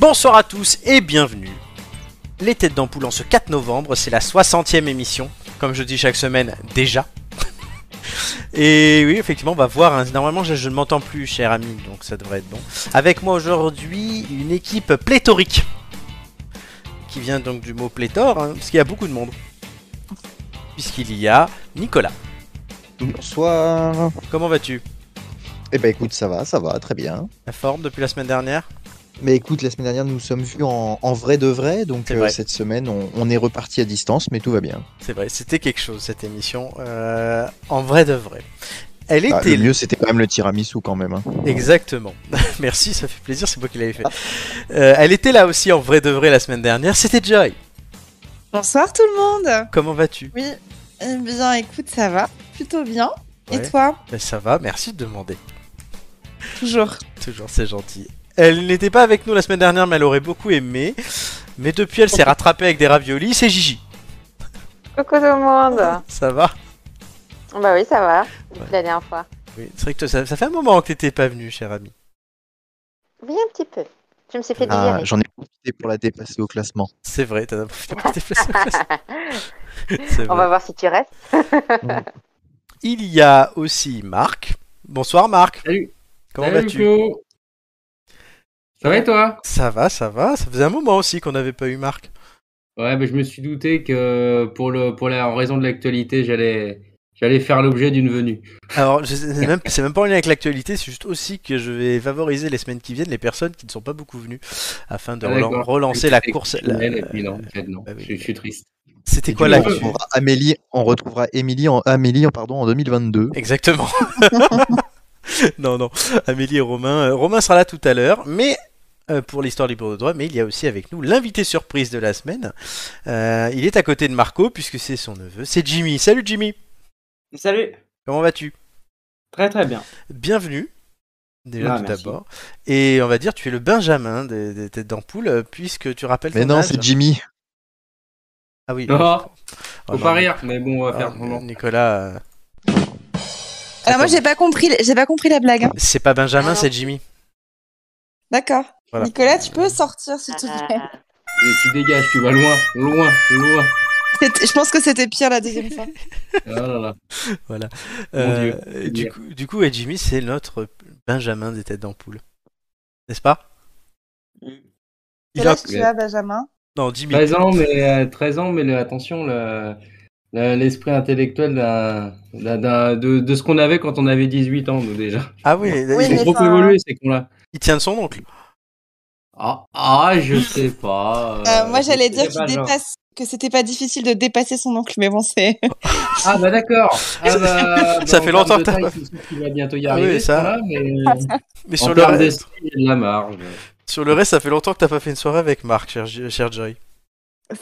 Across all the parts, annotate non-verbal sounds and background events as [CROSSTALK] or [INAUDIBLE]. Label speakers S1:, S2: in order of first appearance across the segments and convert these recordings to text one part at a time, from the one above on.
S1: Bonsoir à tous et bienvenue. Les têtes d'ampoule en ce 4 novembre, c'est la 60e émission, comme je dis chaque semaine déjà. [LAUGHS] et oui, effectivement, on va voir. hein. Normalement, je, je ne m'entends plus, cher ami, donc ça devrait être bon. Avec moi aujourd'hui, une équipe pléthorique. Qui vient donc du mot pléthore, hein, parce qu'il y a beaucoup de monde. Puisqu'il y a Nicolas.
S2: Bonsoir.
S1: Comment vas-tu
S2: Eh ben écoute, ça va, ça va, très bien.
S1: La forme depuis la semaine dernière
S2: Mais écoute, la semaine dernière, nous nous sommes vus en, en vrai de vrai, donc
S1: C'est
S2: euh,
S1: vrai.
S2: cette semaine, on, on est reparti à distance, mais tout va bien.
S1: C'est vrai, c'était quelque chose cette émission. euh, en vrai de vrai. Elle
S2: Ah,
S1: était
S2: le mieux, c'était quand même le tiramisu quand même. hein.
S1: Exactement. [LAUGHS] Merci, ça fait plaisir, c'est moi qui l'avais fait. Euh, elle était là aussi en vrai de vrai la semaine dernière, c'était Joy.
S3: Bonsoir tout le monde
S1: Comment vas-tu
S3: Oui, eh bien écoute, ça va plutôt bien.
S1: Ouais.
S3: Et toi
S1: Ben, Ça va, merci de demander.
S3: Toujours.
S1: Toujours, c'est gentil. Elle n'était pas avec nous la semaine dernière, mais elle aurait beaucoup aimé. Mais depuis, elle s'est rattrapée avec des raviolis, c'est Gigi.
S4: Coucou tout le monde
S1: Ça va
S4: Bah oui, ça va, depuis
S1: Ouais.
S4: la dernière fois.
S1: Oui, c'est vrai que toi, ça, ça fait un moment que t'étais pas venu, cher ami.
S4: Oui, un petit peu. Je me suis fait
S2: Ah,
S4: délirer.
S2: J'en ai profité pour la dépasser au classement.
S1: C'est vrai, t'as profité pour te déplacer.
S4: [LAUGHS]
S1: C'est
S4: On
S1: vrai.
S4: va voir si tu restes.
S1: Il y a aussi Marc. Bonsoir Marc.
S5: Salut.
S1: Comment
S5: Salut,
S1: vas-tu
S5: Flo. Ça va et toi
S1: Ça va, ça va. Ça faisait un moment aussi qu'on n'avait pas eu Marc.
S5: Ouais, bah, je me suis douté que pour le, pour la, en raison de l'actualité, j'allais, j'allais faire l'objet d'une venue.
S1: Alors, je- c'est même, c'est même pas en lien avec l'actualité, c'est juste aussi que je vais favoriser les semaines qui viennent les personnes qui ne sont pas beaucoup venues afin de
S5: Ah,
S1: relan-
S5: d'accord.
S1: relancer la course. Bah, la-
S5: Et puis non, en fait, non.
S1: bah oui.
S5: Je, je suis triste.
S1: C'était
S2: Et
S1: quoi
S2: du coup,
S1: l'actu
S2: on retrouvera Amélie, on retrouvera Émilie en Amélie, en- pardon, en 2022.
S1: Exactement. [LAUGHS] non, non. Amélie et Romain. euh, Romain sera là tout à l'heure, mais euh, pour l'histoire libre de droit, mais il y a aussi avec nous l'invité surprise de la semaine. Euh, il est à côté de Marco puisque c'est son neveu. C'est Jimmy. Salut Jimmy.
S6: Salut,
S1: Comment vas-tu
S6: très très bien.
S1: bienvenue. Déjà
S6: Ah,
S1: tout
S6: merci.
S1: d'abord. Et on va dire, tu es le Benjamin des, des têtes d'ampoule, euh, puisque tu rappelles
S2: Mais
S1: ton
S2: non,
S1: âge.
S2: c'est Jimmy.
S1: Ah oui.
S5: Non,
S1: Oh,
S5: Faut
S1: non,
S5: pas rire, mais bon, on va
S1: mais-
S5: faire
S1: ah,
S5: semblant.
S1: Nicolas, euh,
S3: Alors moi j'ai pas compris, j'ai pas compris la blague. hein.
S1: c'est pas Benjamin,
S4: Ah.
S1: c'est Jimmy.
S3: D'accord.
S1: Voilà.
S3: Nicolas, tu peux sortir s'il te plaît.
S4: Ah,
S5: Et Tu dégages, tu vas loin, loin, loin.
S3: [LAUGHS] C'était- Je pense que c'était pire la deuxième
S1: [LAUGHS]
S3: fois.
S5: Ah là là.
S1: Euh, du,
S5: Dieu. Dieu.
S1: coup, du coup, et Jimmy, c'est notre Benjamin des têtes d'ampoule. N'est-ce pas
S3: Quel
S1: Il a...
S3: âge tu as, Benjamin
S1: Non, Jimmy.
S5: 13 ans, mais, euh, 13 ans, mais le- attention, le- le- l'esprit intellectuel d'un, d'un- d'un- de, de ce qu'on avait quand on avait 18 ans, nous déjà.
S1: Ah oui,
S3: Oui,
S1: il,
S5: Ils
S3: mais
S5: ont trop
S6: hein.
S3: enfin-
S5: évolué, ces cons-là.
S1: il tient de son oncle.
S5: Ah, ah, je
S1: [LAUGHS]
S5: sais pas.
S3: Euh,
S5: euh,
S3: Moi j'allais
S5: je
S3: dire
S5: sais
S3: qu'il
S5: pas, genre.
S3: dépasse, que c'était pas difficile de dépasser son oncle, mais bon c'est... [LAUGHS]
S5: Ah bah d'accord. Ah,
S1: Ça
S5: bah, bah,
S1: fait
S5: en termes
S1: longtemps
S5: de
S1: que t'as
S5: taille,
S1: pas-
S5: c'est sûr qu'il va bientôt y
S1: Ah oui,
S5: arriver.
S1: ça.
S5: ça. mais
S1: Mais
S5: en
S1: sur le,
S5: termes
S1: reste,
S5: d'esprit, il y a de la marge.
S1: sur le reste, ça fait longtemps que t'as pas fait une soirée avec Marc, cher, cher Joy.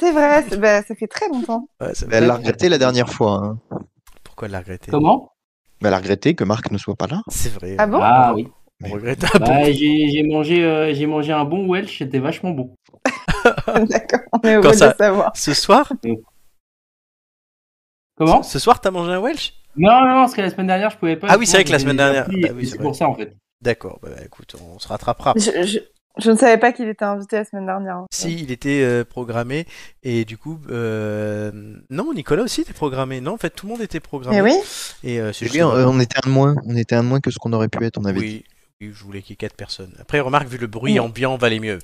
S3: C'est vrai, c'est- bah, ça fait très longtemps.
S1: [LAUGHS] Ouais, ça-
S2: Bah, Elle l'a regretté la dernière fois. hein.
S1: Pourquoi elle l'a regretté
S5: Comment
S2: Bah, elle a regretté que Marc ne soit pas là.
S1: C'est vrai.
S3: Ah bon
S5: Ah oui.
S1: On regrette.
S5: Bah, j'ai j'ai mangé, euh, j'ai mangé un bon Welsh, c'était vachement bon.
S3: D'accord, on est heureux
S1: Quand
S3: de
S1: ça-
S3: le savoir.
S1: Ce soir
S5: Comment
S1: Ce soir, t'as mangé un Welsh
S5: Non, non, parce que la semaine dernière, je pouvais pas.
S1: Ah oui, c'est vrai que la
S5: j'ai-
S1: semaine
S5: j'ai
S1: dernière.
S5: appris,
S1: Bah oui,
S5: et
S1: c'est
S5: c'est
S1: vrai.
S5: pour ça en fait.
S1: D'accord, bah écoute, on se rattrapera.
S3: Je, je- je ne savais pas qu'il était invité la semaine dernière.
S1: Si, il était euh, programmé, et du coup... euh, Non, Nicolas aussi était programmé. Non, en fait, tout le monde était programmé.
S3: Mais Eh oui,
S1: Et euh, c'est
S2: Eh
S1: juste...
S2: bien, euh, on était un de moins. On était un de moins que ce qu'on aurait pu être. On avait dit.
S1: oui, oui, je voulais qu'il y ait quatre personnes. Après, remarque, vu le bruit
S3: Oui.
S1: ambiant, valait mieux.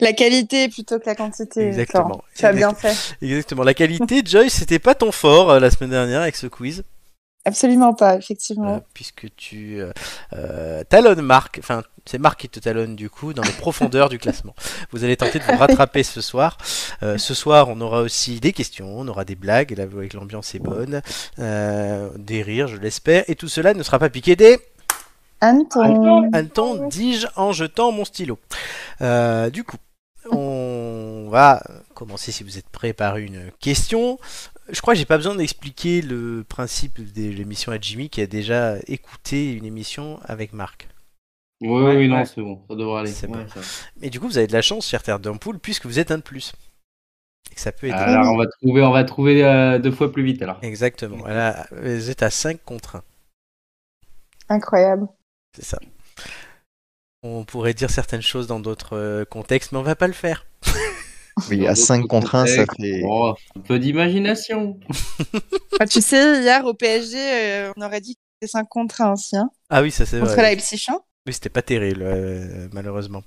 S3: la qualité plutôt que la quantité. Florent.
S1: Exactement.
S3: Tu as
S1: Exact-
S3: bien fait.
S1: Exactement. La qualité, Joyce, c'était pas ton fort euh, la semaine dernière avec ce quiz.
S3: Absolument pas,
S1: Voilà,
S3: effectivement.
S1: Euh, puisque tu euh, euh, talonnes Marc, enfin c'est Marc qui te talonne du coup dans les profondeurs du classement. Vous allez tenter de vous rattraper ce soir. Euh, ce soir on aura aussi des questions, on aura des blagues, et là vous voyez que l'ambiance est bonne, euh, des rires je l'espère, et tout cela ne sera pas piqué des
S4: euh,
S1: [LAUGHS]
S3: Anton.
S1: hannetons, dis-je en jetant mon stylo. Euh, du coup, on va commencer si vous êtes prêts par une question. Je crois que j'ai pas besoin d'expliquer le principe de l'émission à Jimmy qui a déjà écouté une émission avec Marc.
S5: Oui, oui,
S6: Ouais,
S5: non,
S6: ouais.
S5: c'est bon, ça devrait aller.
S1: C'est
S5: Ouais,
S1: bon.
S5: ça va.
S1: Mais du coup, vous avez de la chance, chère Terre d'Ampoule, puisque vous êtes un de plus. Et que ça peut aider.
S5: Alors, on va trouver, on va trouver euh, deux fois plus vite alors.
S1: Exactement. Voilà, vous êtes à 5 contre 1.
S3: [LAUGHS] Incroyable.
S1: C'est ça. On pourrait dire certaines choses dans d'autres euh, contextes, mais on va pas le faire.
S2: Oui, à 5 contre 1, ça fait.
S5: Oh, un peu d'imagination.
S3: Enfin, Bah, tu sais, hier au PSG, euh, on aurait dit que c'était 5 contre 1 aussi, hein,
S1: Ah oui, ça c'est
S3: contre
S1: vrai.
S3: Leipzig. hein.
S1: Oui, c'était pas terrible, euh, malheureusement.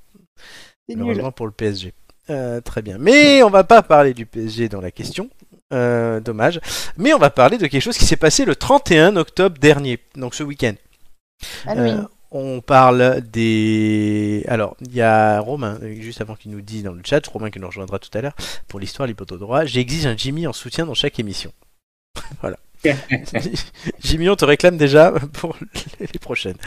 S3: C'est nul.
S1: Malheureusement pour le PSG. Euh, très bien. Mais on va pas parler du PSG dans la question. Euh, dommage. Mais on va parler de quelque chose qui s'est passé le 31 octobre dernier, donc ce week-end.
S3: Halloween.
S1: Euh, on parle des. Alors, il y a Romain, euh, juste avant qu'il nous dise dans le chat, Romain qui nous rejoindra tout à l'heure, pour l'histoire, l'hypothèse droit, j'exige un Jimmy en soutien dans chaque émission. [LAUGHS]
S3: [LAUGHS]
S1: voilà. Jimmy, on te réclame déjà pour [LAUGHS] les prochaines.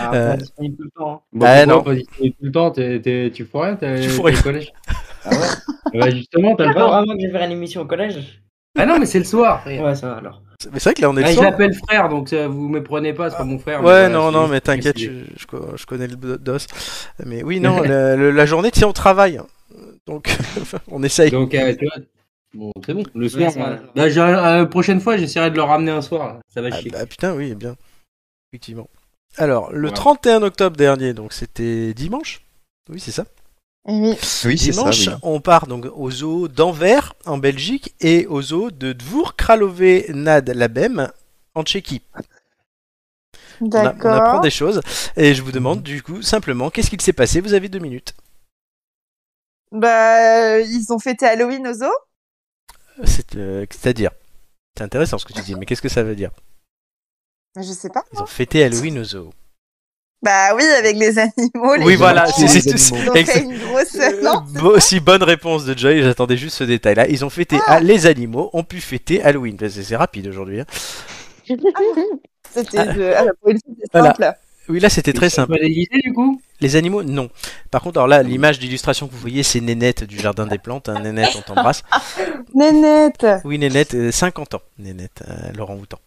S6: Ah,
S1: Euh,
S6: on disponible tout le temps.
S5: Bon,
S1: Ah,
S5: Bah, pourquoi
S1: non.
S5: pas discuter tout le temps, t'es- t'es- tu pourrais, t'es,
S1: Tu pourrais.
S5: t'es au collège.
S6: Ah ouais
S5: Bah, justement, t'as le
S6: D'accord,
S5: droit.
S6: avant que je faire une émission au collège
S5: Ah non, mais c'est le soir. frère.
S6: Ouais, ça va alors.
S1: Mais c'est vrai que là, on est
S5: Ah,
S1: le
S5: je
S1: soir.
S5: l'appelle frère, donc euh, vous me prenez pas, c'est pas mon frère. mais
S1: Ouais,
S5: voilà,
S1: non,
S5: c'est-
S1: non, mais
S5: c'est-
S1: t'inquiète,
S5: c'est-
S1: je, je co- je connais le do- dos. Mais oui, non, le- le- la journée, tu sais, on travaille. Donc, [LAUGHS] on essaye.
S5: [LAUGHS] Donc, euh, tu vois, bon, c'est bon. Le soir,
S6: c'est
S5: euh,
S6: vrai.
S5: bah, j'ai- euh, prochaine fois, j'essaierai de le ramener un soir. là. Ça va
S1: Ah,
S5: chier.
S1: bah, putain, oui, bien. Effectivement. Alors, le
S5: Ouais.
S1: 31 octobre dernier, donc c'était dimanche. Oui, c'est ça.
S3: Eh Oui.
S2: Oui, c'est ça.
S1: Dimanche,
S2: oui.
S1: on part donc au zoo d'Anvers, en Belgique, et au zoo de Dvor Kralové nad Labem, en Tchéquie. On, a- on apprend
S3: D'accord.
S1: des choses. Et je vous
S2: Mmh.
S1: demande, du coup, simplement, qu'est-ce qu'il s'est passé Vous avez deux minutes.
S3: Bah, ils ont fêté Halloween aux zoo.
S1: C'est, euh, C'est-à-dire C'est intéressant ce que tu dis, mais qu'est-ce que ça veut dire
S3: Mais Je sais pas.
S1: Ils ont fêté Halloween au zoo.
S3: Bah oui, avec les animaux. Les
S1: Oui,
S3: gens,
S1: voilà,
S3: ils
S1: c'est
S3: ont-
S1: c'est-
S2: Les
S1: c'est-
S2: animaux.
S3: Ils ont fait
S1: exa-
S3: une grosse. Non,
S1: Bon, si bonne réponse de Joy, j'attendais juste ce détail-là. Ils ont fêté, ah, les animaux ont pu fêter Halloween. Ben, C'est c'est rapide aujourd'hui. hein.
S3: c'était de. Ah, bah, pour une fois, c'est
S1: Voilà.
S3: simple.
S1: Oui, là c'était très simple.
S5: Pas déguisé du coup
S1: Les animaux, non. Par contre, alors là, l'image d'illustration que vous voyez, c'est Nénette du Jardin des Plantes. hein. Nénette, on t'embrasse.
S3: Nénette.
S1: Oui, Nénette, euh, 50 ans. Nénette, euh, Laurent Houtan.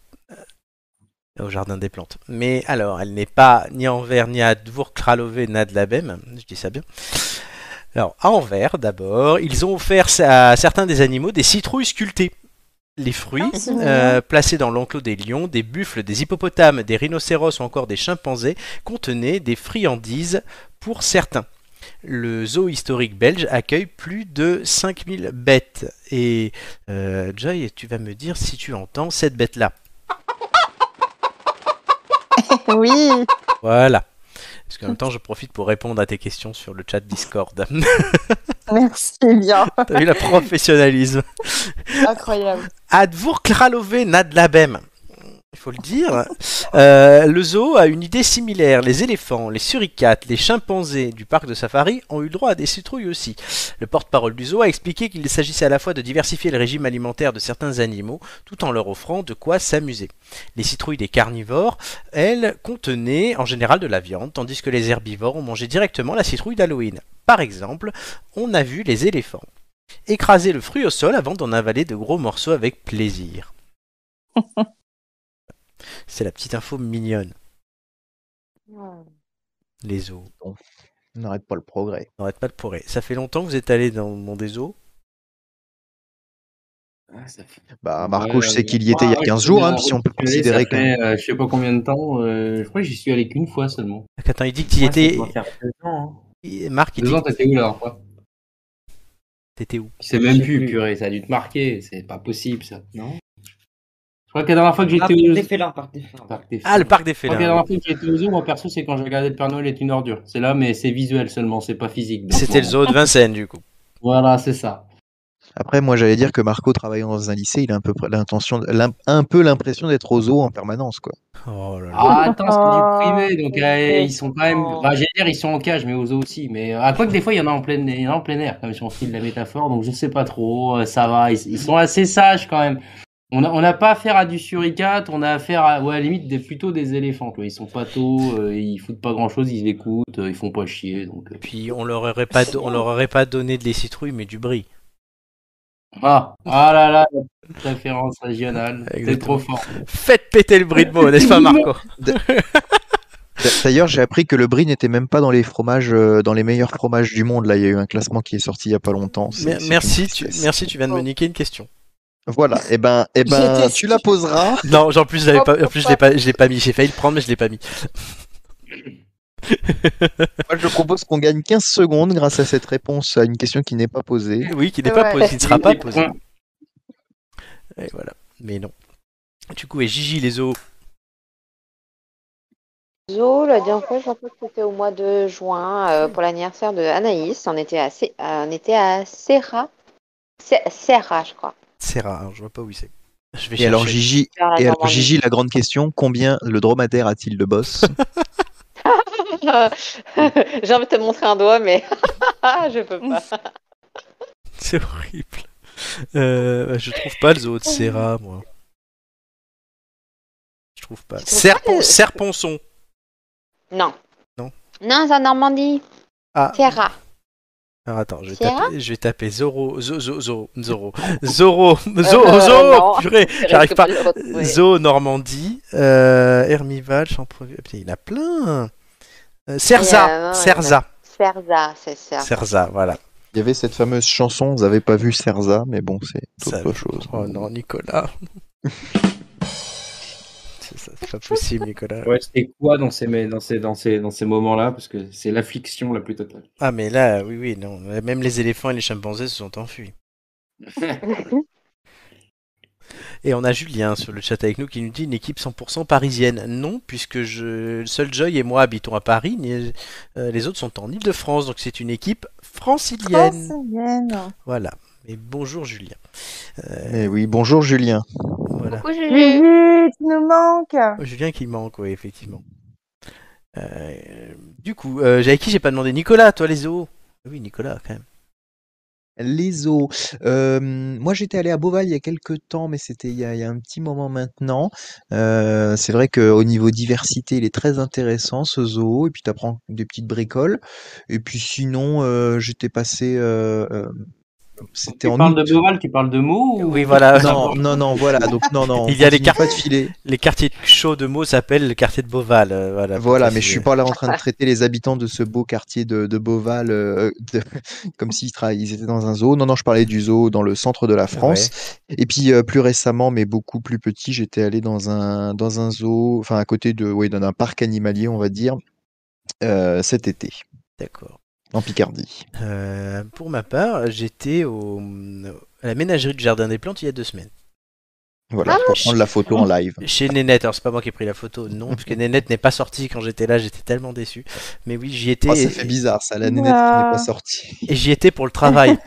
S1: Euh, au Jardin des Plantes. Mais alors, elle n'est pas ni à Anvers, ni à Dvor-Kralové, ni à Dlabem. Je dis ça bien. Alors, à Anvers, d'abord, ils ont offert à certains des animaux des citrouilles sculptées. Les fruits,
S3: Ah, c'est mignon.
S1: euh, placés dans l'enclos des lions, des buffles, des hippopotames, des rhinocéros ou encore des chimpanzés, contenaient des friandises pour certains. Le zoo historique belge accueille plus de 5000 bêtes. Et euh, Joy, tu vas me dire si tu entends cette bête-là.
S3: Oui.
S1: Voilà. Parce qu'en même temps, je profite pour répondre à tes questions sur le chat Discord. [LAUGHS]
S3: Merci bien.
S1: T'as vu le professionnalisme.
S3: Incroyable.
S1: Advour Kralové Nadlabem. Il faut le dire. Euh, le zoo a une idée similaire. Les éléphants, les suricates, les chimpanzés du parc de safari ont eu le droit à des citrouilles aussi. Le porte-parole du zoo a expliqué qu'il s'agissait à la fois de diversifier le régime alimentaire de certains animaux tout en leur offrant de quoi s'amuser. Les citrouilles des carnivores, elles, contenaient en général de la viande, tandis que les herbivores ont mangé directement la citrouille d'Halloween. Par exemple, on a vu les éléphants écraser le fruit au sol avant d'en avaler de gros morceaux avec plaisir. C'est la petite info mignonne, les zoos.
S2: On n'arrête pas le progrès.
S1: N'arrête pas de pourrer. Ça fait longtemps que vous êtes allé dans le monde des eaux.
S6: Ah,
S2: Bah, Marco, je sais
S5: Ouais,
S2: qu'il y était il y a
S5: Bah, ouais,
S2: 15
S5: Ah, je
S2: jours,
S5: suis
S2: hein,
S5: allé,
S2: si on peut
S5: je suis allé, ça
S2: considérer que.
S5: fait, euh, je sais pas combien de temps. euh, je crois que j'y suis allé qu'une fois seulement.
S1: Attends, Ah, il dit que tu
S6: Ouais,
S1: étais.
S6: ça doit faire deux ans, hein.
S1: il- Marc, il
S5: Deux
S1: dit
S5: ans,
S1: que
S5: t'étais où la dernière fois
S1: t'étais où
S5: Je sais même
S6: Je sais
S5: plus,
S6: plus.
S5: purée, ça a dû te marquer. C'est pas possible ça. Non Je crois que la dernière fois que
S6: Ah, par des
S5: j'étais
S6: félins, par des
S5: au.
S6: félins.
S5: Parc des
S1: Ah, le
S5: fous.
S1: parc des
S5: Je crois que la
S1: félins.
S5: dernière fois que j'étais au zoo, moi perso, c'est quand j'ai regardé le Père Noël est une ordure. C'est là, mais c'est visuel seulement, c'est pas physique. donc
S1: C'était le
S5: bon.
S1: zoo de Vincennes, du coup.
S5: Voilà, c'est ça.
S2: Après, moi, j'allais dire que Marco, travaillant dans un lycée, il a un peu près l'intention, l'im- un peu l'impression d'être au zoo en permanence, quoi.
S1: Oh là là.
S5: Ah, attends, c'est
S4: Ah,
S5: du privé, donc
S4: c'est
S5: euh, ils sont quand même.
S4: différent.
S5: Bah, j'allais dire, ils sont en cage, mais aux zoo aussi. Mais euh, à quoi que des fois, il y en a en plein, il y en a en plein air, comme si on file la métaphore, donc je sais pas trop, euh, ça va, ils, ils sont assez sages quand même. On a- on n'a pas affaire à du suricate, on a affaire à, ouais, à la limite des, plutôt des éléphants. Quoi. Ils sont pas tôt, euh, ils foutent pas grand chose, ils écoutent, euh, ils font pas chier. Donc, euh.
S1: Puis on leur aurait pas, on leur aurait pas donné des citrouilles, mais du brie.
S5: Ah, ah là là, la préférence régionale, c'est
S1: Exactement.
S5: trop fort.
S1: Faites péter le brie de mots, n'est-ce pas, Marco
S2: D'a- D'ailleurs, j'ai appris que le brie n'était même pas dans les fromages, euh, dans les meilleurs fromages du monde. Là, il y a eu un classement qui est sorti il y a pas longtemps. C'est-
S1: Mer-
S2: c'est une
S1: Merci, tu,
S2: tristesse.
S1: merci, tu viens de me niquer une question.
S2: Voilà. Eh ben, eh ben,
S3: J'étais
S2: tu la
S3: sûre.
S2: poseras.
S1: Non, en plus, j'avais pas, en plus, je l'ai pas, je l'ai pas mis. J'ai failli le prendre, mais je l'ai pas mis.
S2: Moi, je propose qu'on gagne 15 secondes grâce à cette réponse à une question qui n'est pas posée.
S1: [LAUGHS] Oui, qui n'est pas
S4: Ouais.
S1: posé, qui ne sera pas posé.
S5: Point.
S1: Et voilà. Mais non. Du coup, et Gigi les eaux.
S4: [LAUGHS] Zo, la dernière fois, je crois que c'était au mois de juin euh, pour l'anniversaire de Anaïs. On était à, C- euh, on était à Serra. Se- Serra, je crois.
S1: C'est rare, hein, je vois pas où c'est. Je vais
S2: Et alors,
S1: chercher.
S2: Gigi,
S4: Vers la
S2: et alors,
S4: Normandie.
S2: Gigi, la grande question combien le dromadaire a-t-il de boss
S4: [LAUGHS] J'ai envie de te montrer un doigt, mais [LAUGHS] je peux pas.
S1: [LAUGHS] C'est horrible. Euh, je trouve pas le zoo de Serra, moi. Je trouve pas.
S4: Tu trouves pas
S1: Serpon,
S4: le-
S1: Serponçon.
S4: Non.
S1: Non.
S4: Non, c'est en Normandie.
S1: Ah.
S4: Serra.
S1: Alors Ah, attends, je vais,
S4: Serra
S1: taper, je vais taper Zoro, Zo- Zo- Zo- Zoro, Zoro, Zo-
S4: [LAUGHS] Euh,
S1: Zo,
S4: non.
S1: purée,
S4: Je
S1: j'arrive
S4: risque
S1: pas.
S4: de le retrouver.
S1: Zo Normandie, euh, Hermival, Champreville, putain, il y en a plein. Euh,
S4: Il y en a,
S1: Cerza,
S4: non,
S1: Cerza,
S4: Serza, c'est ça.
S1: Cerza, voilà.
S2: Il y avait cette fameuse chanson, vous n'avez pas vu Serza, mais bon, c'est
S1: Ça-
S2: autre chose.
S1: Oh non, Nicolas. [LAUGHS] c'est ça, c'est pas possible, Nicolas.
S5: Ouais, c'était quoi dans ces, mais- dans ces, dans ces, dans ces moments-là Parce que c'est l'affliction la plus totale.
S1: Ah mais là, oui, oui, non. Même les éléphants et les chimpanzés se sont enfuis. Et on a Julien sur le chat avec nous qui nous dit une équipe 100% parisienne. Non, puisque je, seul Joy et moi habitons à Paris, mais, euh, les autres sont en Ile-de-France, donc c'est une équipe francilienne.
S3: Francilienne.
S1: Voilà. Mais bonjour Julien.
S2: Mais oui, bonjour Julien.
S1: Voilà. Oh,
S4: Coucou, Juju.
S3: Juju, tu nous manques.
S1: Julien qui manque, oui, effectivement. Euh, du coup, euh, avec qui j'ai pas demandé Nicolas, toi les os Oui, Nicolas quand même.
S2: Les eaux. Euh, moi, j'étais allé à Beauval il y a quelques temps, mais c'était il y a, il y a un petit moment maintenant. Euh, c'est vrai qu'au niveau diversité, il est très intéressant ce zoo, et puis tu apprends des petites bricoles. Et puis sinon, euh, j'étais passé. euh, euh, c'était
S5: Tu
S2: en
S5: parles
S2: août.
S5: de Boval, tu parles de mots ou...
S1: Oui, voilà.
S2: Non, non, non, voilà. Donc non,
S1: [LAUGHS]
S2: non.
S1: Il y a
S2: on
S1: des
S2: continue
S1: cartes-
S2: Pas de filet.
S1: Les quartiers chauds de mots s'appellent le quartier de Beauval. euh, voilà,
S2: Voilà,
S1: Pour
S2: mais je suis
S1: préciser.
S2: pas là en train de traiter les habitants de ce beau quartier de, de Beauval euh, de- [LAUGHS] comme s'ils tra- ils étaient dans un zoo. Non, non, je parlais du zoo dans le centre
S1: Ah
S2: de la France. Et puis euh, plus récemment, mais beaucoup plus petit, j'étais allé dans un dans un zoo, enfin à côté de, oui, dans un parc animalier, on va dire, euh, cet été
S1: D'accord.
S2: en Picardie.
S1: Euh, pour ma part, j'étais au, à la ménagerie du Jardin des Plantes il y a deux semaines.
S2: Voilà, pour prendre la photo en live.
S1: Chez Nénette, alors c'est pas moi qui ai pris la photo, non, parce que Nénette n'est pas sortie quand j'étais là, j'étais tellement déçu. Mais oui, j'y étais,
S2: Oh, ça fait bizarre, ça, la nénette qui n'est
S3: Ouah.
S2: pas sortie.
S1: et j'y étais pour le
S2: [LAUGHS]
S1: travail.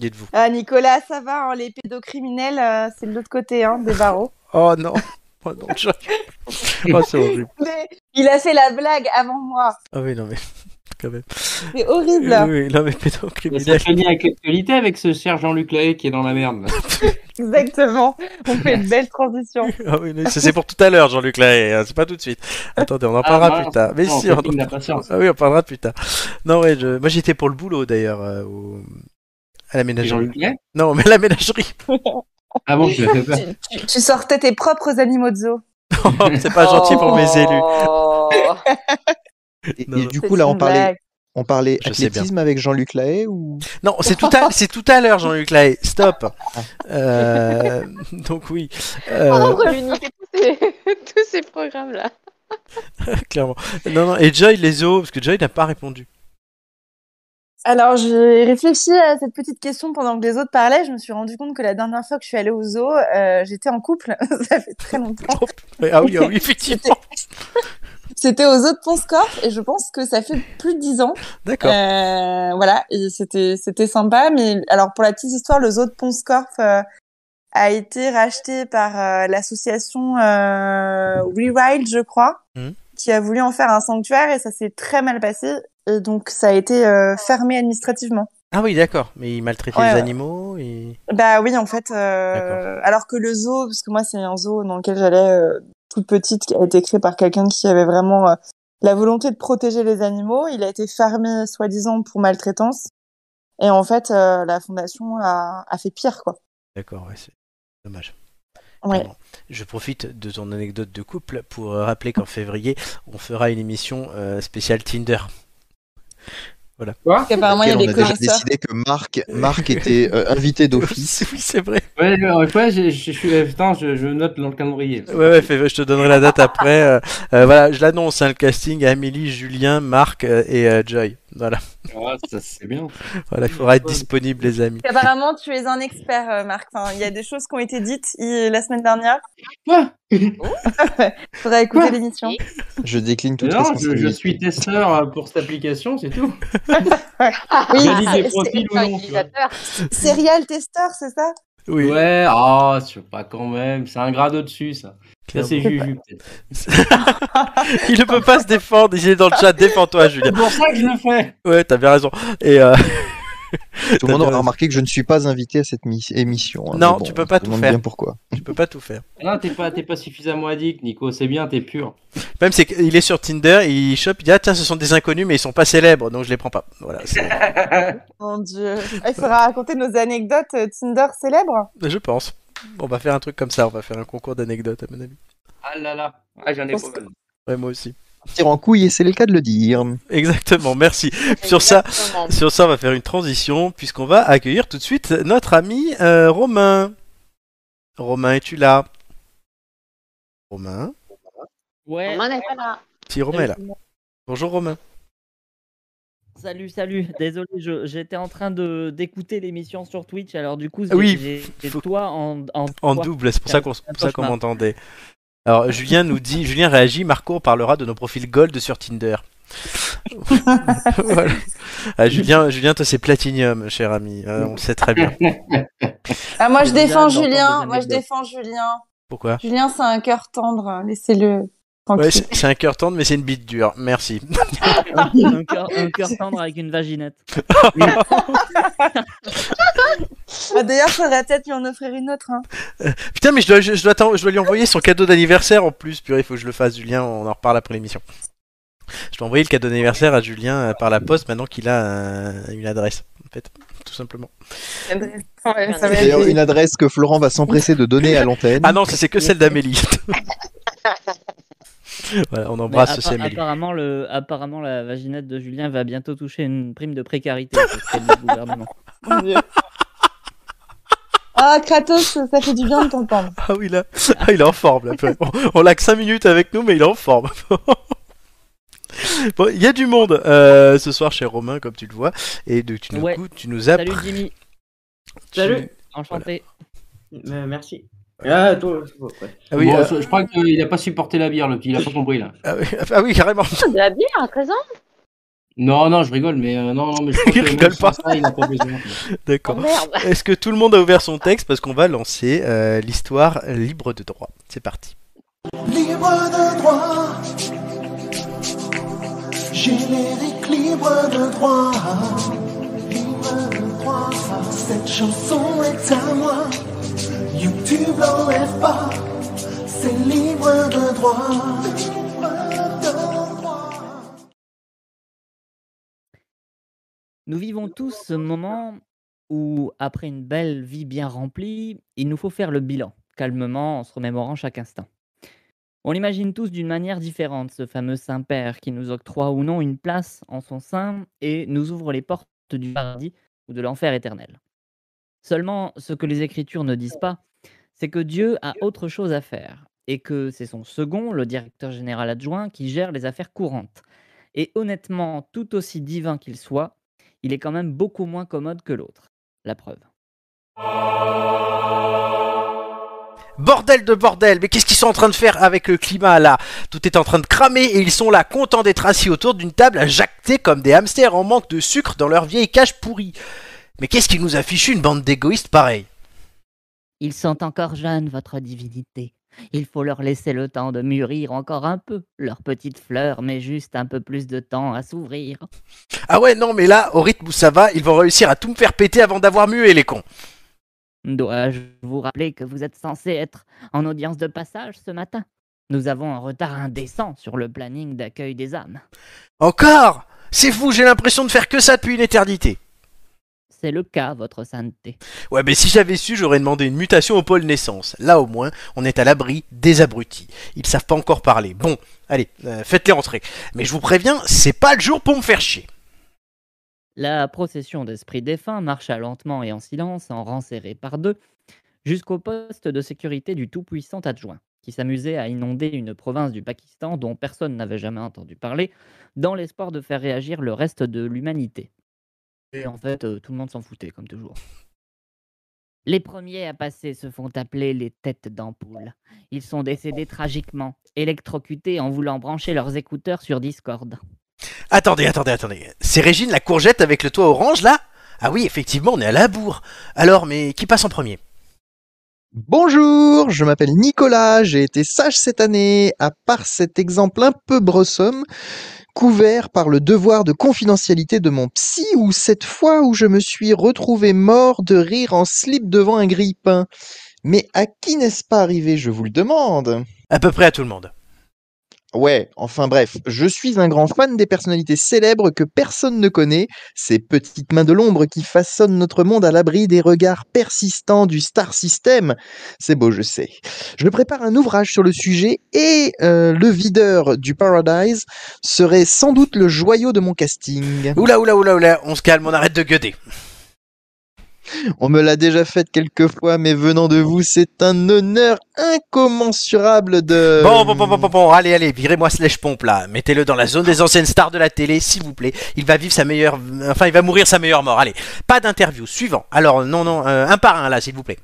S1: Dites-vous.
S3: Ah, Nicolas, ça va, hein, les pédocriminels, euh, c'est de l'autre côté hein, des barreaux.
S1: Oh non, [LAUGHS] oh non, je- [LAUGHS] oh, c'est horrible.
S3: [LAUGHS] Mais il a fait la blague avant moi.
S1: Ah oui, non mais [LAUGHS] quand même.
S3: C'est
S2: Euh,
S3: horrible.
S1: Oui, oui, non mais
S5: Mais Ça
S1: pédocriminel.
S5: fait lien avec l'actualité avec ce cher Jean-Luc Lahaye qui est dans la merde. là.
S3: Exactement. On fait une
S2: [LAUGHS]
S3: belle transition.
S1: [LAUGHS] Ah oui, non, ça c'est pour tout à l'heure, Jean-Luc Lahaye, hein, c'est pas tout de suite. Attendez, on en parlera
S5: mince.
S1: plus tard. [LAUGHS] Mais
S5: Non,
S1: si, on
S5: on fait de la patience.
S1: Ah oui, on parlera plus tard. Non, ouais, je- moi j'étais pour le boulot d'ailleurs euh, au- à la
S5: Et
S1: ménagerie.
S5: Jean-Luc Lahaye
S1: Non, mais la ménagerie. [LAUGHS]
S5: Ah bon, je fais peur.
S3: tu, tu- tu sortais tes propres animaux de zoo.
S1: Oh, c'est pas gentil pour
S3: Oh.
S1: mes élus.
S4: [LAUGHS] élus.
S2: Et, et
S1: Non, non.
S2: du coup, là, on parlait, on parlait
S1: Je sais bien.
S2: athlétisme avec Jean-Luc Lahaye ou
S1: Non, c'est tout à c'est tout à l'heure, Jean-Luc Lahaye. Stop.
S3: [LAUGHS]
S1: Euh, donc oui, euh,
S4: Prendre l'unité, tous ces- [LAUGHS] tous ces programmes-là.
S1: clairement. Non, non. Et Joy les os, parce que Joy n'a pas répondu.
S3: Alors, j'ai réfléchi à cette petite question pendant que les autres parlaient. Je me suis rendu compte que la dernière fois que je suis allée au zoo, euh, j'étais en couple. [LAUGHS] Ça fait très longtemps.
S1: Ah oui, ah oui,
S3: [LAUGHS]
S1: effectivement.
S3: C'était au zoo de Ponscorp et je pense que ça fait plus de dix ans.
S1: D'accord.
S3: Euh, voilà, et c'était c'était sympa. Mais alors pour la petite histoire, le zoo de Ponscorp euh, a été racheté par euh, l'association euh, WeRide, je crois,
S1: Mhm.
S3: qui a voulu en faire un sanctuaire et ça s'est très mal passé. Et donc ça a été euh, fermé administrativement.
S1: Ah oui, d'accord. Mais il maltraitait
S3: Ouais,
S1: les
S3: ouais.
S1: animaux. Et...
S3: Bah oui, en fait, euh, alors que le zoo, parce que moi c'est un zoo dans lequel j'allais euh, toute petite, qui a été créé par quelqu'un qui avait vraiment euh, la volonté de protéger les animaux, il a été fermé soi-disant pour maltraitance. Et en fait, euh, la fondation a, a fait pire, quoi.
S1: D'accord, ouais, c'est dommage.
S3: Ouais.
S1: Clairement. Je profite de ton anecdote de couple pour euh, rappeler qu'en février, on fera une émission euh, spéciale Tinder.
S5: Quoi
S3: Apparemment, il y a
S2: Lequel on
S3: des
S2: a déjà
S3: connaisseurs.
S2: décidé que Marc, Marc était euh, invité d'office.
S1: [LAUGHS] oui, c'est vrai.
S5: Ouais, ouais, ouais, j'ai- je suis. euh, Putain, je, je note dans le calendrier.
S1: Ouais, ouais, fais- je te donnerai la date après. euh, euh, voilà, je l'annonce, hein, le casting Amélie, Julien, Marc euh, et euh, Joy. Voilà, [LAUGHS]
S5: Ah, ça c'est bien.
S1: voilà, il faudra être disponible, les amis.
S3: Apparemment, tu es un expert, euh, Marc. Enfin, il y a des choses qui ont été dites i- la semaine dernière. [LAUGHS]
S5: Quoi
S3: Faudra écouter
S5: Quoi
S3: l'émission.
S2: Je décline toute
S5: Non, je, je
S2: responsabilité.
S5: suis testeur euh, pour cette application, c'est tout.
S4: Oui, ah,
S5: valide les
S4: c'est-
S5: profils
S4: c'est
S5: ou
S4: un
S5: non, tu
S4: utilisateur.
S3: Serial tester, c'est ça
S1: Oui,
S5: Ouais, ah, je sais pas quand même. C'est un grade au-dessus, ça. Ça,
S1: clairement.
S5: c'est Juju,
S1: [LAUGHS]
S5: peut-être.
S1: il ne peut pas se défendre, il est dans le chat, défends-toi, Julien.
S5: C'est pour ça que je le fais.
S1: Ouais, t'as bien raison. Et euh,
S2: Tout le
S1: T'as
S2: monde aura
S1: bien
S2: remarqué que je ne suis pas invité à cette mi- émission. hein,
S1: Non,
S2: mais
S1: tu peux
S2: on
S1: pas
S2: se
S1: tout
S2: demande
S1: faire.
S2: bien pourquoi.
S1: tu peux pas tout faire.
S5: Ah Non, t'es pas, t'es pas suffisamment addict, Nico. C'est bien, t'es pur.
S1: Même c'est qu'il est sur Tinder, il chope, il dit ah tiens, ce sont des inconnus, mais ils sont pas célèbres, donc je les prends pas. Voilà, c'est-
S3: Mon Dieu. Il faudra raconter nos anecdotes euh, Tinder célèbres.
S1: je pense. On va faire un truc comme ça, on va faire un concours d'anecdotes à mon avis.
S5: Ah là là. Ah, j'en ai
S3: Parce
S5: pas mal.
S1: Ouais, moi aussi. [LAUGHS]
S2: Tire en couille, et c'est le cas de le dire.
S1: Exactement, merci. Sur ça-
S4: Exactement.
S1: Sur ça, on va faire une transition puisqu'on va accueillir tout de suite notre ami euh, Romain. Romain, es-tu là Romain
S7: Ouais,
S4: On en est pas là.
S1: Si Romain est là. Bonjour Romain.
S7: salut, salut. Désolé, je- j'étais en train de d'écouter l'émission sur Twitch, alors du coup,
S1: Ah oui,
S7: j'ai j'ai
S1: faut-
S7: toi en, en,
S1: En
S7: toi.
S1: double, c'est pour ça qu'on c'est pour ça qu'on
S7: Cauchemar.
S1: m'entendait. Alors Julien nous dit, Julien réagit, Marco parlera de nos profils gold sur Tinder. [LAUGHS] Voilà. Ah, Julien, Julien, toi c'est platinum, cher ami. Euh, on le sait très bien.
S3: Ah, moi, je
S7: Julien,
S3: défends
S7: d'entendre
S3: Julien.
S7: des
S3: Moi, je
S7: anecdotes.
S3: défends Julien.
S1: Pourquoi
S3: Julien, c'est un cœur tendre. Laissez-le tranquille.
S1: Ouais, c'est c'est un cœur tendre, mais c'est une bite dure. Merci.
S7: un, cœur,
S1: [LAUGHS]
S7: un cœur tendre avec une vaginette.
S3: Ah, D'ailleurs, faudrait peut-être lui en offrir une autre. Hein.
S1: Putain, mais je dois, je, je dois, t'en- je dois lui envoyer son cadeau d'anniversaire en plus. Purée, il faut que je le fasse, Julien. On en reparle après l'émission. Je dois envoyer le cadeau d'anniversaire à Julien euh, par la poste maintenant qu'il a euh, une adresse, en fait, tout simplement.
S3: Ouais, ça va être
S2: D'ailleurs,
S3: des-
S2: une adresse que Florent va s'empresser de donner à l'antenne.
S1: Ah non, ça, c'est que celle d'Amélie. [LAUGHS] voilà, on
S7: Mais
S1: embrasse
S7: appa-
S1: aussi Amélie.
S7: apparemment, le, apparemment, la vaginette de Julien va bientôt toucher une prime de précarité. parce qu'elle est du gouvernement.
S3: Mon Dieu. Ah, Kratos, ça fait du bien de t'entendre.
S1: Ah oui, là, ah, il est en forme. Là. On, on l'a que 5 minutes avec nous, mais il est en forme. [LAUGHS] Bon, il y a du monde euh, ce soir chez Romain, comme tu le vois. Et donc, tu, nous,
S7: Ouais.
S1: coûtes- tu nous as.
S7: Salut Jimmy,
S6: Salut.
S7: enchanté.
S6: Euh, merci. Ah, toi, c'est beau, ouais.
S1: Ah oui,
S5: Bon,
S1: euh,
S5: je, je crois qu'il a pas supporté la bière, le petit. Il a pas compris, là.
S1: ah oui, [LAUGHS] ah oui, carrément.
S4: De la bière à présent oh,
S5: Non, non, je rigole, mais euh, non, non, mais je crois
S1: [LAUGHS] Il
S5: que même
S1: rigole pas.
S5: sans Ça, il a pas besoin.
S4: Oh
S1: D'accord.
S4: merde
S1: Est-ce que tout le monde a ouvert son texte Parce qu'on va lancer euh, l'histoire libre de droit. C'est parti.
S8: libre de droit. Générique libre de droit. Libre de droit. Cette chanson est à moi. YouTube l'enlève pas. C'est libre de droit. Libre de droit.
S7: Nous vivons tous ce moment où, après une belle vie bien remplie, il nous faut faire le bilan, calmement, en se remémorant chaque instant. On l'imagine tous d'une manière différente, ce fameux Saint-Père qui nous octroie ou non une place en son sein et nous ouvre les portes du paradis ou de l'enfer éternel. Seulement, ce que les Écritures ne disent pas, c'est que Dieu a autre chose à faire, et que c'est son second, le directeur général adjoint, qui gère les affaires courantes. Et honnêtement, tout aussi divin qu'il soit, il est quand même beaucoup moins commode que l'autre. La preuve.
S1: Bordel de bordel, mais qu'est-ce qu'ils sont en train de faire avec le climat là Tout est en train de cramer et ils sont là contents d'être assis autour d'une table à jacter comme des hamsters en manque de sucre dans leur vieille cage pourrie. Mais qu'est-ce qu'ils nous affichent une bande d'égoïstes pareil
S7: Ils sont encore jeunes, votre divinité. Il faut leur laisser le temps de mûrir encore un peu. Leur petite fleur met juste un peu plus de temps à s'ouvrir.
S1: Ah ouais, non, mais là, au rythme où ça va, ils vont réussir à tout me faire péter avant d'avoir mué les cons.
S7: Dois-je vous rappeler que vous êtes censé être en audience de passage ce matin Nous avons un retard indécent sur le planning d'accueil des âmes.
S1: Encore C'est fou, j'ai l'impression de faire que ça depuis une éternité.
S7: C'est le cas, votre sainteté.
S1: Ouais, mais si j'avais su, j'aurais demandé une mutation au pôle naissance. Là, au moins, on est à l'abri des abrutis. Ils savent pas encore parler. Bon, allez, euh, faites-les entrer. Mais je vous préviens, c'est pas le jour pour me faire chier.
S7: La procession d'esprits défunts marcha lentement et en silence, en rangs serrés par deux, jusqu'au poste de sécurité du tout-puissant adjoint, qui s'amusait à inonder une province du Pakistan dont personne n'avait jamais entendu parler, dans l'espoir de faire réagir le reste de l'humanité. Et en fait, euh, tout le monde s'en foutait, comme toujours. Les premiers à passer se font appeler les têtes d'ampoule. Ils sont décédés tragiquement, électrocutés en voulant brancher leurs écouteurs sur Discord.
S1: Attendez, attendez, attendez. C'est Régine la courgette avec le toit orange là Ah oui, effectivement, on est à la bourre. Alors, mais qui passe en premier
S2: Bonjour, je m'appelle Nicolas, j'ai été sage cette année, à part cet exemple un peu brossomme, couvert par le devoir de confidentialité de mon psy ou cette fois où je me suis retrouvé mort de rire en slip devant un grille-pain. Mais à qui n'est-ce pas arrivé, je vous le demande
S1: À peu près à tout le monde.
S2: Ouais, enfin bref, je suis un grand fan des personnalités célèbres que personne ne connaît, ces petites mains de l'ombre qui façonnent notre monde à l'abri des regards persistants du star system. C'est beau, je sais. Je prépare un ouvrage sur le sujet et euh, le videur du Paradise serait sans doute le joyau de mon casting.
S1: Oula, oula, oula, oula, on se calme, on arrête de gueuder.
S2: On me l'a déjà fait quelques fois, mais venant de vous, c'est un honneur incommensurable de...
S1: Bon, bon, bon, bon, bon, bon, allez, allez, virez-moi Slash Pompe là. Mettez-le dans la zone des anciennes stars de la télé, s'il vous plaît. Il va vivre sa meilleure. Enfin, il va mourir sa meilleure mort. Allez, pas d'interview. Suivant. Alors, non, non, euh, un par un là, s'il vous plaît.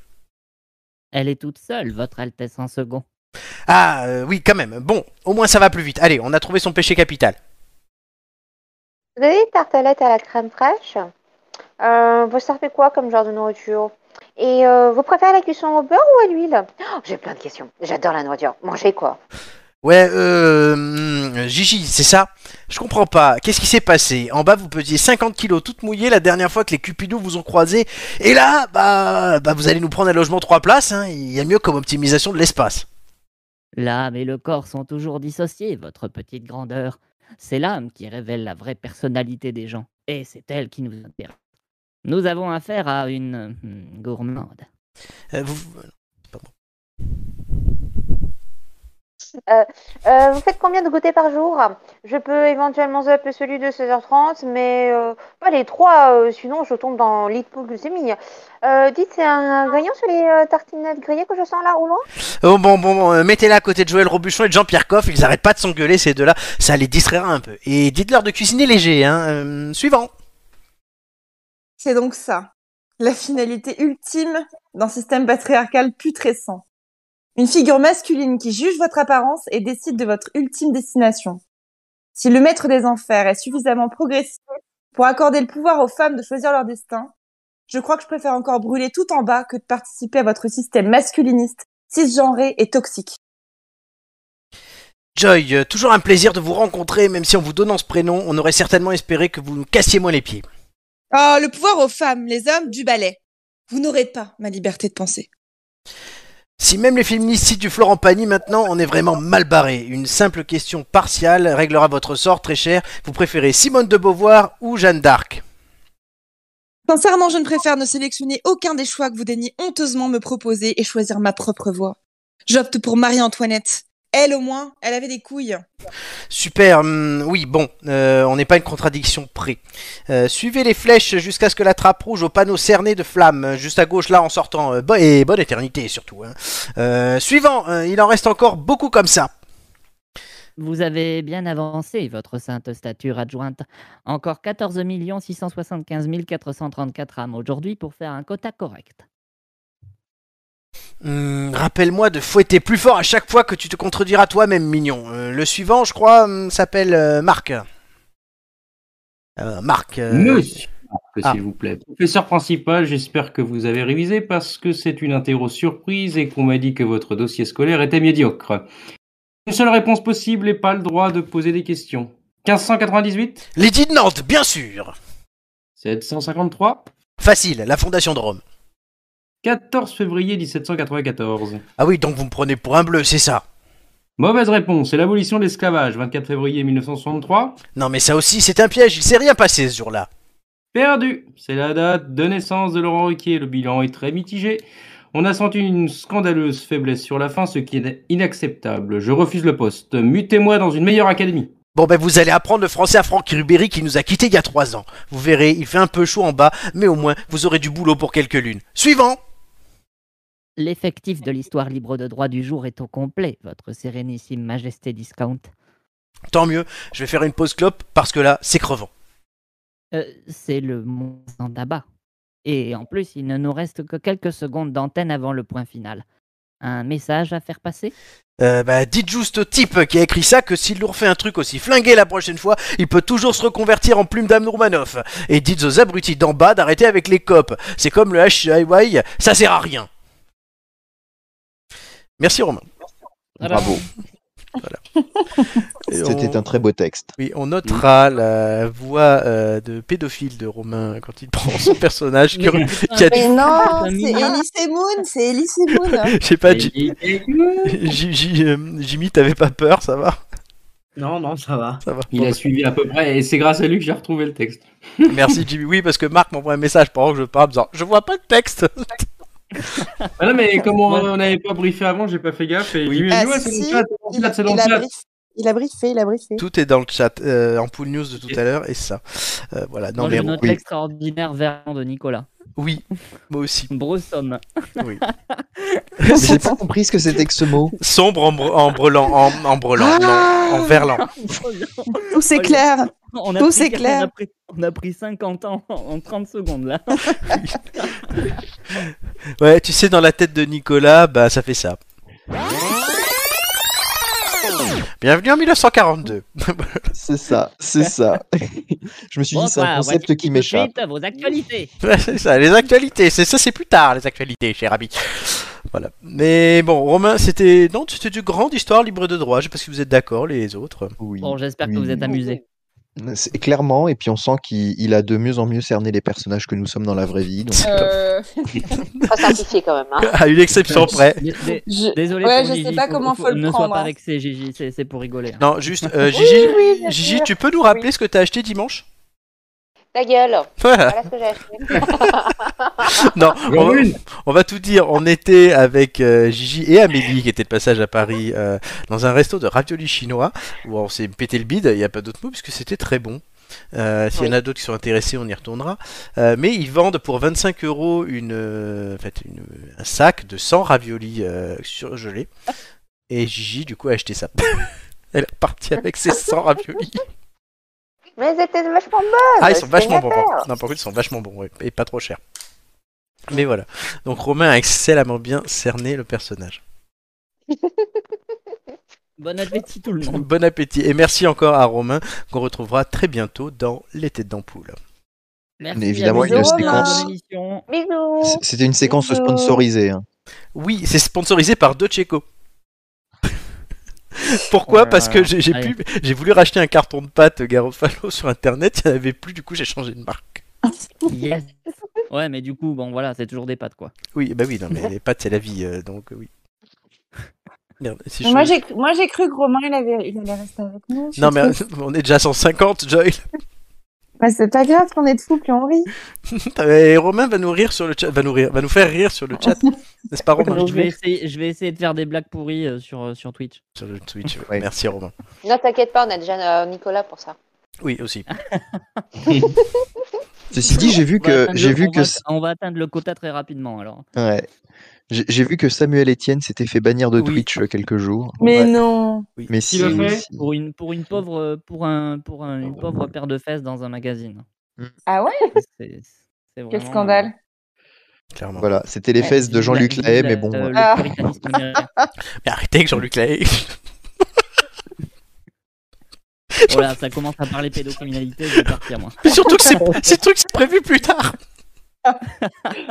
S7: Elle est toute seule, Votre Altesse en second.
S1: Ah, euh, oui, quand même. Bon, au moins ça va plus vite. Allez, on a trouvé son péché capital.
S4: Vous avez des tartelettes à la crème fraîche Euh, Vous servez quoi comme genre de nourriture Et euh, vous préférez la cuisson au beurre ou à l'huile Oh, J'ai plein de questions. J'adore la nourriture. Mangez quoi
S1: Ouais, euh. hum, Gigi, c'est ça Je comprends pas. Qu'est-ce qui s'est passé En bas, vous pesiez 50 kilos toutes mouillées la dernière fois que les Cupidos vous ont croisé. Et là, bah. Bah, vous allez nous prendre un logement 3 places, hein. Il y a mieux comme optimisation de l'espace.
S7: L'âme et le corps sont toujours dissociés, votre petite grandeur. C'est l'âme qui révèle la vraie personnalité des gens, et c'est elle qui nous intéresse. Nous avons affaire à une euh, hmm, gourmande.
S1: Euh, vous-
S4: Euh, vous faites combien de goûters par jour Je peux éventuellement zapper celui de 16h30, mais euh, pas les trois, euh, sinon je tombe dans l'hypoglycémie. Euh, dites, c'est un gagnant sur les euh, tartinettes grillées que je sens là au loin
S1: Oh, bon, bon, bon, euh, mettez-la à côté de Joël Robuchon et de Jean-Pierre Coff, ils arrêtent pas de s'engueuler ces deux-là, ça les distraira un peu. Et dites-leur de cuisiner léger, hein. Euh, suivant.
S3: C'est donc ça, la finalité ultime d'un système patriarcal putrescent. Une figure masculine qui juge votre apparence et décide de votre ultime destination. Si le maître des enfers est suffisamment progressif pour accorder le pouvoir aux femmes de choisir leur destin, je crois que je préfère encore brûler tout en bas que de participer à votre système masculiniste, cisgenré et toxique.
S1: Joy, euh, toujours un plaisir de vous rencontrer, même si en vous donnant ce prénom, on aurait certainement espéré que vous nous cassiez moins les pieds.
S3: Oh, le pouvoir aux femmes, les hommes, du balai. Vous n'aurez pas ma liberté de penser.
S1: Si même les féministes citent du Florent Pagny maintenant, on est vraiment mal barré. Une simple question partiale réglera votre sort, très cher. Vous préférez Simone de Beauvoir ou Jeanne d'Arc
S3: Sincèrement, je ne préfère ne sélectionner aucun des choix que vous daignez honteusement me proposer et choisir ma propre voie. J'opte pour Marie-Antoinette. Elle, au moins, elle avait des couilles.
S1: Super, hum, oui, bon, euh, on n'est pas une contradiction près. Euh, suivez les flèches jusqu'à ce que la trappe rouge au panneau cerné de flammes, euh, juste à gauche là en sortant, euh, bo- et bonne éternité surtout. hein. Euh, suivant, euh, il en reste encore beaucoup comme ça.
S7: Vous avez bien avancé, votre sainte stature adjointe. Encore 14 675 434 âmes aujourd'hui pour faire un quota correct.
S1: Hum, Rappelle-moi de fouetter plus fort à chaque fois que tu te contrediras toi-même, mignon. Euh, le suivant, je crois, hum, s'appelle euh, Marc. Euh, Marc. euh,
S5: Monsieur, que
S1: ah.
S5: s'il vous plaît. Professeur principal, j'espère que vous avez révisé parce que c'est une interro surprise et qu'on m'a dit que votre dossier scolaire était médiocre. Une seule réponse possible et pas le droit de poser des questions. 1598
S1: Lady de Nantes, bien sûr
S5: 753
S1: Facile, la fondation de Rome.
S5: 14 février 1794.
S1: Ah oui, donc vous me prenez pour un bleu, c'est ça
S5: Mauvaise réponse, c'est l'abolition de l'esclavage, 24 février 1963.
S1: Non mais ça aussi, c'est un piège, il s'est rien passé ce jour-là.
S5: Perdu, c'est la date de naissance de Laurent Ruquier, le bilan est très mitigé. On a senti une scandaleuse faiblesse sur la fin, ce qui est inacceptable. Je refuse le poste. Mutez-moi dans une meilleure académie.
S1: Bon ben vous allez apprendre le français à Franck Ribéry qui nous a quittés il y a 3 ans. Vous verrez, il fait un peu chaud en bas, mais au moins vous aurez du boulot pour quelques lunes. Suivant
S7: L'effectif de l'histoire libre de droit du jour est au complet, votre sérénissime majesté discount.
S1: Tant mieux, je vais faire une pause clope parce que là, c'est crevant.
S7: Euh, c'est le mont sans tabac. Et en plus, il ne nous reste que quelques secondes d'antenne avant le point final. Un message à
S2: [LAUGHS]
S7: faire passer
S1: Euh, bah, dites juste au type qui a écrit ça que s'il nous refait un truc aussi flingué la prochaine fois, il peut toujours se reconvertir en plume d'Amnourmanov. Et dites aux abrutis d'en bas d'arrêter avec les copes. C'est comme le HIY, ça sert à rien. Merci Romain.
S5: Voilà.
S2: Bravo.
S1: Et
S2: C'était
S1: on-
S2: un très beau texte.
S1: Oui, on notera
S5: Hmm.
S1: la voix euh, de pédophile de Romain quand il [LAUGHS] prend son personnage. que- qui a dû-
S3: Mais non,
S7: Ah,
S3: c'est
S7: mignon.
S3: Elise Moon, c'est Elise [LAUGHS] Moon.
S1: J'ai pas dit.
S5: Et- et-
S1: euh, Jimmy, t'avais pas peur, ça va
S6: Non, non, ça va.
S1: Ça va.
S5: Il a suivi à peu près, et c'est grâce à lui que j'ai retrouvé le texte.
S1: Merci Jimmy. Oui, parce que Marc m'envoie un message pendant que je parle en disant Je vois pas de texte.
S5: Ah non, mais comme on on n'avait pas briefé avant, j'ai pas fait gaffe. Et
S1: Oui.
S5: j'ai vu,
S3: Ah,
S5: j'ai dit, ouais, c'est
S3: si,
S5: dans le chat, c'est dans le
S3: Il,
S5: chat, c'est dans
S3: il
S5: le
S3: a
S5: chat.
S3: brief- il a briefé, il a briefé.
S1: Tout est dans le chat, euh, en pool news de tout à l'heure, et ça. Euh, voilà, non
S7: Moi,
S1: mais
S7: je note
S1: oui.
S7: l'extraordinaire verlan de Nicolas.
S1: oui, moi aussi.
S7: Brossomme.
S2: Mais J'ai pas compris ce que c'était que ce mot.
S1: Sombre en, bre- en brelant, en, en brelant, non,
S7: Ah
S1: en verlan.
S3: Tout c'est clair.
S7: [LAUGHS] On a
S3: Tout,
S7: pris-
S3: c'est clair.
S7: On a, pris, on a pris 50 ans en 30 secondes là.
S1: Ouais, tu sais, dans la tête de Nicolas, bah ça fait ça. Bienvenue en 1942.
S2: C'est ça, c'est ça. [LAUGHS] Je me suis dit, c'est un
S7: Bonsoir,
S2: concept
S7: voici
S2: qui
S7: tout de
S2: m'échappe.
S7: suite Vos actualités.
S1: [LAUGHS] Ouais, c'est ça, les actualités, c'est ça, c'est plus tard les actualités, cher ami. Voilà. Mais bon, Romain, c'était non, c'était du grande histoire libre de droit. Je sais pas si vous êtes d'accord les autres. [LAUGHS]
S2: Oui.
S7: Bon, j'espère
S2: Oui.
S7: que vous êtes amusés.
S2: C'est- Clairement, et puis on sent qu'il il a de mieux en mieux cerné les personnages que nous sommes dans la vraie vie. donc-
S3: Euh,
S4: [LAUGHS] Pas simplifié quand même. Hein.
S1: À une exception près.
S7: Dé- dé-
S3: je-
S7: Désolé
S3: Ouais,
S7: pour
S3: je
S7: Gigi,
S3: sais pas comment faut le
S7: Ne sois
S3: prendre,
S7: pas
S3: hein.
S7: avec ces Gigi, c'est c'est pour rigoler. hein.
S1: Non, juste euh, Gigi,
S4: Oui, bien
S1: Gigi,
S4: sûr.
S1: tu peux nous rappeler ce que t'as acheté dimanche [LAUGHS]
S4: Ta gueule.
S1: Voilà.
S4: Voilà ce que j'ai acheté.
S1: Non, on va,
S5: Une.
S1: on va tout dire. On était avec euh, Gigi et Amélie qui étaient de passage à Paris euh, dans un resto de ravioli chinois où on s'est pété le bide. Il n'y a pas d'autre mot puisque c'était très bon. Euh, S'il y en a d'autres qui sont intéressés, on y retournera. Euh, mais ils vendent pour 25 euros une, euh, en fait, une- un sac de 100 raviolis euh, surgelés. Et Gigi, du coup, a acheté ça. [LAUGHS] Elle est partie avec ses 100 raviolis.
S4: [LAUGHS] Mais elles étaient vachement bonnes.
S1: Ah, ils sont
S4: c'est
S1: vachement bons.
S4: l'affaire.
S1: par contre. Non, par contre, ils sont vachement bons ouais, et pas trop chers. Mais voilà. Donc Romain a excellemment bien cerné le personnage.
S7: Bon appétit tout le monde.
S1: Bon appétit et merci encore à Romain qu'on retrouvera très bientôt dans Les Têtes d'ampoule.
S7: Merci
S2: Mais évidemment,
S7: à vous
S3: une
S7: deux,
S3: séquence.
S7: bonne émission.
S4: Bisous.
S2: C'était une séquence
S4: Bisous.
S2: sponsorisée. hein.
S1: Oui, c'est sponsorisé par Docheco. [LAUGHS] Pourquoi Parce que j'ai j'ai
S7: Allez.
S1: pu- j'ai voulu racheter un carton de pâte Garofalo sur internet, il n'y en avait plus, du coup j'ai changé de marque.
S7: Yes. Ouais, mais du coup, bon voilà, c'est toujours des pattes quoi.
S1: Oui, bah oui, non, mais les pâtes c'est la vie, euh, donc oui. Merde, si je-
S3: Moi j'ai moi j'ai cru que Romain il avait il allait rester avec nous. je
S1: Non mais euh,
S3: trouve.
S1: on est déjà 150, Joy.
S3: Bah, c'est pas grave qu'on est de fou puis on rit.
S1: [LAUGHS] Et Romain va nous rire sur le chat, va nous rire, va nous faire rire sur le [LAUGHS] chat, n'est-ce pas Romain
S7: Je vais essayer, je vais essayer de faire des blagues pourries euh, sur, euh, sur Twitch.
S1: Sur le Twitch.
S2: Ouais.
S1: Merci Romain.
S4: Non, t'inquiète pas, on a déjà euh, Nicolas pour [LAUGHS] ça.
S1: Oui aussi.
S2: Ceci dit, j'ai vu
S7: On va
S2: que
S7: atteindre
S2: j'ai
S7: le-
S2: vu
S7: on
S2: que
S7: va- on va atteindre le quota très rapidement alors.
S2: ouais. j'ai j'ai vu que Samuel Etienne s'était fait bannir de
S1: Oui.
S2: Twitch euh, quelques jours.
S3: Mais
S1: Ouais.
S3: non.
S2: Mais
S5: Qui
S2: si,
S5: l'a fait
S2: si-
S7: Pour une, pour une pauvre, euh, pour un, pour un-
S2: Ah
S7: une pauvre paire de fesses dans un magazine.
S2: Mm.
S3: Ah ouais,
S7: C'est- c'est
S3: quel
S7: vraiment, euh,
S3: scandale.
S1: Clairement.
S2: voilà, c'était les
S7: Ouais,
S2: fesses de
S7: vive la-
S2: Jean-Luc
S7: vive
S2: Lahaye,
S7: la-
S2: mais bon.
S7: euh,
S2: ouais.
S7: le
S2: [LAUGHS]
S3: Ah.
S7: puritanisme américain.
S1: Mais arrêtez avec Jean-Luc Lahaye. [LAUGHS]
S7: Voilà, ça commence à parler pédocriminalité, je vais partir moi.
S1: Mais surtout que [LAUGHS] c'est c'est truc c'est prévu plus tard.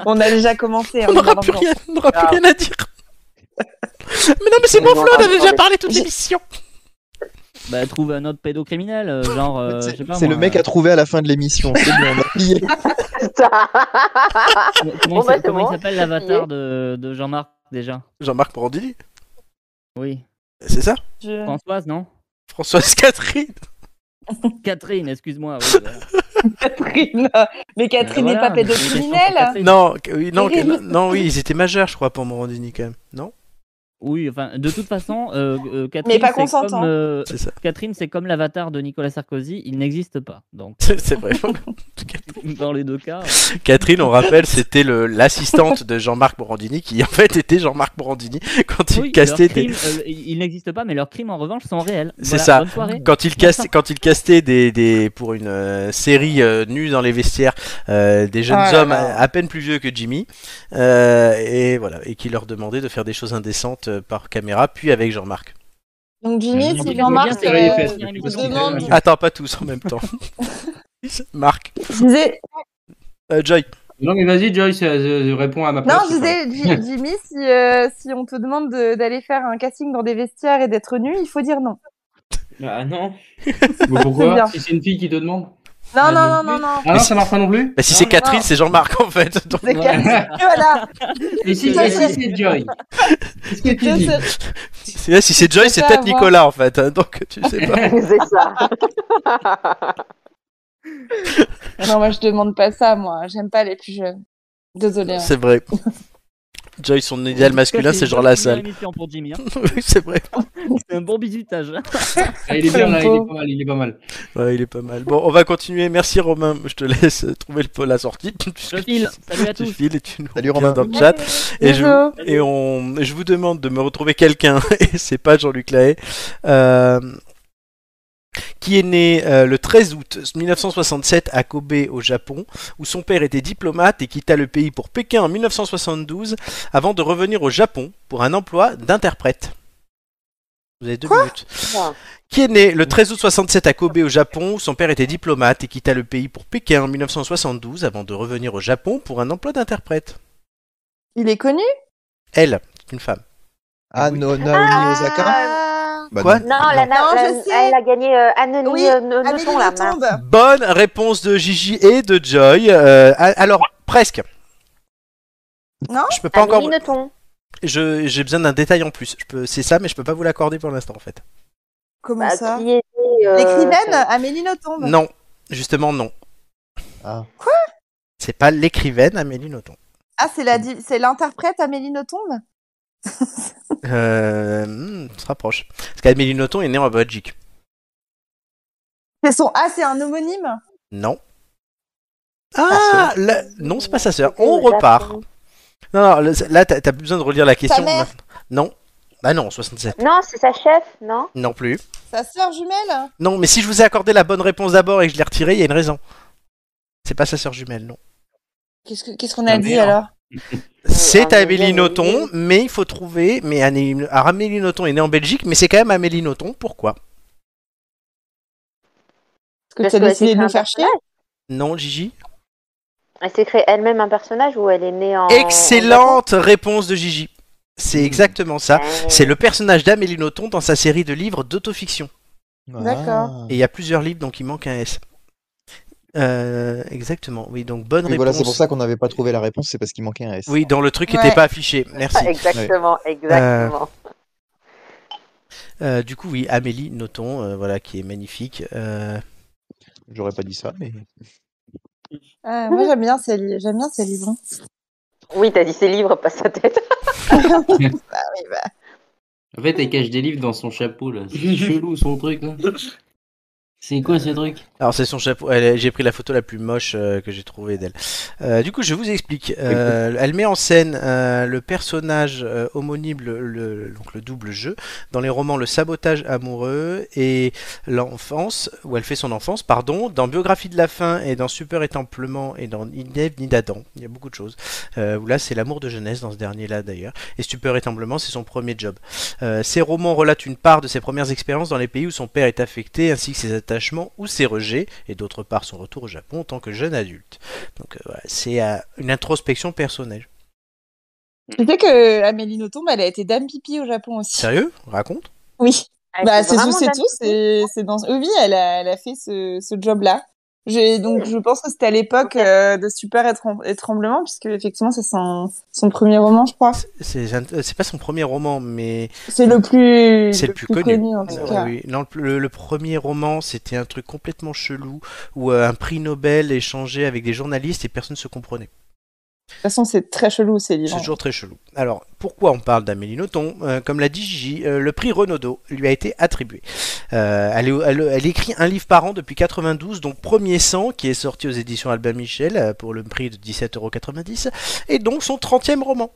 S3: On a déjà commencé. hein,
S1: On n'aura
S3: dans
S1: plus
S3: l'ambiance.
S1: rien, on n'aura plus rien à dire. [LAUGHS] Mais non mais c'est
S4: Mais
S1: bon
S4: non,
S1: Flo, on a
S4: attendez.
S1: déjà parlé toute
S3: J'ai-
S1: l'émission.
S7: Bah, trouve un autre pédocriminel, euh, genre. euh, je
S2: C'est
S7: sais pas,
S2: c'est le
S7: moi,
S2: mec
S7: euh,
S2: à trouver à la fin de l'émission. C'est bien, on a plié.
S7: Comment, comment
S4: Bon,
S7: il
S4: bah,
S7: s'a-
S4: c'est
S7: comment il
S4: bon,
S7: s'appelle l'avatar de, de Jean-Marc déjà
S1: Jean-Marc Brandini,
S7: Oui.
S1: c'est ça
S3: Je- [LAUGHS]
S7: Françoise, non
S1: Françoise Catherine.
S7: Catherine, excuse-moi. oui, voilà.
S3: Catherine. Mais [LAUGHS] Catherine
S7: Euh,
S3: n'est
S7: voilà,
S3: pas
S7: mais c'est une question pour
S3: pédocriminelle.
S7: Catherine.
S1: Non, que- oui, non, que-
S3: Catherine.
S1: non, oui, ils étaient majeurs je crois pour Brandini quand même. [LAUGHS] Non
S7: Oui, enfin, de toute façon, euh, euh, Catherine,
S3: pas
S7: c'est
S3: consentant.
S7: comme, euh,
S1: C'est ça.
S7: Catherine, c'est comme l'avatar de Nicolas Sarkozy, il n'existe pas. Donc, [LAUGHS]
S1: C'est c'est vrai.
S7: dans les deux cas, euh,
S1: Catherine, on rappelle, c'était le- l'assistante de Jean-Marc Morandini qui en fait était Jean-Marc Morandini quand il
S7: oui, leurs
S1: castait des,
S7: crimes, euh, ils n'existent pas, mais leurs crimes en revanche sont réels.
S1: C'est
S7: Voilà,
S1: ça.
S7: bonne soirée.
S1: quand il castait, quand il castait des, des pour une euh, série euh, nue dans les vestiaires euh, des jeunes
S3: Ah là
S1: hommes
S3: là.
S1: à, à peine plus vieux que Jimmy euh, et voilà et qui leur demandait de faire des choses indécentes euh, par caméra puis avec Jean-Marc.
S3: Donc Jimmy,
S5: Mmh.
S3: si
S5: Il
S3: Jean-Marc
S5: bien serrer les fesses,
S3: euh,
S5: parce que tu
S7: il
S5: vois ce qu'il fait,
S3: demande-
S5: ouais.
S1: Attends pas tous en même
S3: [LAUGHS]
S1: temps. Marc,
S5: hein.
S3: disait,
S1: Euh, Joy.
S5: Non, mais vas-y, Joyce, euh, euh, réponds à ma
S3: non,
S5: place.
S3: je disais,
S5: [LAUGHS]
S3: Ji- Jimmy, si, euh, si on te demande de- d'aller faire un casting dans des vestiaires et d'être nu, il faut dire non.
S6: Ah non.
S5: Mais
S3: [LAUGHS] C'est bien.
S5: pourquoi Si c'est une fille qui te demande.
S3: Non,
S5: Ah,
S3: non, non,
S5: non.
S3: non, non.
S5: Ah non, ça marche pas non plus
S3: [LAUGHS]
S1: Bah, si
S6: Non,
S1: c'est
S6: non.
S1: Catherine, c'est Jean-Marc en fait. Donc,
S3: C'est
S5: Ouais.
S3: clair. Et
S5: [LAUGHS]
S3: voilà.
S5: Et si,
S3: Ça,
S5: et si
S3: c'est-
S5: c'est Joy Qu'est-ce que tu
S3: Je
S5: dis
S3: sais-
S1: c'est- là, si c'est Joy, c'est
S3: pas
S1: peut-être
S3: avoir-
S1: Nicolas en fait. hein, donc tu sais pas.
S4: C'est ça.
S3: Non, moi, je demande pas ça, moi. J'aime pas les plus jeunes. Désolée. hein.
S1: C'est vrai. Joy, son idéal masculin, c'est genre la salle.
S7: émission pour Jimmy, hein.
S1: [LAUGHS] Oui, c'est vrai.
S7: C'est un bon bisutage. hein.
S5: Ah, Il est bien là, il
S3: Pauvre.
S5: est pas mal, il est pas mal.
S1: Ouais, il est pas mal. Bon, on va continuer. Merci Romain. Je te laisse euh, trouver le, la sortie. [LAUGHS]
S7: Je file. Salut à
S1: Tu
S7: tous.
S1: files et tu nous
S2: Salut,
S1: reviens
S2: Romain.
S1: dans le chat. Et je,
S3: Bisous.
S1: et on, je vous demande de me retrouver quelqu'un, [LAUGHS] et c'est pas Jean-Luc Lahaye, euh, qui est né euh, le 13 août 1967 à Kobe au Japon, où son père était diplomate et quitta le pays pour Pékin en 1972, avant de revenir au Japon pour un emploi d'interprète. Vous avez deux minutes qui est né le 13 août 67 à Kobe au Japon, où son père était diplomate et quitta le pays pour Pékin en 1972 avant de revenir au Japon pour un emploi d'interprète.
S3: Il est connu
S1: Elle, c'est une femme.
S2: Ah, no, Naomi Osaka
S4: Ah.
S2: Bah
S1: Quoi
S2: non.
S4: Non, la,
S3: Non,
S4: la-
S3: je sais.
S4: elle a gagné euh, Anne
S3: Oui,
S4: euh, ne- ne
S3: Amélie
S4: sont là,
S3: Nothomb.
S1: Bonne réponse de Gigi et de Joy. Euh, a- alors, presque.
S3: Non
S1: Je peux pas encore.
S4: Amélie Nothomb.
S1: je- J'ai besoin d'un détail en plus. Je peux... C'est ça, mais je peux pas vous l'accorder pour l'instant en fait.
S3: Comment
S4: Bah,
S3: ça
S4: qui était, euh,
S3: L'écrivaine Amélie Nothomb.
S1: Non, justement, non.
S2: Ah.
S1: C'est pas l'écrivaine Amélie Nothomb.
S3: Ah, c'est la di- c'est l'interprète Amélie Nothomb
S1: Euh, hmm, on se rapproche. Parce qu'Amélie Nothomb est née en Belgique.
S3: C'est son Ah, c'est un homonyme.
S1: Non. Ah, la- non, c'est pas sa sœur. On
S4: Au Japon.
S1: repart. Non, non, le- là, t'as t'as plus besoin de relire la question.
S3: mère.
S1: maintenant. Non. Bah non, 67.
S4: euh, Non, c'est sa chef, non
S1: Non plus.
S3: Sa sœur jumelle
S1: Non, mais si je vous ai accordé la bonne réponse d'abord et que je l'ai retirée, il y a une raison. C'est pas sa sœur jumelle, non.
S3: Qu'est-ce que- qu'est-ce qu'on a
S5: La
S3: dit
S5: mère.
S3: alors
S1: C'est
S4: Amélie
S1: Amélie Nothomb,
S4: Nothomb.
S1: mais il faut trouver. Mais Ané- alors, Amélie Nothomb est née en Belgique, mais c'est quand même Amélie Nothomb. Pourquoi
S3: Parce
S4: Parce
S3: que tu
S4: qu'elle
S3: as décidé de
S4: s'est
S3: nous
S4: créée
S3: faire chier
S1: Non, Gigi.
S4: Elle s'est créée elle-même un personnage ou elle est née en.
S1: Excellente réponse de Gigi. C'est exactement ça.
S4: Oh.
S1: C'est le personnage d'Amélie Nothomb dans sa série de livres d'autofiction.
S3: D'accord.
S1: Et il y a plusieurs livres, donc il manque un S. Euh, exactement, oui, donc bonne
S2: Oui,
S1: réponse.
S2: voilà, c'est pour ça qu'on n'avait pas trouvé la réponse, c'est parce qu'il manquait un S.
S1: Oui, dans le truc qui
S3: Ouais.
S1: n'était pas affiché,
S4: Ah,
S1: merci.
S4: Exactement, exactement.
S1: Euh, du coup, oui, Amélie Nothomb, euh, voilà, qui est magnifique. Euh,
S2: J'aurais pas dit ça, mais.
S3: Ah, Moi, j'aime bien ces li- j'aime bien ces livres.
S4: Oui, t'as dit ses livres, pas sa tête.
S5: En fait, elle cache des livres dans son chapeau là. C'est chelou son truc là. C'est quoi ce truc
S1: Alors, c'est son chapeau. elle est- J'ai pris la photo la plus moche euh, que j'ai trouvée d'elle. Euh, du coup, je vous explique. Euh, elle met en scène euh, le personnage euh, homonyme, le, le- donc le double jeu, dans les romans Le sabotage amoureux et L'enfance, où elle fait son enfance, pardon, dans Biographie de la fin et dans Super étamplement et dans Ni d'Ève ni d'Adam. Il y a beaucoup de choses. Euh, où là, c'est l'amour de jeunesse dans ce dernier-là d'ailleurs. Et Super étamplement, c'est son premier job. Euh, ses romans relatent une part de ses premières expériences dans les pays où son père est affecté, ainsi que ses attachements ou ses rejets, et d'autre part son retour au Japon en tant que jeune adulte. Donc euh, voilà, c'est euh, une introspection personnelle.
S3: Tu sais que Amélie Nothomb, elle a été dame pipi au Japon aussi.
S1: Sérieux Raconte
S3: Oui.
S4: Elle
S3: [LAUGHS] Bah,
S4: était
S3: c'est
S4: vraiment
S3: c'est
S4: dame
S3: tout, c'est c'est dans. Oui, elle a, elle a fait ce, ce job-là. J'ai- Donc, je pense que c'était à l'époque euh, de Super et, Trem- et Tremblement, puisque effectivement, c'est son, son premier roman, je crois.
S1: C'est euh, c'est pas son premier roman, mais
S3: C'est le plus,
S1: C'est le plus connu.
S3: en tout
S1: Euh,
S3: cas.
S1: oui. Non, le, le premier roman, c'était un truc complètement chelou où euh, un prix Nobel échangeait avec des journalistes et personne ne se comprenait.
S3: toute façon, c'est très chelou ces livres.
S1: C'est toujours très chelou. Alors, pourquoi on parle d'Amélie Nothomb Euh, Comme l'a dit Gigi, euh, le prix Renaudot lui a été attribué. Euh, elle, est- elle- elle écrit un livre par an depuis 92, donc Premier 100, qui est sorti aux éditions Albin Michel euh, pour le prix de 17,90€, et donc son 30e roman.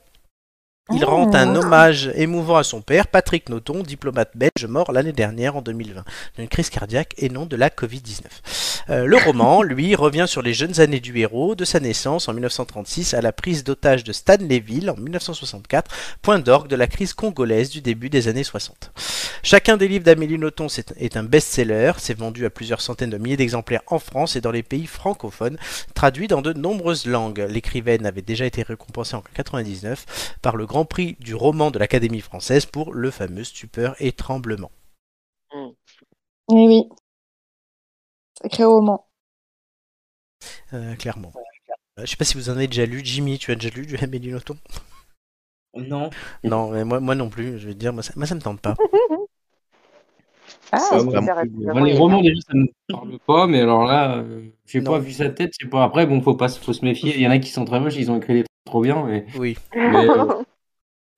S1: Il
S3: Oh.
S1: rend un hommage émouvant à son père, Patrick Nothomb, diplomate belge mort l'année dernière en 2020 d'une crise cardiaque et non de la Covid-19. Euh, le roman, lui, revient sur les jeunes années du héros, de sa naissance en 1936 à la prise d'otage de Stanleyville en 1964, point d'orgue de la crise congolaise du début des années 60. Chacun des livres d'Amélie Nothomb c'est- est un best-seller, c'est vendu à plusieurs centaines de milliers d'exemplaires en France et dans les pays francophones, traduit dans de nombreuses langues. L'écrivaine avait déjà été récompensée en 1999 par le Grand Prix du roman de l'Académie française pour le fameux Stupeur et Tremblement.
S3: Oui, oui. Sacré roman.
S1: Euh, clairement. Euh, Je sais pas si vous en avez déjà lu, Jimmy, tu as déjà lu du Amélie Nothomb
S6: Non.
S1: Non, mais moi, moi non plus, je vais te dire, moi ça, moi, ça me tente pas. [LAUGHS]
S3: Ah,
S4: Ça,
S2: vraiment
S4: m'intéresse
S5: Moi, les romans, déjà, ça me parle pas, mais alors là, euh, j'ai
S1: Non.
S5: pas vu sa tête. C'est pas après, bon, faut pas se- faut se méfier. Il y en a qui sont très moches, ils ont écrit des trucs trop bien, mais
S1: Oui,
S5: mais, euh,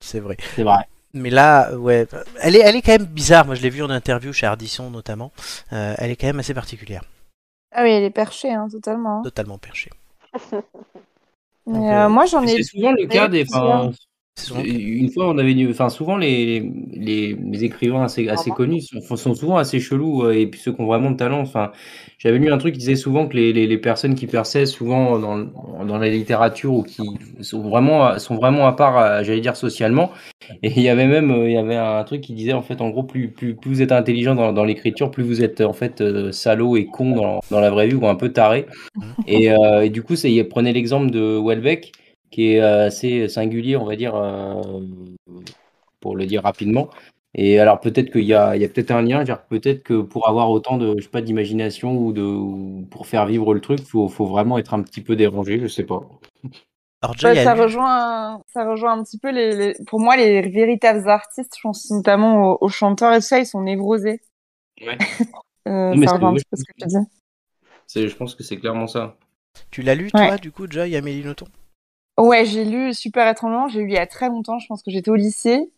S1: c'est vrai.
S5: c'est vrai.
S1: Mais là, ouais, elle est, elle est quand même bizarre. Moi, je l'ai vue en interview chez Ardisson notamment. Euh, elle est quand même assez particulière,
S3: Ah oui, elle est perchée, hein, totalement.
S1: totalement perchée. donc,
S3: Mais,
S1: euh,
S3: euh, moi, j'en ai.
S5: C'est souvent le cas des. enfin,
S1: C'est souvent-
S5: Une fois, on avait, une- enfin, souvent les, les, les écrivains assez, assez
S4: Pardon
S5: connus sont, sont souvent assez chelous euh, et puis ceux qui ont vraiment de talent. Enfin, j'avais lu un truc qui disait souvent que les, les, les personnes qui perçaient souvent dans, le- dans la littérature ou qui sont vraiment, sont vraiment à part, euh, j'allais dire socialement. Et il y avait même, euh, il y avait un truc qui disait en fait, en gros, plus, plus, plus vous êtes intelligent dans, dans l'écriture, plus vous êtes en fait euh, salaud et con dans, dans la vraie vie ou un peu taré.
S1: Mmh.
S5: Et, euh, et du coup, c'est, prenez l'exemple de Welbeck qui est euh, assez singulier, on va dire, euh, pour le dire rapidement. Et alors peut-être qu'il y a, il y a peut-être un lien, c'est-à-dire que peut-être que pour avoir autant de, je sais pas, d'imagination ou de, ou pour faire vivre le truc, faut, faut vraiment être un petit peu dérangé, je sais pas.
S1: Alors, déjà,
S3: Bah,
S1: il y a
S3: ça,
S1: eu-
S3: rejoint, ça rejoint un petit peu les, les- pour moi les véritables artistes, je pense notamment aux, aux chanteurs et tout ça, ils sont névrosés.
S5: Ouais.
S3: [LAUGHS] Euh,
S5: Non, mais
S3: ça
S5: c'est-
S3: rejoint un
S5: ouais,
S3: petit peu ce que tu dis.
S5: C'est, je pense que c'est clairement [LAUGHS] ça.
S1: tu l'as lu toi,
S3: Ouais.
S1: du coup, déjà, il y a Amélie Nothomb
S3: Ouais, j'ai lu Super étrangement, j'ai lu il y a très longtemps, je pense que j'étais au lycée.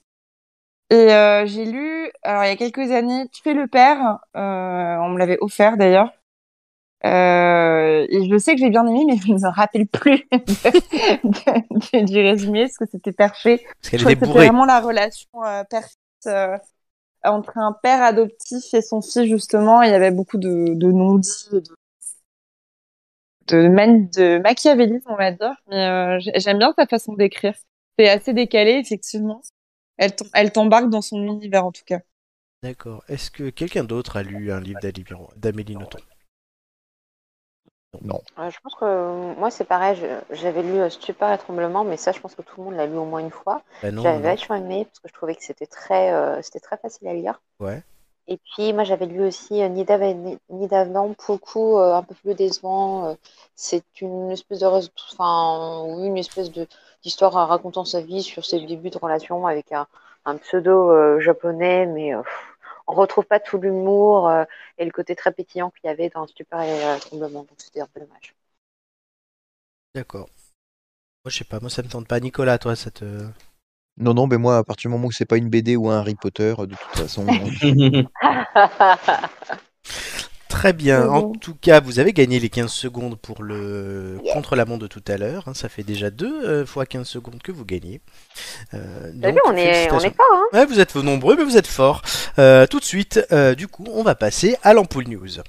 S3: Et euh, j'ai lu, alors il y a quelques années, Tuer le père, euh, on me l'avait offert d'ailleurs. Euh, et je sais que j'ai bien aimé, mais je ne me rappelle plus [LAUGHS] de- de- du résumé, parce que c'était perché.
S1: Parce qu'elle
S3: Je crois
S1: était
S3: que
S1: bourrée.
S3: c'était vraiment la relation euh, père-fils euh, entre un père adoptif et son fils, justement. Il y avait beaucoup de, de non-dits, de, de, man- de machiavélisme, on va dire. Mais euh, j'ai- j'aime bien sa façon d'écrire. C'est assez décalé, effectivement. Elle t'em- elle t'embarque dans son univers, en tout cas.
S1: D'accord. Est-ce que quelqu'un d'autre a lu un livre d'Ali Biro- d'Amélie Nothomb
S4: Euh, Je pense que euh, moi c'est pareil, je- j'avais lu euh, Stupeur et Tremblement, mais ça je pense que tout le monde l'a lu au moins une fois.
S1: Bah non,
S4: J'avais
S1: non.
S4: vachement aimé parce que je trouvais que c'était très, euh, c'était très facile à lire.
S1: Ouais.
S4: Et puis moi j'avais lu aussi euh, Ni d'Av et Ni Ni d'Avenant, pour le coup euh, un peu plus décevant. euh, c'est une espèce de, res- enfin oui, une espèce de d'histoire euh, racontant sa vie sur ses débuts de relation avec un, un pseudo euh, japonais, mais euh, pff, on retrouve pas tout l'humour euh, et le côté très pétillant qu'il y avait dans Stupeur et euh, Tremblement, donc c'était un peu dommage.
S1: D'accord. Moi, je sais pas, moi ça me tente pas. Nicolas, toi, ça te.
S2: Non, non, mais moi, à partir du moment où c'est pas une BD ou un Harry Potter, euh, de
S1: [LAUGHS]
S2: toute façon,
S1: [LAUGHS] Très bien.
S3: Oui,
S1: En
S3: oui.
S1: tout cas, vous avez gagné les 15 secondes pour le contre-la-montre de tout à l'heure. hein. Ça fait déjà 2 fois 15 secondes que vous gagnez. Euh,
S4: T'as
S1: donc,
S4: vu, on est, on
S1: félicitations.
S4: est fort, hein
S1: Ouais, vous êtes nombreux, mais vous êtes forts. Euh, tout de suite, euh, du coup, on va passer à l'ampoule news.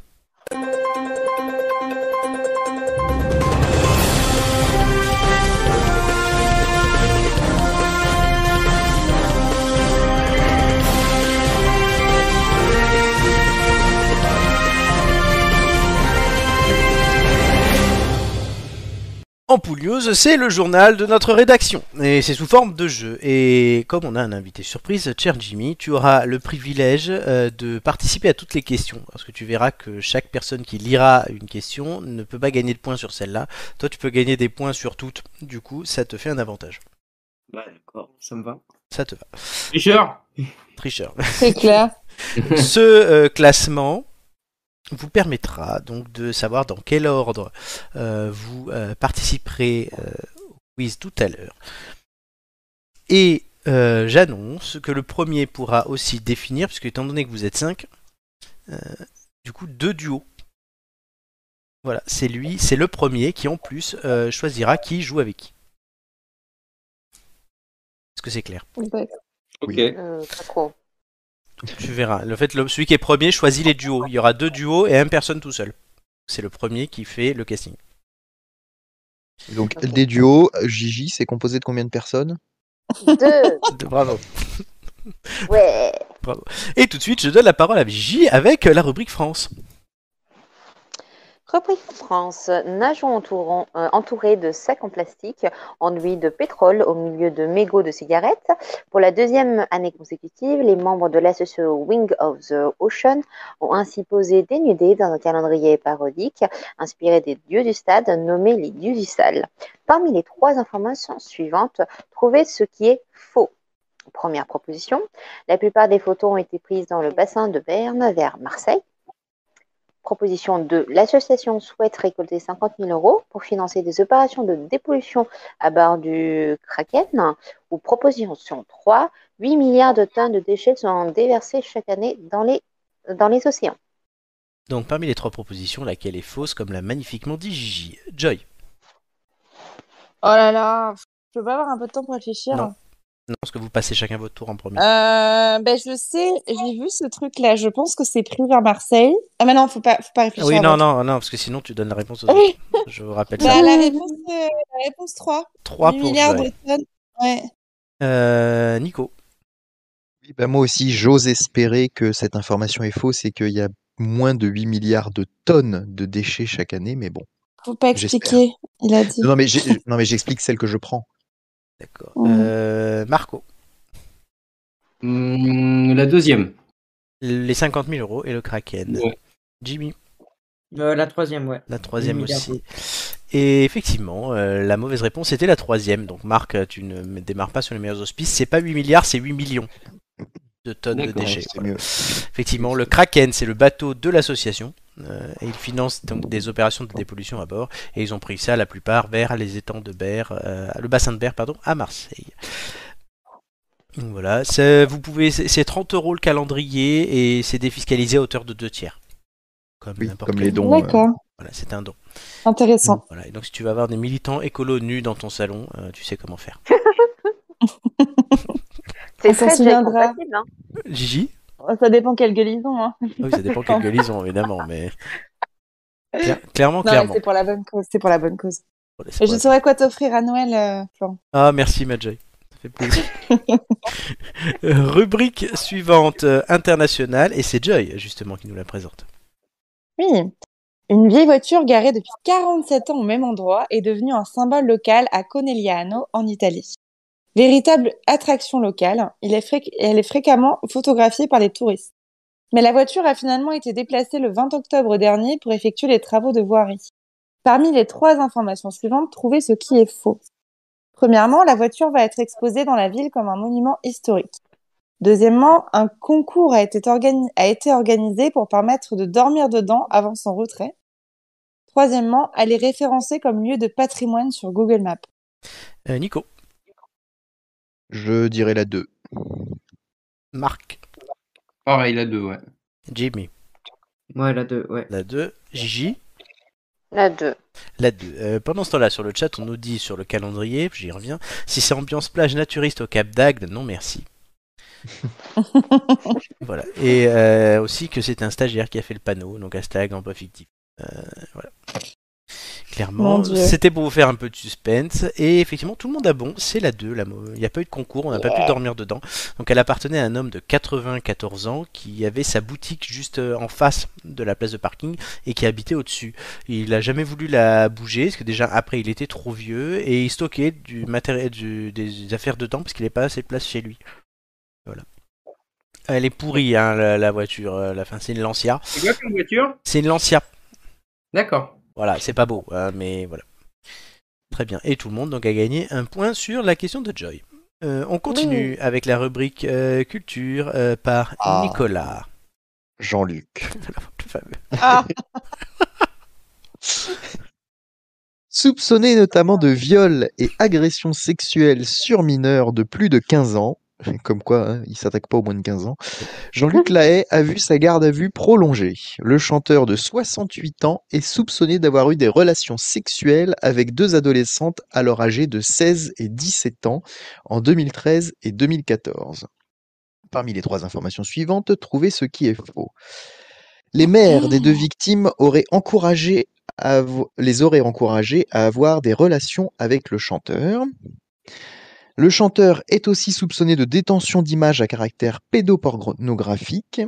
S1: Ampoule News, c'est le journal de notre rédaction et c'est sous forme de jeu. Et comme on a un invité surprise, cher Jimmy, tu auras le privilège euh, de participer à toutes les questions parce que tu verras que chaque personne qui lira une question ne peut pas gagner de points sur celle-là. Toi, tu peux gagner des points sur toutes. Du coup, ça te fait un avantage.
S6: Bah, d'accord, ça me va.
S1: Ça te va,
S5: Richard
S1: tricheur.
S3: C'est clair.
S5: [LAUGHS]
S1: Ce euh, classement vous permettra donc de savoir dans quel ordre euh, vous euh, participerez euh, quiz tout à l'heure. Et euh, j'annonce que le premier pourra aussi définir, puisque étant donné que vous êtes 5, du coup deux duos. Voilà, c'est lui, c'est le premier qui en plus euh, choisira qui joue avec qui. Est-ce que c'est clair
S3: Oh
S6: Ok.
S4: Euh, pas trop.
S1: Tu verras. Le fait, le- celui qui est premier choisit les duos. Il y aura deux duos et une personne tout seul. C'est le premier qui fait le casting.
S2: Donc des duos, euh, Gigi, c'est composé de combien de personnes
S4: Deux.
S1: Bravo.
S4: Ouais.
S1: Et tout de suite, je donne la parole à J avec euh, la rubrique France.
S4: Repris France, nageons entourant- euh, entourés de sacs en plastique enduits de pétrole au milieu de mégots de cigarettes. Pour la deuxième année consécutive, les membres de l'association Wing of the Ocean ont ainsi posé dénudés dans un calendrier parodique inspiré des dieux du stade nommés les dieux du sale. Parmi les trois informations suivantes, trouvez ce qui est faux. Première proposition, la plupart des photos ont été prises dans le bassin de Berne vers Marseille. Proposition 2. L'association souhaite récolter 50 000 euros pour financer des opérations de dépollution à bord du Kraken. Ou proposition 3. 8 milliards de tonnes de déchets sont déversés chaque année dans les, dans les océans.
S1: Donc parmi les trois propositions, laquelle est fausse comme l'a magnifiquement dit Gigi Joy.
S3: Oh là là, je peux pas avoir un peu de temps pour réfléchir.
S1: Non. Non, parce que vous passez chacun votre tour en premier.
S3: Euh, ben je sais, j'ai vu ce truc là. Je pense que c'est pris vers Marseille. Ah mais non, faut pas, faut pas réfléchir.
S1: oui, non,
S3: avant.
S1: non, non, parce que sinon tu donnes la réponse aux autres.
S3: [LAUGHS] Oui.
S1: Je vous rappelle ça.
S3: Bah, la réponse, euh, la réponse 3.
S1: 3
S3: 8
S1: pour
S3: milliards
S1: Joy.
S3: de tonnes. Ouais.
S1: Euh, Nico.
S2: Oui, bah, Moi aussi, j'ose espérer que cette information est fausse et qu'il y a moins de 8 milliards de tonnes de déchets chaque année, mais bon.
S3: Faut pas
S2: J'espère.
S3: expliquer. Il a dit.
S2: Non, mais j'ai- non, mais j'explique celle que je prends.
S1: D'accord.
S3: Mhm.
S1: Euh, Marco.
S5: Hmm, la deuxième.
S1: Les 50 000 euros et le Kraken.
S5: Ouais.
S1: Jimmy,
S6: Euh, la troisième, ouais.
S1: la troisième
S6: Le milliard
S1: aussi. Et effectivement, euh, la mauvaise réponse était la troisième. Donc Marc, euh, tu ne me démarres pas sur les meilleurs auspices. C'est pas 8 milliards, c'est 8 millions de tonnes de
S5: D'accord,
S1: déchets.
S2: c'est
S1: Voilà.
S2: mieux.
S1: Effectivement, le Kraken, c'est le bateau de l'association. euh, et ils financent donc des opérations de dépollution à bord. Et ils ont pris ça, la plupart, vers les étangs de Berre, euh, le bassin de Berre, pardon, à Marseille. Donc voilà, c'est- vous pouvez, c'est c'est 30 euros le calendrier et c'est défiscalisé à hauteur de deux tiers. Comme
S2: Oui,
S1: n'importe
S2: comme
S1: quel-
S2: les dons. euh,
S3: D'accord.
S1: Voilà, c'est un don.
S3: Intéressant.
S1: Voilà, et donc si tu vas avoir des militants écolos nus dans ton salon, euh, tu sais comment faire.
S4: C'est
S3: On s'en
S4: très
S3: souviendra.
S4: compatible, hein.
S1: Gigi
S3: Ça dépend quel gueule ils ont. Hein.
S1: Ah Oui, ça dépend quel gueule ils ont, évidemment, mais. Claire- clairement,
S3: Euh, Non, mais
S1: clairement.
S3: c'est pour la bonne cause. C'est pour la bonne cause.
S1: Voilà,
S3: Et
S1: c'est
S3: je
S1: pour-
S3: saurais quoi t'offrir à Noël, euh, Florent.
S1: Ah, merci, Madjay. Ça fait plaisir. Euh, Rubrique suivante euh, internationale, et c'est Joy, justement, qui nous la présente.
S3: Oui. Une vieille voiture garée depuis 47 ans au même endroit est devenue un symbole local à Conegliano, en Italie. Véritable attraction locale, il est fréq- elle est fréquemment photographiée par les touristes. Mais la voiture a finalement été déplacée le 20 octobre dernier pour effectuer les travaux de voirie. Parmi les trois informations suivantes, trouvez ce qui est faux. Premièrement, la voiture va être exposée dans la ville comme un monument historique. Deuxièmement, un concours a été, organi- a été organisé pour permettre de dormir dedans avant son retrait. Troisièmement, elle est référencée comme lieu de patrimoine sur Google Maps.
S1: Euh, Nico,
S2: Je dirais la 2.
S1: Marc,
S5: Pareil, la deux, ouais.
S1: Jimmy,
S6: Ouais, la deux, ouais.
S1: la 2, Gigi,
S4: La deux.
S1: la 2. pendant ce temps-là, sur le chat, on nous dit sur le calendrier, j'y reviens, si c'est ambiance plage naturiste au Cap d'Agde, non merci. Voilà. Et euh, aussi que c'est un stagiaire qui a fait le panneau, donc hashtag emploi fictif. Euh, voilà.
S3: Mon
S1: Clairement,
S3: Dieu.
S1: c'était pour vous faire un peu de suspense. Et effectivement, tout le monde a bon. C'est la 2. La... mo- Il n'y a pas eu de concours, on n'a pas pu dormir dedans. Donc elle appartenait à un homme de 94 ans qui avait sa boutique juste euh, en face de la place de parking et qui habitait au-dessus. Il n'a jamais voulu la bouger parce que déjà après il était trop vieux et il stockait du matériel, du- des affaires dedans parce qu'il n'avait pas assez de place chez lui. Voilà. Elle est pourrie hein, la, la voiture. euh, La fin, c'est une Lancia.
S5: C'est quoi comme voiture
S1: C'est une Lancia.
S5: D'accord.
S1: Voilà, c'est pas beau, hein, mais voilà. Très bien. Et tout le monde donc a gagné un point sur la question de Joy. Euh, on continue avec la rubrique euh, culture euh, par
S2: Ah.
S1: Nicolas.
S2: Jean-Luc.
S1: Le fameux.
S3: Ah,
S2: soupçonné notamment de viol et agression sexuelle sur mineurs de plus de 15 ans, [LAUGHS] comme quoi hein, il s'attaque pas au moins de 15 ans, Jean-Luc Lahaye a vu sa garde à vue prolongée. Le chanteur de 68 ans est soupçonné d'avoir eu des relations sexuelles avec deux adolescentes alors âgées de 16 et 17 ans en 2013 et 2014. Parmi les trois informations suivantes, trouvez ce qui est faux. Les mères des deux victimes auraient encouragé à avo- les auraient encouragés à avoir des relations avec le chanteur. Le chanteur est aussi soupçonné de détention d'images à caractère pédopornographique.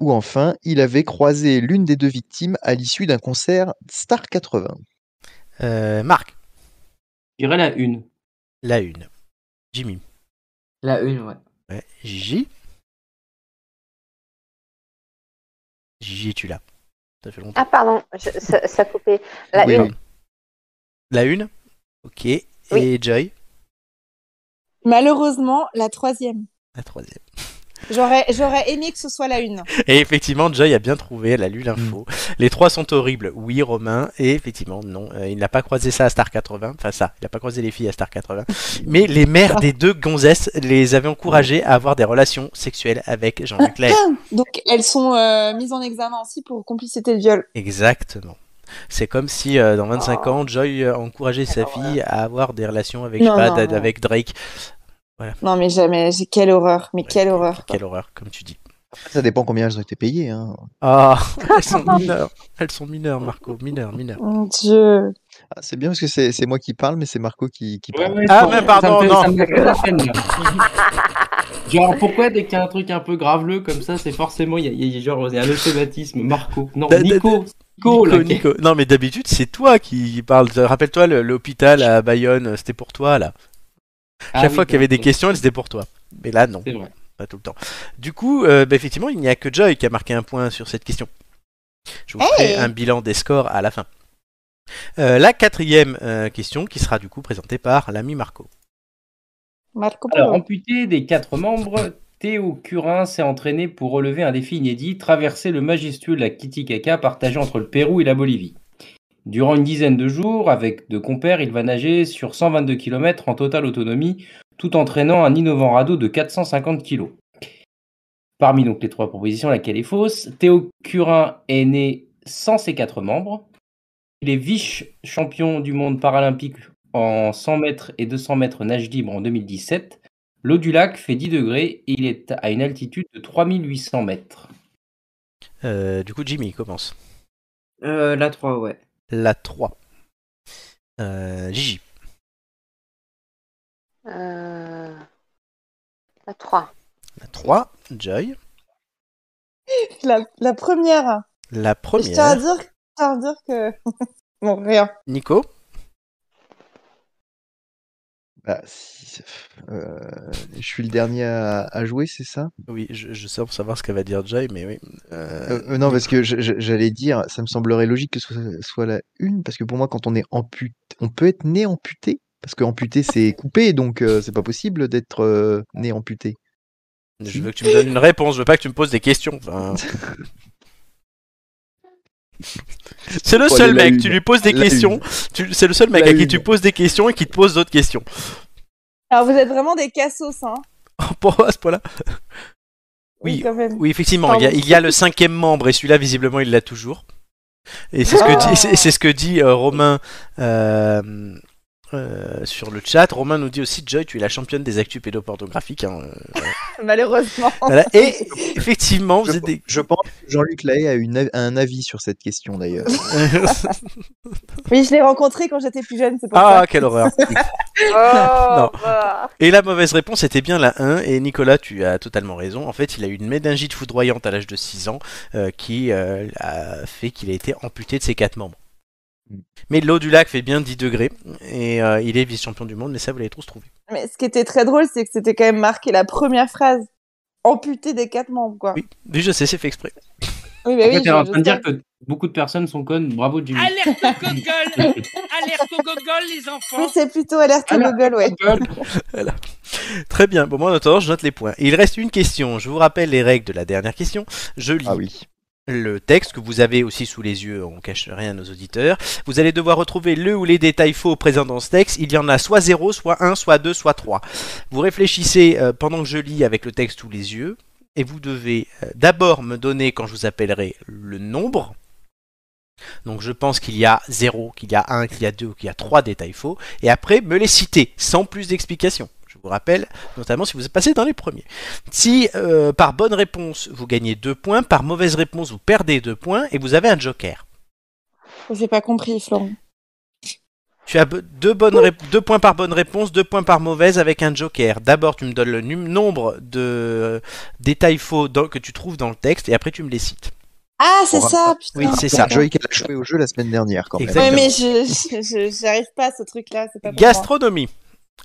S2: Ou enfin, il avait croisé l'une des deux victimes à l'issue d'un concert Star 80.
S1: Euh, Marc,
S5: Je dirais la une.
S1: la une. Jimmy,
S6: La une, ouais.
S1: ouais. Gigi. Gigi, tu l'as. Ça fait longtemps.
S4: Ah, pardon, je- ça, ça coupait. La
S2: Oui,
S4: une.
S2: oui.
S1: La une. Ok. Et Joy,
S3: Malheureusement, la troisième.
S1: la troisième.
S3: J'aurais, j'aurais aimé que ce soit la une.
S1: Et effectivement, Joy a bien trouvé, elle a lu l'info. Les trois sont horribles. Oui, Romain. Et effectivement, non. euh, il n'a pas croisé ça à Star 80. Enfin, ça. Il n'a pas croisé les filles à Star 80. Mais les mères des deux gonzesses les avaient encouragées à avoir des relations sexuelles avec Jean-Luc Lahaye.
S3: Donc elles sont euh, mises en examen aussi pour complicité de viol.
S1: Exactement. C'est comme si euh, dans 25
S5: Ah.
S1: ans, Joy euh, encourageait sa fille à avoir des relations avec, je sais
S3: Non,
S1: pas,
S3: non,
S1: d'ad-
S3: non.
S1: avec Drake. Euh,
S3: Non mais jamais, j'ai- quelle horreur, mais quelle horreur.
S1: Quelle horreur, comme tu dis.
S2: Ça dépend combien elles ont été payées. hein.
S1: Ah, [LAUGHS] elles
S3: [LAUGHS]
S1: sont mineures. Elles sont mineures, Marco. Mineures, mineures.
S3: Mon Dieu.
S2: Ah, c'est bien parce que c'est c'est moi qui parle, mais c'est Marco qui, qui parle.
S1: Ah, mais pardon, non.
S5: ça me fait la peine, là. [LAUGHS] Genre, pourquoi dès qu'il y a un truc un peu graveleux comme ça, c'est forcément. Il y a, il y a genre il y a un euphématisme. Marco. Non,
S1: Da- da-
S5: Nico. Nico, là,
S1: Nico, Nico. Non, mais d'habitude, c'est toi qui parles. Rappelle-toi, le- l'hôpital à Bayonne, c'était pour toi, là.
S5: Ah
S1: Chaque
S5: oui,
S1: fois qu'il y avait des
S5: c'est-
S1: questions, elles, c'était pour toi. Mais là, non,
S5: C'est vrai.
S1: pas tout le temps. Du coup, euh, bah, effectivement, il n'y a que Joy qui a marqué un point sur cette question. Je vous ferai
S3: Hey
S1: un bilan des scores à la fin. Euh, la quatrième euh, question qui sera du coup présentée par l'ami Marco.
S3: Marco Polo.
S5: Alors, amputé des quatre membres, Théo Curin s'est entraîné pour relever un défi inédit, traverser le majestueux lac Titicaca partagé entre le Pérou et la Bolivie. Durant une dizaine de jours, avec deux compères, il va nager sur 122 km en totale autonomie, tout en traînant un innovant radeau de 450 kg. Parmi donc les trois propositions, laquelle est fausse Théo Curin est né sans ses quatre membres. Il est vice-champion du monde paralympique en 100 mètres et 200 mètres nage libre en 2017. L'eau du lac fait 10 degrés et il est à une altitude de 3800 mètres.
S1: Euh, du coup, Jimmy commence.
S6: Euh, la 3, ouais.
S1: La 3. Euh, Gigi.
S4: Euh, La 3.
S1: La 3. Joy.
S3: La, la première.
S1: La
S3: Je tiens
S1: première.
S3: à dire, je tiens à dire que. [LAUGHS] bon, rien.
S1: Nico.
S2: Bah, si- euh, je suis le dernier à, à jouer, c'est ça
S1: Oui, je, je sais pour savoir ce qu'elle va dire Joy, mais oui. Euh,
S2: Euh, euh, Non, parce que je- je- j'allais dire, ça me semblerait logique que ce soit- soit la une, parce que pour moi, quand on est amputé, on peut être né amputé, parce que
S1: [LAUGHS]
S2: amputé, c'est coupé, donc euh, c'est pas possible d'être euh, né amputé.
S1: je veux que tu me donnes une réponse, je veux pas que tu me poses des questions. enfin. C'est le
S2: Bon,
S1: seul
S2: allez, la
S1: mec,
S2: une.
S1: tu lui poses des
S2: La
S1: questions. tu- C'est le seul mec
S2: La
S1: à qui
S2: une.
S1: tu poses des questions et qui te pose d'autres questions. [LAUGHS]
S3: Alors vous êtes vraiment des cassos, hein.
S1: Pour à ce point-là. Oui,
S3: quand même.
S1: Oui, effectivement, il y, a,
S3: Pardon.
S1: il y a le cinquième membre et celui-là, visiblement, il l'a toujours. Et c'est ce que
S3: Ah.
S1: dit, c'est- c'est ce que dit euh, Romain euh, euh, sur le chat. Romain nous dit aussi Joy, tu es la championne des actus pédopornographiques. hein, euh,
S3: [LAUGHS] Malheureusement.
S1: voilà. Et effectivement, vous
S2: Oh. Je,
S1: êtes des.
S2: je pense que Jean-Luc Lahaye a, une, a un avis sur cette question, d'ailleurs.
S3: Oui, je l'ai rencontré quand j'étais plus jeune, c'est pour
S1: ah,
S3: ça.
S1: quelle
S2: [LAUGHS]
S1: horreur!
S4: Oh,
S1: Non.
S4: bah.
S1: Et la mauvaise réponse était bien la 1, et Nicolas, tu as totalement raison. En fait, il a eu une méningite foudroyante à l'âge de 6 ans euh, qui euh, a fait qu'il a été amputé de ses quatre membres.
S2: Mm.
S1: Mais l'eau du lac fait bien 10 degrés, et euh, il est vice-champion du monde, mais ça, vous l'avez tous trouvé.
S3: Mais ce qui était très drôle, c'est que c'était quand même marqué la première phrase. Amputé des quatre membres, quoi.
S1: Oui, oui, je sais, c'est fait exprès.
S3: Oui, bah
S5: En
S3: oui,
S5: fait,
S3: je-
S5: t'es en
S3: je
S5: train de
S3: sais.
S5: dire que beaucoup de personnes sont connes. Bravo, Jimmy.
S9: Alerte au
S6: [LAUGHS]
S9: gogol Alerte au gogol, les
S3: Oui,
S9: enfants
S3: c'est plutôt alerte au
S5: Alors-
S3: Google, ouais.
S1: Très bien, bon, moi, en attendant, je note les points. Il reste une question, je vous rappelle les règles de la dernière question. Je lis.
S2: Ah oui.
S1: le texte que vous avez aussi sous les yeux, on cache rien à nos auditeurs. Vous allez devoir retrouver le ou les détails faux présents dans ce texte. Il y en a soit 0, soit 1, soit 2, soit 3. Vous réfléchissez euh, pendant que je lis avec le texte sous les yeux et vous devez euh, d'abord me donner quand je vous appellerai le nombre. Donc je pense qu'il y a 0, qu'il y a 1, qu'il y a 2 ou qu'il y a 3 détails faux et après me les citer sans plus d'explications. Je vous rappelle, notamment si vous êtes passé dans les premiers. Si euh, par bonne réponse vous gagnez 2 points, par mauvaise réponse vous perdez 2 points et vous avez un joker.
S3: J'ai pas compris, Florent.
S1: Tu as 2 points par bonne réponse, 2 points par mauvaise avec un joker. D'abord tu me donnes le num- nombre de détails faux dans- que tu trouves dans le texte et après tu me les cites.
S3: Ah, c'est
S2: Pour
S3: ça, putain.
S1: Oui, c'est ça.
S2: Ça, Joey qui a joué au jeu la semaine dernière quand même.
S1: Exact.
S3: Ouais,
S1: Exactement.
S3: mais je, je, je- j'arrive pas à ce truc-là, c'est pas pour moi.
S1: Gastronomie.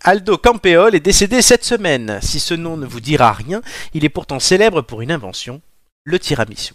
S1: Aldo Campeol est décédé cette semaine. Si ce nom ne vous dira rien, il est pourtant célèbre pour une invention, le tiramisu.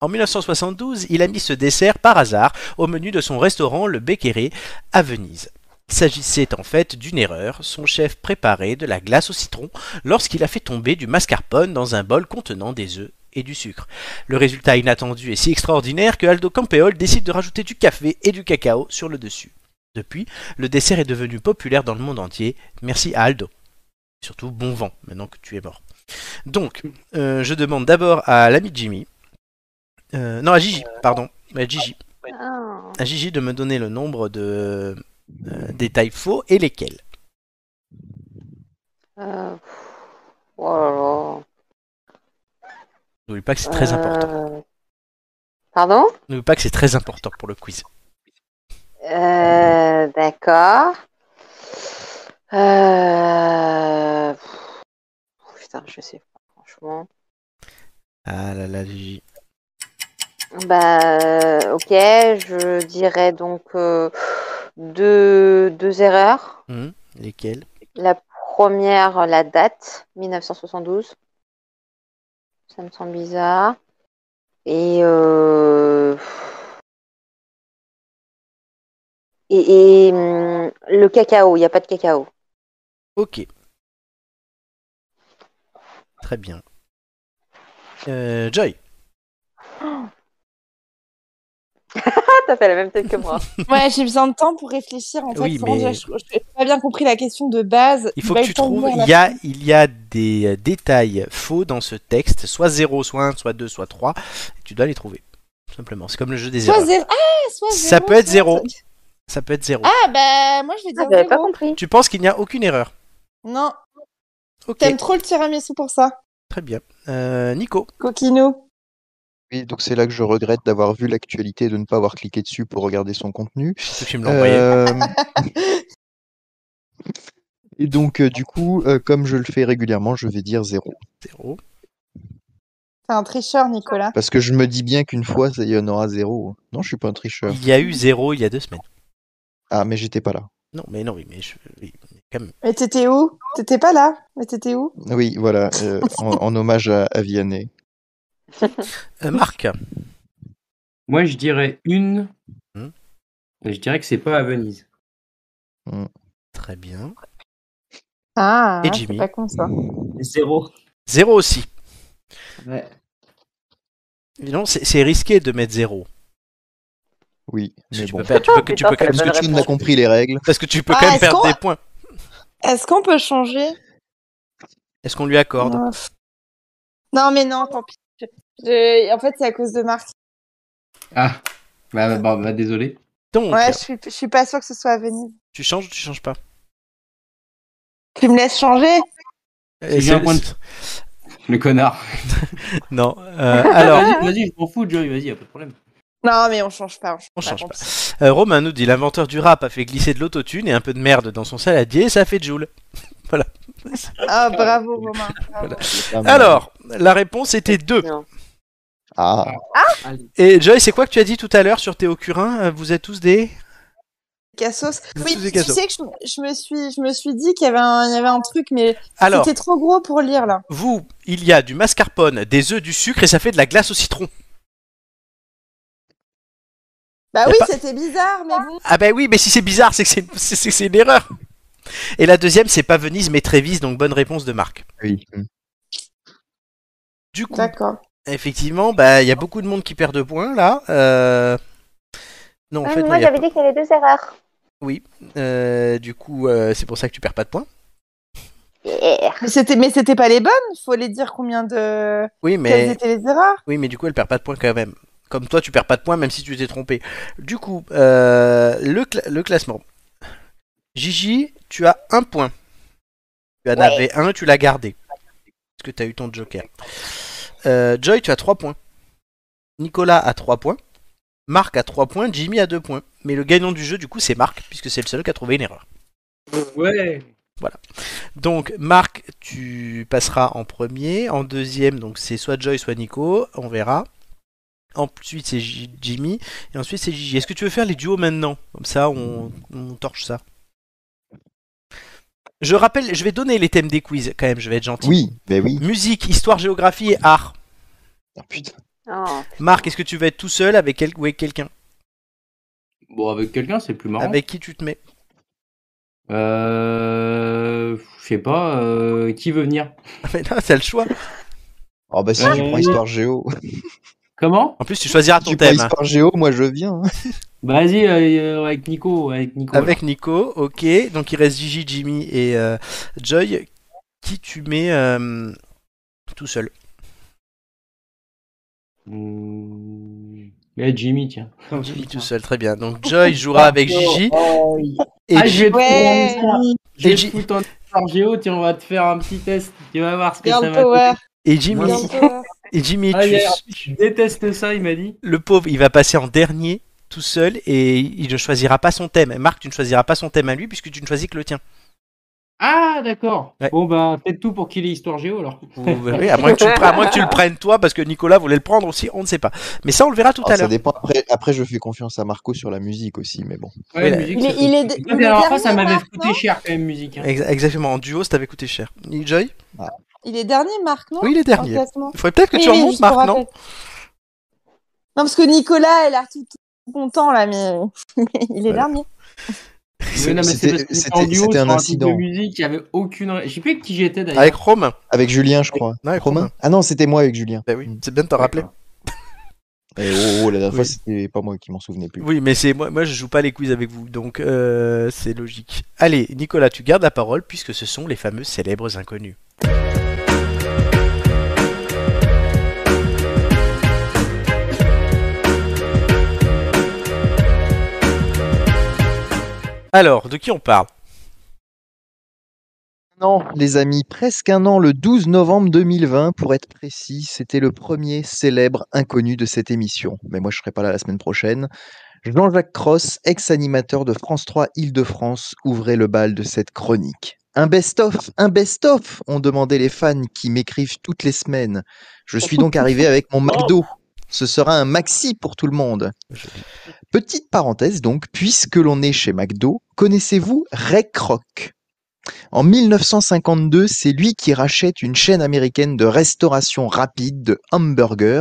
S1: En 1972, il a mis ce dessert par hasard au menu de son restaurant Le Becqueré à Venise. Il s'agissait en fait d'une erreur. Son chef préparait de la glace au citron lorsqu'il a fait tomber du mascarpone dans un bol contenant des œufs et du sucre. Le résultat inattendu est si extraordinaire que Aldo Campeol décide de rajouter du café et du cacao sur le dessus. Depuis, le dessert est devenu populaire dans le monde entier. Merci à Aldo. Surtout bon vent, maintenant que tu es mort. Donc, euh, je demande d'abord à l'ami de Jimmy. Euh, non, à Gigi, pardon. À Gigi.
S4: Ah.
S1: À Gigi de me donner le nombre de euh, détails faux et lesquels.
S4: Euh, pff, oh là là.
S1: N'oublie pas que c'est très important.
S4: Euh, Pardon
S1: N'oublie pas que c'est très important pour le quiz.
S4: Euh, D'accord. Euh, pff, Putain, je sais pas, franchement.
S1: Ah là là, Gigi.
S4: Bah, ok, je dirais donc euh, deux, deux erreurs.
S1: Hum, lesquels
S4: La première, la date, 1972. Ça me semble bizarre. Et, euh, et, et, hum, le cacao, il n'y a pas de cacao.
S1: Ok. Très bien. Euh, Joy.
S4: Ah, t'as fait la même tête que moi.
S3: Ouais, j'ai besoin de temps pour réfléchir. En fait,
S1: Oui,
S3: Florent,
S1: mais-
S3: je n'ai pas bien compris la question de base.
S1: Il faut
S3: Bah,
S1: que tu
S3: je t'en
S1: trouves.
S3: veux à la
S1: Il y, a, il y a des euh, détails faux dans ce texte, soit 0, soit 1, soit 2, soit 3. Tu dois les trouver. Tout simplement. C'est comme le jeu des
S3: Soit
S1: erreurs.
S3: zéro. Ah, soit
S1: Ça
S3: zéro.
S1: peut être
S3: soit-
S1: zéro. Ça peut être 0.
S3: Ah, bah, moi, je vais
S4: Ah,
S3: dire
S4: [LAUGHS]
S3: zéro.
S4: J'avais pas compris.
S1: Tu penses qu'il n'y a aucune erreur.
S3: Non,
S1: Ok,
S3: t'aimes trop le tiramisu pour ça.
S1: très bien. Euh, Nico.
S3: Coquino.
S2: Oui, donc c'est là que je regrette d'avoir vu l'actualité et de ne pas avoir cliqué dessus pour regarder son contenu.
S1: Tu peux me l'envoyer.
S2: Euh, [LAUGHS] Et donc, euh, du coup, euh, comme je le fais régulièrement, je vais dire zéro.
S1: 0.
S3: T'es un tricheur, Nicolas.
S2: Parce que je me dis bien qu'une fois, ça y en aura zéro. Non, je suis pas un
S5: euh.
S2: tricheur.
S1: Il y a eu 0 il y a deux semaines.
S2: Ah, mais j'étais pas là.
S1: Non, mais non, oui, mais je. oui, mais quand même.
S3: Mais t'étais où T'étais pas là. Mais t'étais où
S2: Oui, voilà, euh, en, en hommage à, à Vianney.
S1: Euh, Marc.
S5: Moi, je dirais une.
S1: Hmm.
S5: Et Je dirais que c'est pas à Venise.
S1: Très bien.
S3: Ah,
S1: Et
S3: c'est
S1: Jimmy. Mm.
S3: pas con ça.
S6: Zéro.
S1: 0 aussi.
S6: Ouais.
S1: Non, c'est c'est risqué de mettre 0.
S2: Oui, mais
S1: tu,
S2: bon.
S1: peux faire- Bah, tu peux, tu
S4: Putain,
S1: peux quand
S4: c'est la
S1: même-
S2: Parce que
S4: bonne
S2: tout le monde a
S4: réponse.
S2: compris les règles.
S1: parce que tu peux
S3: Ah,
S1: quand même
S3: est-ce
S1: perdre
S3: qu'on-
S1: des points.
S3: Est-ce qu'on peut changer
S1: Est-ce qu'on lui accorde
S3: Oh. Non, mais non, tant pis. Je- je- En fait, c'est à cause de Marc.
S5: Ah, bah, bah, bah, bah, désolé.
S1: Donc,
S3: Ouais, je suis, je suis pas sûre que ce soit à Venise.
S1: tu changes ou tu changes pas
S3: Tu me laisses changer
S1: Euh,
S5: bien
S1: c'est-
S5: un point de- Le connard.
S1: Non. euh, alors,
S5: Vas-y, vas-y, je m'en fous, Joey, vas-y, y'a pas de problème.
S3: Non, mais on change pas.
S1: on change
S3: tant
S1: pas.
S3: pis.
S1: Euh, Romain nous dit l'inventeur du rap a fait glisser de l'autotune et un peu de merde dans son saladier et ça fait Joule.
S3: Ah, bravo, Romain. bravo.
S2: C'est pas mal.
S1: Alors, la réponse était 2.
S4: Non.
S2: Ah,
S6: Allez.
S1: Et Joy, c'est quoi que tu as dit tout à l'heure sur Théo Curin Euh, Vous êtes tous des. [LAUGHS]
S3: Cassos. Oui,
S1: Sous des
S3: tu
S1: cassos.
S3: sais que je, je me suis, je me suis dit qu'il y avait un, il y avait un truc, mais
S1: Alors,
S3: c'était trop gros pour lire là.
S1: vous, il y a du mascarpone, des œufs, du sucre et ça fait de la glace au citron. Y
S3: Bah
S1: a
S3: oui,
S1: pas-
S3: c'était bizarre, mais bon.
S1: Ah ben oui, mais si c'est bizarre, c'est que c'est- c'est c'est- c'est une erreur. Et la deuxième, c'est pas Venise mais Trévise, donc bonne réponse de Marc.
S2: oui. Mm.
S1: Du coup,
S3: D'accord.
S1: Effectivement, bah il y a beaucoup de monde qui perd de points là. Euh... Non, en
S4: Ouais,
S1: fait,
S4: mais
S1: non,
S4: Ah, Euh, moi,
S1: il y a
S4: j'avais dit qu'il y avait deux erreurs.
S1: pas- euh, du coup, euh, c'est pour ça que tu perds pas de points.
S4: Yeah.
S3: Mais c'était, mais c'était pas les bonnes. Faut les dire combien de.
S1: Oui,
S3: Quelles
S1: mais
S3: étaient les erreurs
S1: oui, mais du coup, elle perd pas de points quand même. Comme toi, tu perds pas de points même si tu t'es trompé. Du coup, euh, le, cla- le classement. Gigi, tu as un point. Tu en
S4: Ouais.
S1: avais un, tu l'as gardé. Parce que tu as eu ton joker. Euh, Joy, tu as trois points. Nicolas a trois points. Marc a trois points. Jimmy a deux points. Mais le gagnant du jeu, du coup, c'est Marc, puisque c'est le seul qui a trouvé une erreur.
S6: Ouais.
S1: Donc Marc, tu passeras en premier, en deuxième donc c'est soit Joy soit Nico, on verra. Ensuite c'est J- Jimmy et ensuite c'est Gigi. Est-ce que tu veux faire les duos maintenant Comme ça on, on torche ça. Je rappelle, je vais donner les thèmes des quiz quand même, je vais être gentil.
S2: Oui, ben oui.
S1: Musique, histoire, géographie et art.
S2: Ah, putain.
S4: Oh.
S1: Marc, est-ce que tu veux être tout seul avec quel- ou avec quelqu'un
S5: Bon, avec quelqu'un, c'est plus marrant.
S1: Avec qui tu te mets [LAUGHS]
S5: Euh, je sais pas, euh, qui veut venir
S1: Mais non, t'as le choix.
S2: Oh bah si
S1: Ah,
S5: Ouais.
S2: tu prends histoire géo,
S5: Comment
S1: En plus, tu choisiras ton
S2: tu prends
S1: thème. hein.
S2: histoire géo, moi je viens. hein.
S5: Bah, Vas-y, euh, euh, avec Nico, avec Nico.
S1: Avec Nico, ok. Donc il reste Gigi, Jimmy et euh, Joy. Qui tu mets euh, tout seul
S5: alors. Hmm. Ouais, Jimmy, tiens.
S1: Jimmy tout seul, très bien. Donc Joy jouera avec Gigi.
S5: Oh, oui.
S1: Et
S5: ah, je vais te
S3: Ouais.
S5: prendre ça. Je vais
S1: Et J-
S5: te foutre en histoire géo, tiens, on va te faire un petit test. Tu vas voir ce que ça
S3: Girl
S5: va te
S3: power.
S1: Et Jimmy,
S3: Girl
S4: Moi,
S3: power.
S1: et Jimmy
S5: Ah,
S1: tu-
S5: hier, je déteste ça, il m'a dit.
S1: le pauvre, il va passer en dernier tout seul et il ne choisira pas son thème. Marc, tu ne choisiras pas son thème à lui puisque tu ne choisis que le tien.
S5: Ah, d'accord.
S1: Ouais.
S5: Bon, bah, faites tout pour qu'il ait histoire géo alors.
S1: Ou- oui, à, moins que tu le prennes- à moins que tu le prennes toi parce que Nicolas voulait le prendre aussi, on ne sait pas. Mais Oh, ça, on le verra tout
S2: Ah,
S1: à
S2: ça
S1: l'heure.
S2: dépend. Après, après, je fais confiance à Marco sur la musique aussi, mais bon.
S1: Oui,
S5: Ouais, la
S1: là-
S5: musique,
S3: Il est-
S5: ça-
S3: il est-
S5: Ah,
S3: il
S5: la
S3: est
S5: dernière fois, ça
S3: dernier,
S5: m'avait
S3: Marc,
S5: coûté
S3: non
S5: cher quand même, musique. hein.
S1: Ex- Exactement, en duo, ça t'avait coûté cher. Joy
S3: Il est dernier, Marc, non
S1: Oui, les
S3: en
S1: derniers.
S3: classement.
S1: Il faudrait peut-être que
S3: Oui,
S1: tu
S3: oui,
S1: remontes,
S3: juste pour
S1: Marc, non
S3: rappel. Non, parce que Nicolas, elle a l'air tout, tout content là, mais [LAUGHS] il est
S1: Voilà.
S3: dernier. [LAUGHS]
S5: Oui, non, mais c'est
S2: C'était-
S5: parce qu'on était
S2: c'était-
S5: en duo
S2: c'était
S5: sur
S2: un
S5: truc
S2: incident.
S5: de musique, il y avait aucune. Je sais plus avec qui j'étais d'ailleurs.
S1: Avec Rome
S2: Avec Julien, je crois.
S1: Ouais, avec
S2: Romain
S1: Romain.
S2: Ah non, c'était moi avec Julien.
S1: Bah oui, c'est bien de t'en rappeler.
S2: Et oh, oh, la dernière
S1: Oui.
S2: fois, c'était pas moi qui m'en souvenais plus.
S1: Oui, mais c'est moi, moi je joue pas les quiz avec vous, donc euh, c'est logique. Allez, Nicolas, tu gardes la parole puisque ce sont les fameux célèbres inconnus. Alors, de qui on parle
S2: Non, les amis, presque un an, le 12 novembre 2020, pour être précis, c'était le premier célèbre inconnu de cette émission. Mais moi, je serai pas là la semaine prochaine. Jean-Jacques Cross, ex-animateur de France 3 Île-de-France, ouvrait le bal de cette chronique. Un best-of, un best-of, ont demandé les fans qui m'écrivent toutes les semaines. Je suis donc arrivé avec mon McDo. Ce sera un maxi pour tout le monde. Petite parenthèse donc, puisque l'on est chez McDo, connaissez-vous Ray Kroc en 1952, c'est lui qui rachète une chaîne américaine de restauration rapide de hamburgers,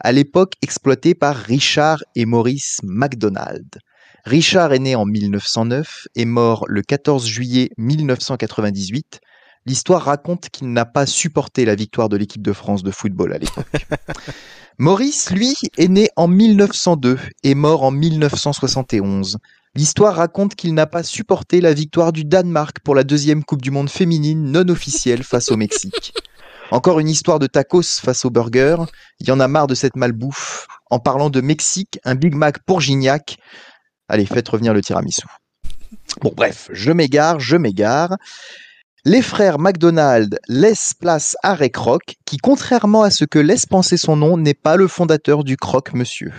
S2: à l'époque exploitée par Richard et Maurice McDonald. Richard est né en 1909 et mort le 14 juillet 1998. L'histoire raconte qu'il n'a pas supporté la victoire de l'équipe de France de football à l'époque. Maurice, lui, est né en 1902 et mort en 1971. L'histoire raconte qu'il n'a pas supporté la victoire du Danemark pour la deuxième Coupe du Monde féminine non officielle face au Mexique. Encore une histoire de tacos face au burger. Il y en a marre de cette malbouffe. En parlant de Mexique, un Big Mac pour Gignac. Allez, faites revenir le tiramisu. Bon, bref, je m'égare, je m'égare. Les frères McDonald laissent place à Ray Kroc, qui, contrairement à ce que laisse penser son nom, n'est pas le fondateur du Croc Monsieur.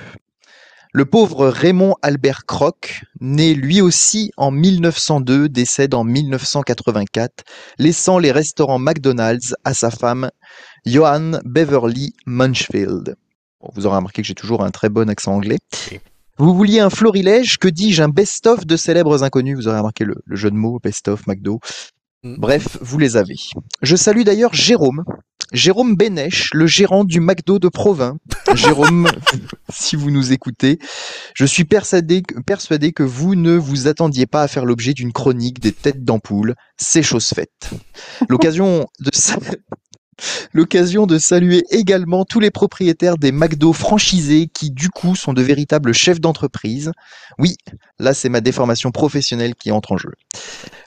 S2: Le pauvre Raymond Albert Croc, né lui aussi en 1902, décède en 1984, laissant les restaurants McDonald's à sa femme Joanne Beverly Munchfield. Bon, vous aurez remarqué que j'ai toujours un très bon accent anglais.
S1: Oui.
S2: Vous vouliez un florilège, que dis-je, un best-of de célèbres inconnus. Vous aurez remarqué le, le jeu de mots, best-of, McDo.
S1: Mm.
S2: Bref, vous les avez. Je salue d'ailleurs Jérôme. Jérôme Bénèche, le gérant du McDo de Provins. Jérôme, si vous nous écoutez, je suis persuadé, que- persuadé que vous ne vous attendiez pas à faire l'objet d'une chronique des têtes d'ampoule. C'est chose faite. L'occasion de, sa- L'occasion de saluer également tous les propriétaires des McDo franchisés qui, du coup, sont de véritables chefs d'entreprise. Oui, là, c'est ma déformation professionnelle qui entre en jeu.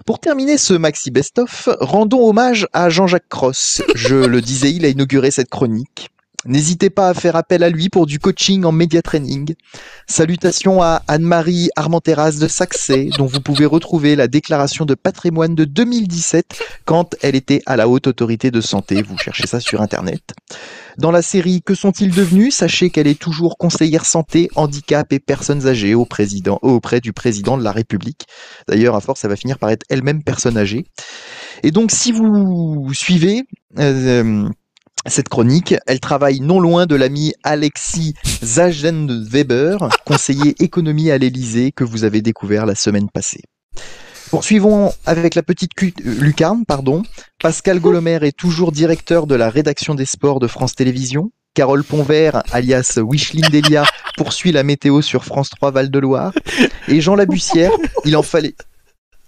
S2: Pour terminer ce maxi best-of, rendons hommage à Jean-Jacques Cross. Je le disais, il a inauguré cette chronique. N'hésitez pas à faire appel à lui pour du coaching en média training. Salutations à Anne-Marie Armenteras de Saxé, dont vous pouvez retrouver la déclaration de patrimoine de 2017 quand elle était à la haute autorité de santé. Vous cherchez ça sur Internet. Dans la série Que sont-ils devenus Sachez qu'elle est toujours conseillère santé, handicap et personnes âgées au président, auprès du président de la République. D'ailleurs, à force, ça va finir par être elle-même personne âgée. Et donc, si vous suivez... euh, cette chronique, elle travaille non loin de l'ami Alexis Zagenweber, conseiller économie à l'Élysée que vous avez découvert la semaine passée. Poursuivons avec la petite cu- euh, lucarne, pardon. Pascal Golomer est toujours directeur de la rédaction des sports de France Télévisions. Carole Ponvert, alias Wishline Delia, poursuit la météo sur France 3 Val-de-Loire. Et Jean Labussière, il en fallait...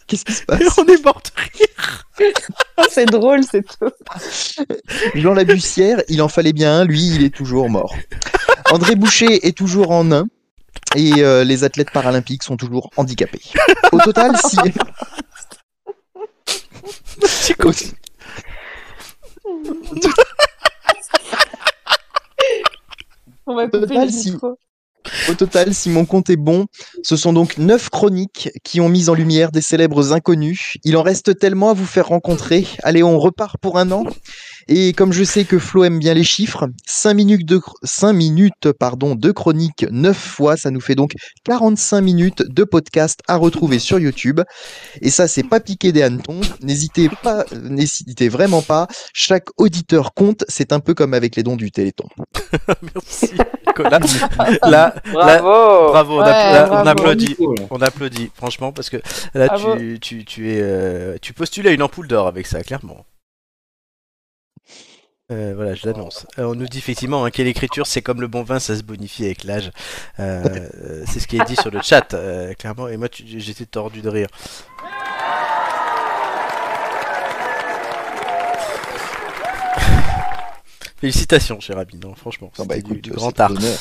S2: Qu'est-ce qui se passe
S1: On est mort de rire.
S3: c'est drôle, c'est tout.
S2: Jean Labussière, il en fallait bien un, lui, il est toujours mort. André Boucher est toujours en un. Et euh, les athlètes paralympiques sont toujours handicapés. Au total, si. Au-
S3: On va
S2: Total,
S3: couper le
S2: si.
S3: micro.
S2: Au total, si mon compte est bon, ce sont donc neuf chroniques qui ont mis en lumière des célèbres inconnus. Il en reste tellement à vous faire rencontrer. Allez, on repart pour un an. Et comme je sais que Flo aime bien les chiffres, 5 minutes de, chr- cinq minutes, pardon, de chronique 9 fois, ça nous fait donc 45 minutes de podcast à retrouver sur YouTube. Et ça, c'est pas piqué des hannetons. N'hésitez pas, n'hésitez vraiment pas. Chaque auditeur compte. C'est un peu comme avec les dons du Téléthon.
S1: [LAUGHS] Merci,
S3: [LAUGHS]
S1: Nicolas. Là, là,
S6: Bravo
S1: bravo, on,
S3: Ouais,
S1: appla- là, on
S3: bravo.
S1: applaudit.
S6: Nico, là.
S1: On applaudit, franchement, parce que
S2: Ah
S1: là,
S3: Bravo.
S1: tu, tu, tu, es, euh, tu postules à une ampoule d'or avec ça, clairement. Euh, voilà, je l'annonce. Euh, on nous dit effectivement hein, que l'écriture, c'est comme le bon vin, ça se bonifie avec l'âge. Euh, euh, c'est ce qui est dit sur le chat, euh, clairement. Et moi, tu- j'étais tordu de
S2: [LAUGHS]
S1: rire. Félicitations, cher ami. Non, franchement,
S2: Non, bah,
S1: c'était du-
S2: écoute,
S1: du
S2: c'est
S1: grand
S2: un
S1: art
S2: honneur.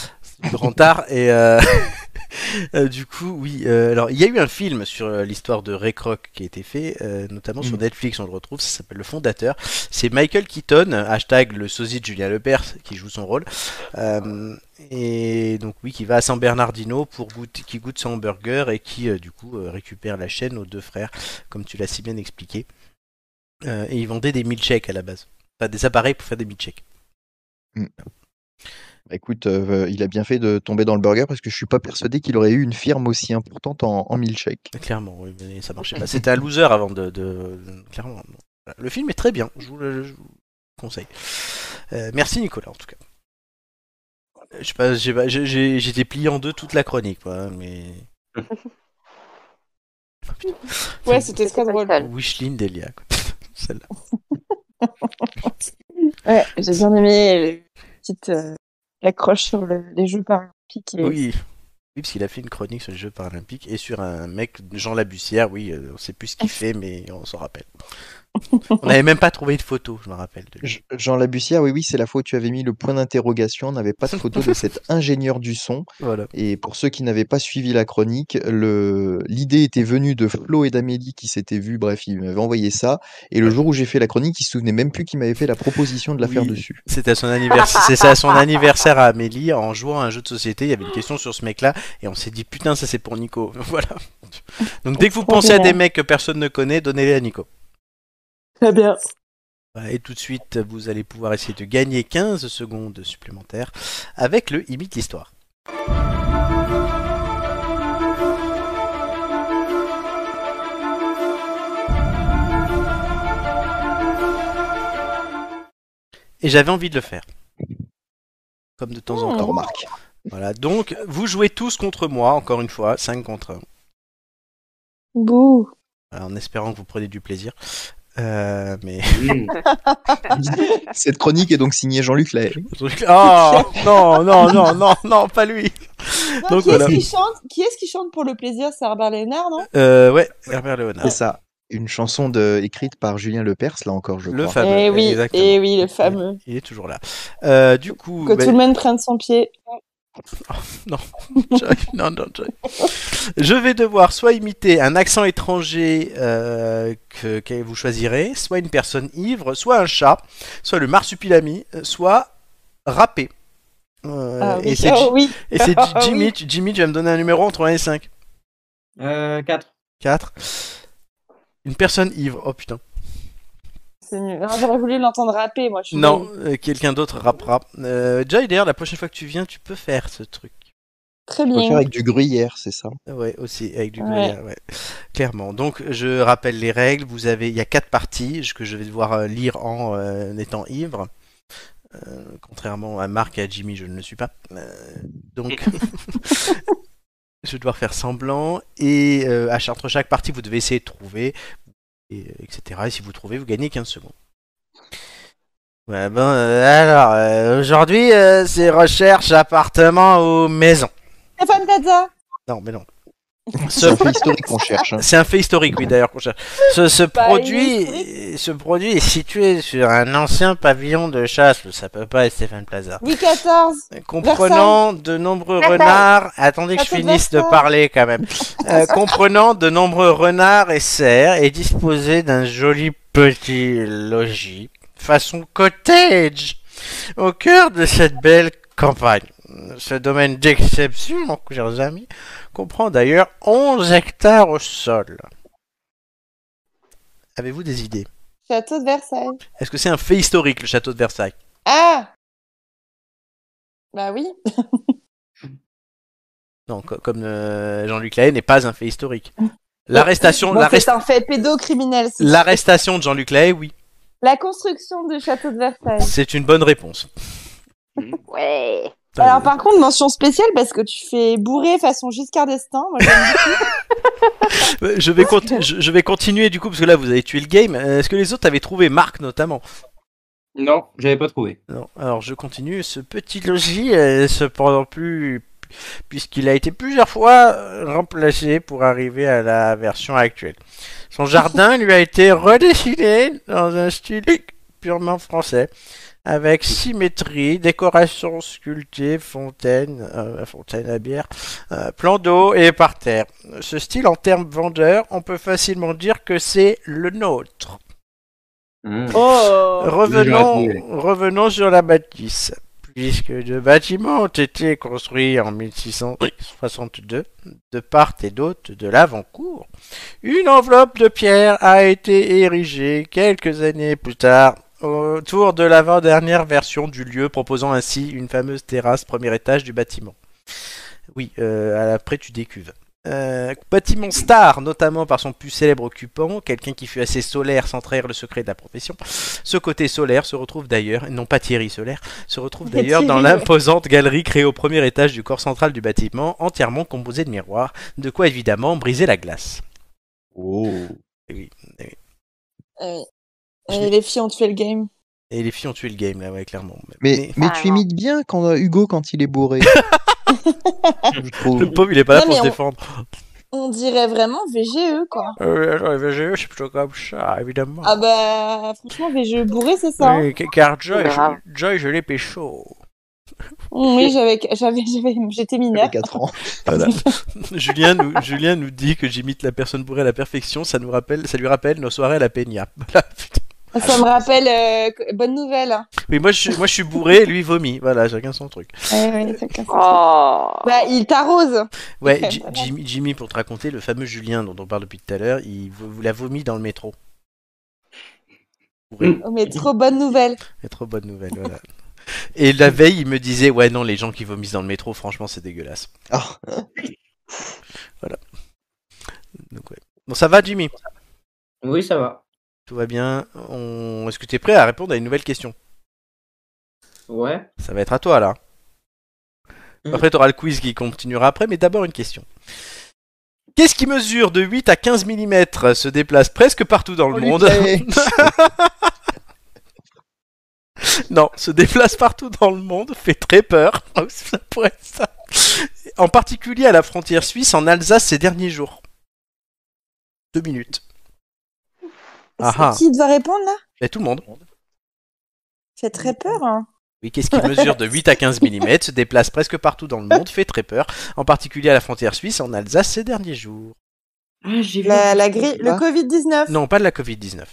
S1: grand art et euh, [LAUGHS] euh, du coup oui euh, alors il y a eu un film sur euh, l'histoire de Ray Kroc qui a été fait euh, notamment sur
S2: Mm.
S1: Netflix on le retrouve ça s'appelle Le Fondateur c'est Michael Keaton hashtag le sosie de Julien Lepers qui joue son rôle Euh, et donc oui qui va à San Bernardino pour goûter qui goûte son hamburger et qui euh, du coup euh, récupère la chaîne aux deux frères comme tu l'as si bien expliqué Euh, et ils vendaient des milkshakes à la base Enfin, des appareils pour faire des milkshakes
S2: Bah, Écoute, euh, il a bien fait de tomber dans le burger parce que je suis pas persuadé qu'il aurait eu une firme aussi importante en, en milkshake.
S1: Clairement, oui, mais ça [LAUGHS] marchait pas. C'était un loser avant de. de- Clairement. non. Voilà. Le film est très bien, je vous le, je vous le conseille. Euh, merci Nicolas, en tout cas. Euh, Je sais pas, j'ai pas- j'ai- j'ai- j'étais plié en deux toute la chronique, quoi, hein, mais.
S3: Ouais, c'était très
S4: pas
S3: drôle.
S4: le seul.
S1: Wishline Delia, quoi. [LAUGHS] Celle-là.
S3: Ouais, j'ai bien aimé les petites euh, accroches sur le- les Jeux paralympiques. Et...
S1: Oui. Oui, parce qu'il a fait une chronique sur les Jeux Paralympiques et sur un mec, Jean Labussière, oui, euh, on sait plus ce [LAUGHS] qu'il fait, mais on s'en rappelle. On n'avait même pas trouvé de photo, je me rappelle. de lui.
S2: Je- Jean Labussière, oui, oui, c'est la fois où tu avais mis le point d'interrogation. On n'avait pas de photo
S1: [LAUGHS]
S2: de cet ingénieur du son.
S1: Voilà.
S2: Et pour ceux qui n'avaient pas suivi la chronique, le- l'idée était venue de Flo et d'Amélie qui s'étaient vus. Bref, ils m'avaient envoyé ça. Et le jour où j'ai fait la chronique, ils se souvenaient même plus qu'ils m'avaient fait la proposition de la faire
S1: Oui.
S2: dessus.
S1: C'était à son anniversaire. C'était à son anniversaire à Amélie en jouant à un jeu de société. Il y avait une question sur ce mec-là et on s'est dit putain ça c'est pour Nico. [LAUGHS] voilà. Donc dès que vous
S3: Trop
S1: pensez à
S3: bien.
S1: des mecs que personne ne connaît, donnez-les à Nico.
S3: Très bien.
S1: Voilà, Euh, Et tout de suite vous allez pouvoir essayer de gagner 15 secondes supplémentaires avec le imite l'histoire. Et j'avais envie de le faire. Comme de
S3: Ah.
S1: temps en
S2: On
S1: temps.
S2: remarque.
S1: Voilà, donc vous jouez tous contre moi, encore une fois, 5 contre 1,
S3: Bouh.
S1: en espérant que vous prenez du plaisir. Euh, mais. [LAUGHS]
S5: Mmh.
S2: Cette chronique est donc signée Jean-Luc Lahaye.
S1: Oh non, non, non, non, non, pas lui
S3: Non,
S1: Donc
S3: qui
S1: voilà.
S3: est-ce qui chante Qui est-ce qui chante pour le plaisir C'est Herbert Léonard, non
S1: Euh, ouais, Herbert Léonard.
S2: C'est ça. une chanson de, écrite par Julien Lepers, là encore, je
S1: Le
S2: crois.
S1: fameux.
S3: Eh oui,
S1: exactement.
S3: et oui, le fameux.
S1: Il est toujours là. Euh, du coup,
S3: Que
S1: ben,
S3: tout le monde prenne son pied.
S1: [LAUGHS] Jack, non, non, Jack. je vais devoir soit imiter un accent étranger euh, que, que vous choisirez, soit une personne ivre, soit un chat, soit le marsupilami, euh, soit rapper. Euh,
S3: Ah oui,
S1: Et c'est
S3: ah
S1: Ji-
S3: oui.
S1: et c'est Ji-
S3: Ah oui.
S1: Jimmy. tu- Jimmy, tu vas me donner un numéro entre 1 et 5.
S6: Euh, 4.
S1: 4. Une personne ivre. Oh putain.
S3: C'est nul. Non, J'aurais voulu l'entendre rapper, moi. Je suis
S1: Non,
S3: nulle.
S1: euh, quelqu'un d'autre rappera. Euh, Jai, d'ailleurs, la prochaine fois que tu viens, tu peux faire ce truc.
S3: Très
S2: Faut le
S3: bien.
S2: faire avec du gruyère, c'est ça.
S1: Ouais, aussi, avec du
S3: Ouais.
S1: gruyère, ouais. Clairement. Donc, je rappelle les règles. Vous avez, il y a quatre parties je- que je vais devoir euh, lire en euh, étant ivre. Euh, contrairement à Marc et à Jimmy, je ne le suis pas. Euh, donc, [LAUGHS] je vais devoir faire semblant. Et euh, à cha- entre chaque partie, vous devez essayer de trouver, et, euh, etc. Et si vous trouvez, vous gagnez 15 secondes. Ouais, ben, euh, alors, euh, aujourd'hui, euh, c'est recherche appartement ou maison.
S3: Stéphane Plaza.
S1: Non, mais non.
S2: [LAUGHS] C'est
S1: Ce
S2: un fait historique qu'on cherche. hein.
S1: c'est un fait historique, oui, d'ailleurs, qu'on cherche. Ce, ce
S3: Bah, il
S1: produit,
S3: est
S1: ce produit est situé sur un ancien pavillon de chasse, ça peut pas être Stéphane Plaza.
S3: Louis XIV.
S1: Comprenant de nombreux
S4: Versailles.
S1: renards, attendez que je
S3: Versailles.
S1: finisse de parler quand même. Euh, comprenant de nombreux renards et cerfs et disposé d'un joli petit logis, façon cottage, au cœur de cette belle campagne. Ce domaine d'exception, chers amis, comprend d'ailleurs 11 hectares au sol. Avez-vous des idées
S3: Château de Versailles.
S1: Est-ce que c'est un fait historique, le château de Versailles
S3: Ah Bah oui.
S1: Non, co- comme euh, Jean-Luc Lahaye n'est pas un fait historique. L'arrestation,
S3: Bon,
S1: l'arrest-
S3: c'est un fait pédocriminel. c'est-
S1: l'arrestation de Jean-Luc Lahaye, oui,
S3: La construction du château de Versailles.
S1: c'est une bonne réponse.
S4: Ouais.
S3: Euh, Alors par contre, mention spéciale parce que tu fais bourrer façon Giscard d'Estaing. Moi, j'aime bien.
S1: Euh, je, vais conti- je, je vais continuer du coup, parce que là vous avez tué le game. Euh, Est-ce que les autres avaient trouvé Marc notamment
S5: Non, j'avais pas trouvé.
S1: Non. Alors je continue. Ce petit logis est cependant plus. Puisqu'il a été plusieurs fois euh, remplacé pour arriver à la version actuelle. Son jardin lui a été redessiné dans un style purement français, avec symétrie, décoration sculptée, fontaine, euh, fontaine à bière, euh, plan d'eau et parterre. Ce style, en termes vendeurs, on peut facilement dire que c'est le nôtre.
S3: Oh
S1: Euh, Revenons,
S5: Toujours
S1: revenons sur la bâtisse. Puisque deux bâtiments ont été construits en 1662 de part et d'autre de l'avant-cour, une enveloppe de pierre a été érigée quelques années plus tard autour de l'avant-dernière version du lieu, proposant ainsi une fameuse terrasse premier étage du bâtiment. Oui, euh, après tu décuves. Euh, bâtiment star, notamment par son plus célèbre occupant, quelqu'un qui fut assez solaire sans trahir le secret de la profession. Ce côté solaire se retrouve d'ailleurs, et non pas Thierry Solaire, se
S3: [LAUGHS]
S1: retrouve d'ailleurs dans
S3: Thierry, ouais.
S1: l'imposante galerie créée au premier étage du corps central du bâtiment, entièrement composée de miroirs, de quoi évidemment briser la glace.
S3: Euh, euh, les filles ont tué le game.
S1: Et les filles ont tué le game là, ouais, clairement.
S2: Mais, mais tu imites bien quand, euh, Hugo quand il est bourré. je
S1: Mais- le
S2: trouve.
S1: pauvre, il est pas là
S3: Non,
S1: pour
S3: mais
S1: se
S3: on-
S1: défendre.
S3: On dirait vraiment VGE quoi.
S1: Euh, alors, les VGE, c'est plutôt comme ça, évidemment.
S3: Ah bah franchement VGE bourré c'est ça. hein.
S1: Oui, ca- car Joy,
S4: C'est grave.
S1: je, Joy, je l'ai pécho.
S3: Mm, Oui, j'avais j'avais j'avais j'étais
S2: J'avais
S3: mineure.
S2: 4 ans.
S1: [LAUGHS] Julien, nous, Julien nous dit que j'imite la personne bourrée à la perfection, ça, nous rappelle, ça lui rappelle nos soirées à la peña. [LAUGHS] Voilà, putain.
S3: Ça me rappelle euh, que- bonne nouvelle. hein.
S1: oui, moi je, suis- moi je suis bourré, lui vomit. Voilà, chacun son truc.
S3: Ouais, ouais, c'est clair.
S4: Oh.
S3: Bah il t'arrose.
S1: Ouais, Ji- Jimmy, Jimmy, pour te raconter, le fameux Julien dont on parle depuis tout à l'heure, il vo- vous l'a vomi dans le métro. Bourré.
S3: Oh, mais trop bonne nouvelle.
S1: C'est trop bonne nouvelle, voilà. Et la veille, il me disait, ouais, non, les gens qui vomissent dans le métro, franchement, c'est dégueulasse.
S2: Ah,
S1: Donc, ouais. Bon, ça va, Jimmy
S6: Oui, ça va.
S1: Tout va bien On- Est-ce que tu es prêt à répondre à une nouvelle question
S6: Ouais.
S1: Ça va être à toi, là.
S6: Mm.
S1: Après, tu auras le quiz qui continuera après, mais d'abord une question. Qu'est-ce qui mesure de 8 à 15 mm se déplace presque partout dans le
S2: Olivier.
S1: monde [LAUGHS] Non, se déplace partout dans le monde, fait très peur. [LAUGHS] Oh, ça pourrait être ça. En particulier à la frontière suisse, en Alsace ces derniers jours. Deux minutes. Ah ah.
S3: Qui doit répondre là
S1: Mais tout le monde.
S3: Fait très peur. hein.
S1: Oui, qu'est-ce qui mesure de 8 à 15 mm, se déplace presque partout dans le monde, fait très peur, en particulier à la frontière suisse, en Alsace ces derniers jours.
S6: Ah, j'ai vu.
S3: La, la grippe, le
S6: Ah.
S3: Covid-19,
S1: Non, pas de la Covid-19.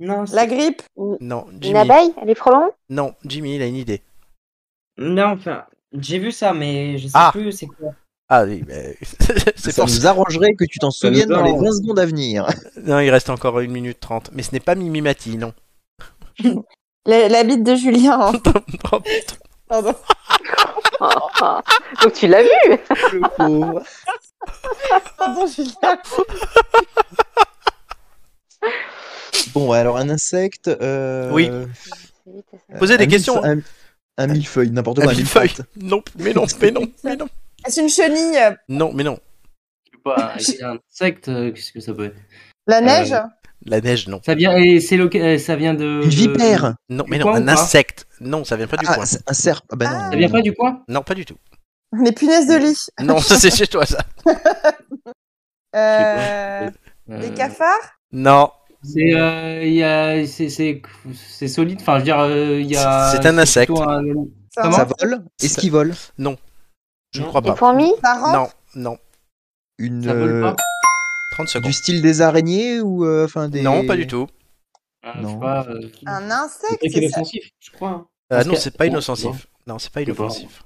S6: Non, c'est-
S3: la grippe.
S1: Non, Jimmy.
S4: Une abeille Elle est frelon
S1: Non, Jimmy, il a une idée.
S6: non, enfin, j'ai vu ça, mais je sais
S1: Ah.
S6: plus c'est quoi.
S1: Ah oui, mais... [LAUGHS] c'est
S2: Ça
S1: pour
S2: nous arrangerait que tu t'en
S6: Ça nous
S2: souviennes dans les
S6: arrange.
S2: 20 secondes à venir.
S1: Non, il reste encore une minute trente. Mais ce n'est pas Mimimati, non. [LAUGHS]
S3: La, la bite de Julien. hein.
S1: Oh, putain.
S3: Pardon.
S4: [LAUGHS] Donc tu l'as vu
S2: Le pauvre.
S3: Pardon, Julien.
S2: Bon, alors un insecte. euh,
S1: Oui. Posez des
S2: un
S1: questions.
S2: millefeu- Un, un millefeuille, n'importe quoi.
S1: Un millefeuille. Non, mais non, mais
S4: [LAUGHS]
S1: non, mais non.
S3: C'est une chenille. euh,
S1: Non, mais non.
S5: Je sais pas, c'est un insecte, euh, qu'est-ce que ça peut être
S1: Euh,
S3: La neige.
S1: La neige, non.
S5: Ça vient, et c'est loca- euh, ça vient de.
S2: Une vipère.
S1: Non,
S5: Du
S1: mais non,
S5: coin ou
S1: un
S5: pas
S1: insecte. Non, ça vient pas du
S2: Ah,
S1: coin.
S2: c'est un cerf. Ah, bah non.
S5: Ça vient pas du coin
S1: Non, pas du tout.
S3: Les punaises de lit.
S1: Non, [LAUGHS] ça c'est chez toi, ça.
S3: Euh, les
S5: Euh,
S3: cafards.
S1: Non,
S5: C'est euh, il y a- c'est- c'est- c'est solide, enfin je veux dire, euh, il y a.
S1: C'est un insecte.
S5: plutôt un-
S3: hein. Ça,
S5: Comment
S2: Ça vole Est-ce qu'il vole
S1: je ne crois
S4: Les
S1: pas.
S4: fourmis
S3: ça rampe.
S1: Non, non.
S2: Une, euh,
S5: Ça
S1: Euh,
S5: vole pas
S1: 30
S2: Du
S1: secondes.
S2: style des araignées ou euh, enfin des.
S1: Non, pas du tout.
S5: Euh, je sais
S2: Non.
S5: pas, euh,
S3: Un
S6: C'est
S3: insecte.
S6: pas
S3: c'est ça.
S6: inoffensif, je crois. hein.
S1: Ah
S5: Parce
S1: non,
S5: que-
S1: c'est pas
S5: Non,
S1: inoffensif. Non, c'est pas
S5: C'est pas-
S1: inoffensif.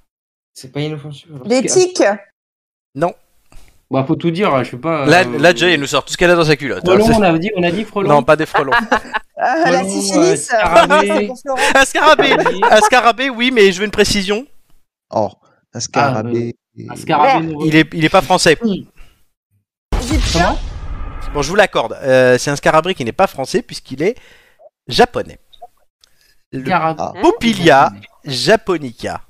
S6: C'est pas inoffensif. alors.
S3: Les tiques.
S5: Bah faut tout dire, je sais pas.
S1: Là,
S5: euh,
S1: là, Jay, elle nous sort tout ce qu'elle a dans sa culotte. hein.
S5: Frelon, on a dit, on a dit frelon.
S1: Non, pas des
S4: [LAUGHS]
S1: frelons.
S3: Euh, la
S5: Frelon,
S3: syphilis. Ah,
S5: euh, scarabée.
S3: C'est pour Florent.
S1: Un scarabée Un scarabée, oui, mais je veux une précision.
S2: Oh, un scarabée.
S5: Un scarabée nouveau.
S1: Il est, il est pas français.
S3: Égyptien.
S1: Bon, je vous l'accorde. Euh, c'est un scarabée qui n'est pas français puisqu'il est japonais. Le
S5: Scarab-
S2: Ah.
S3: Hein
S1: Popilia japonica.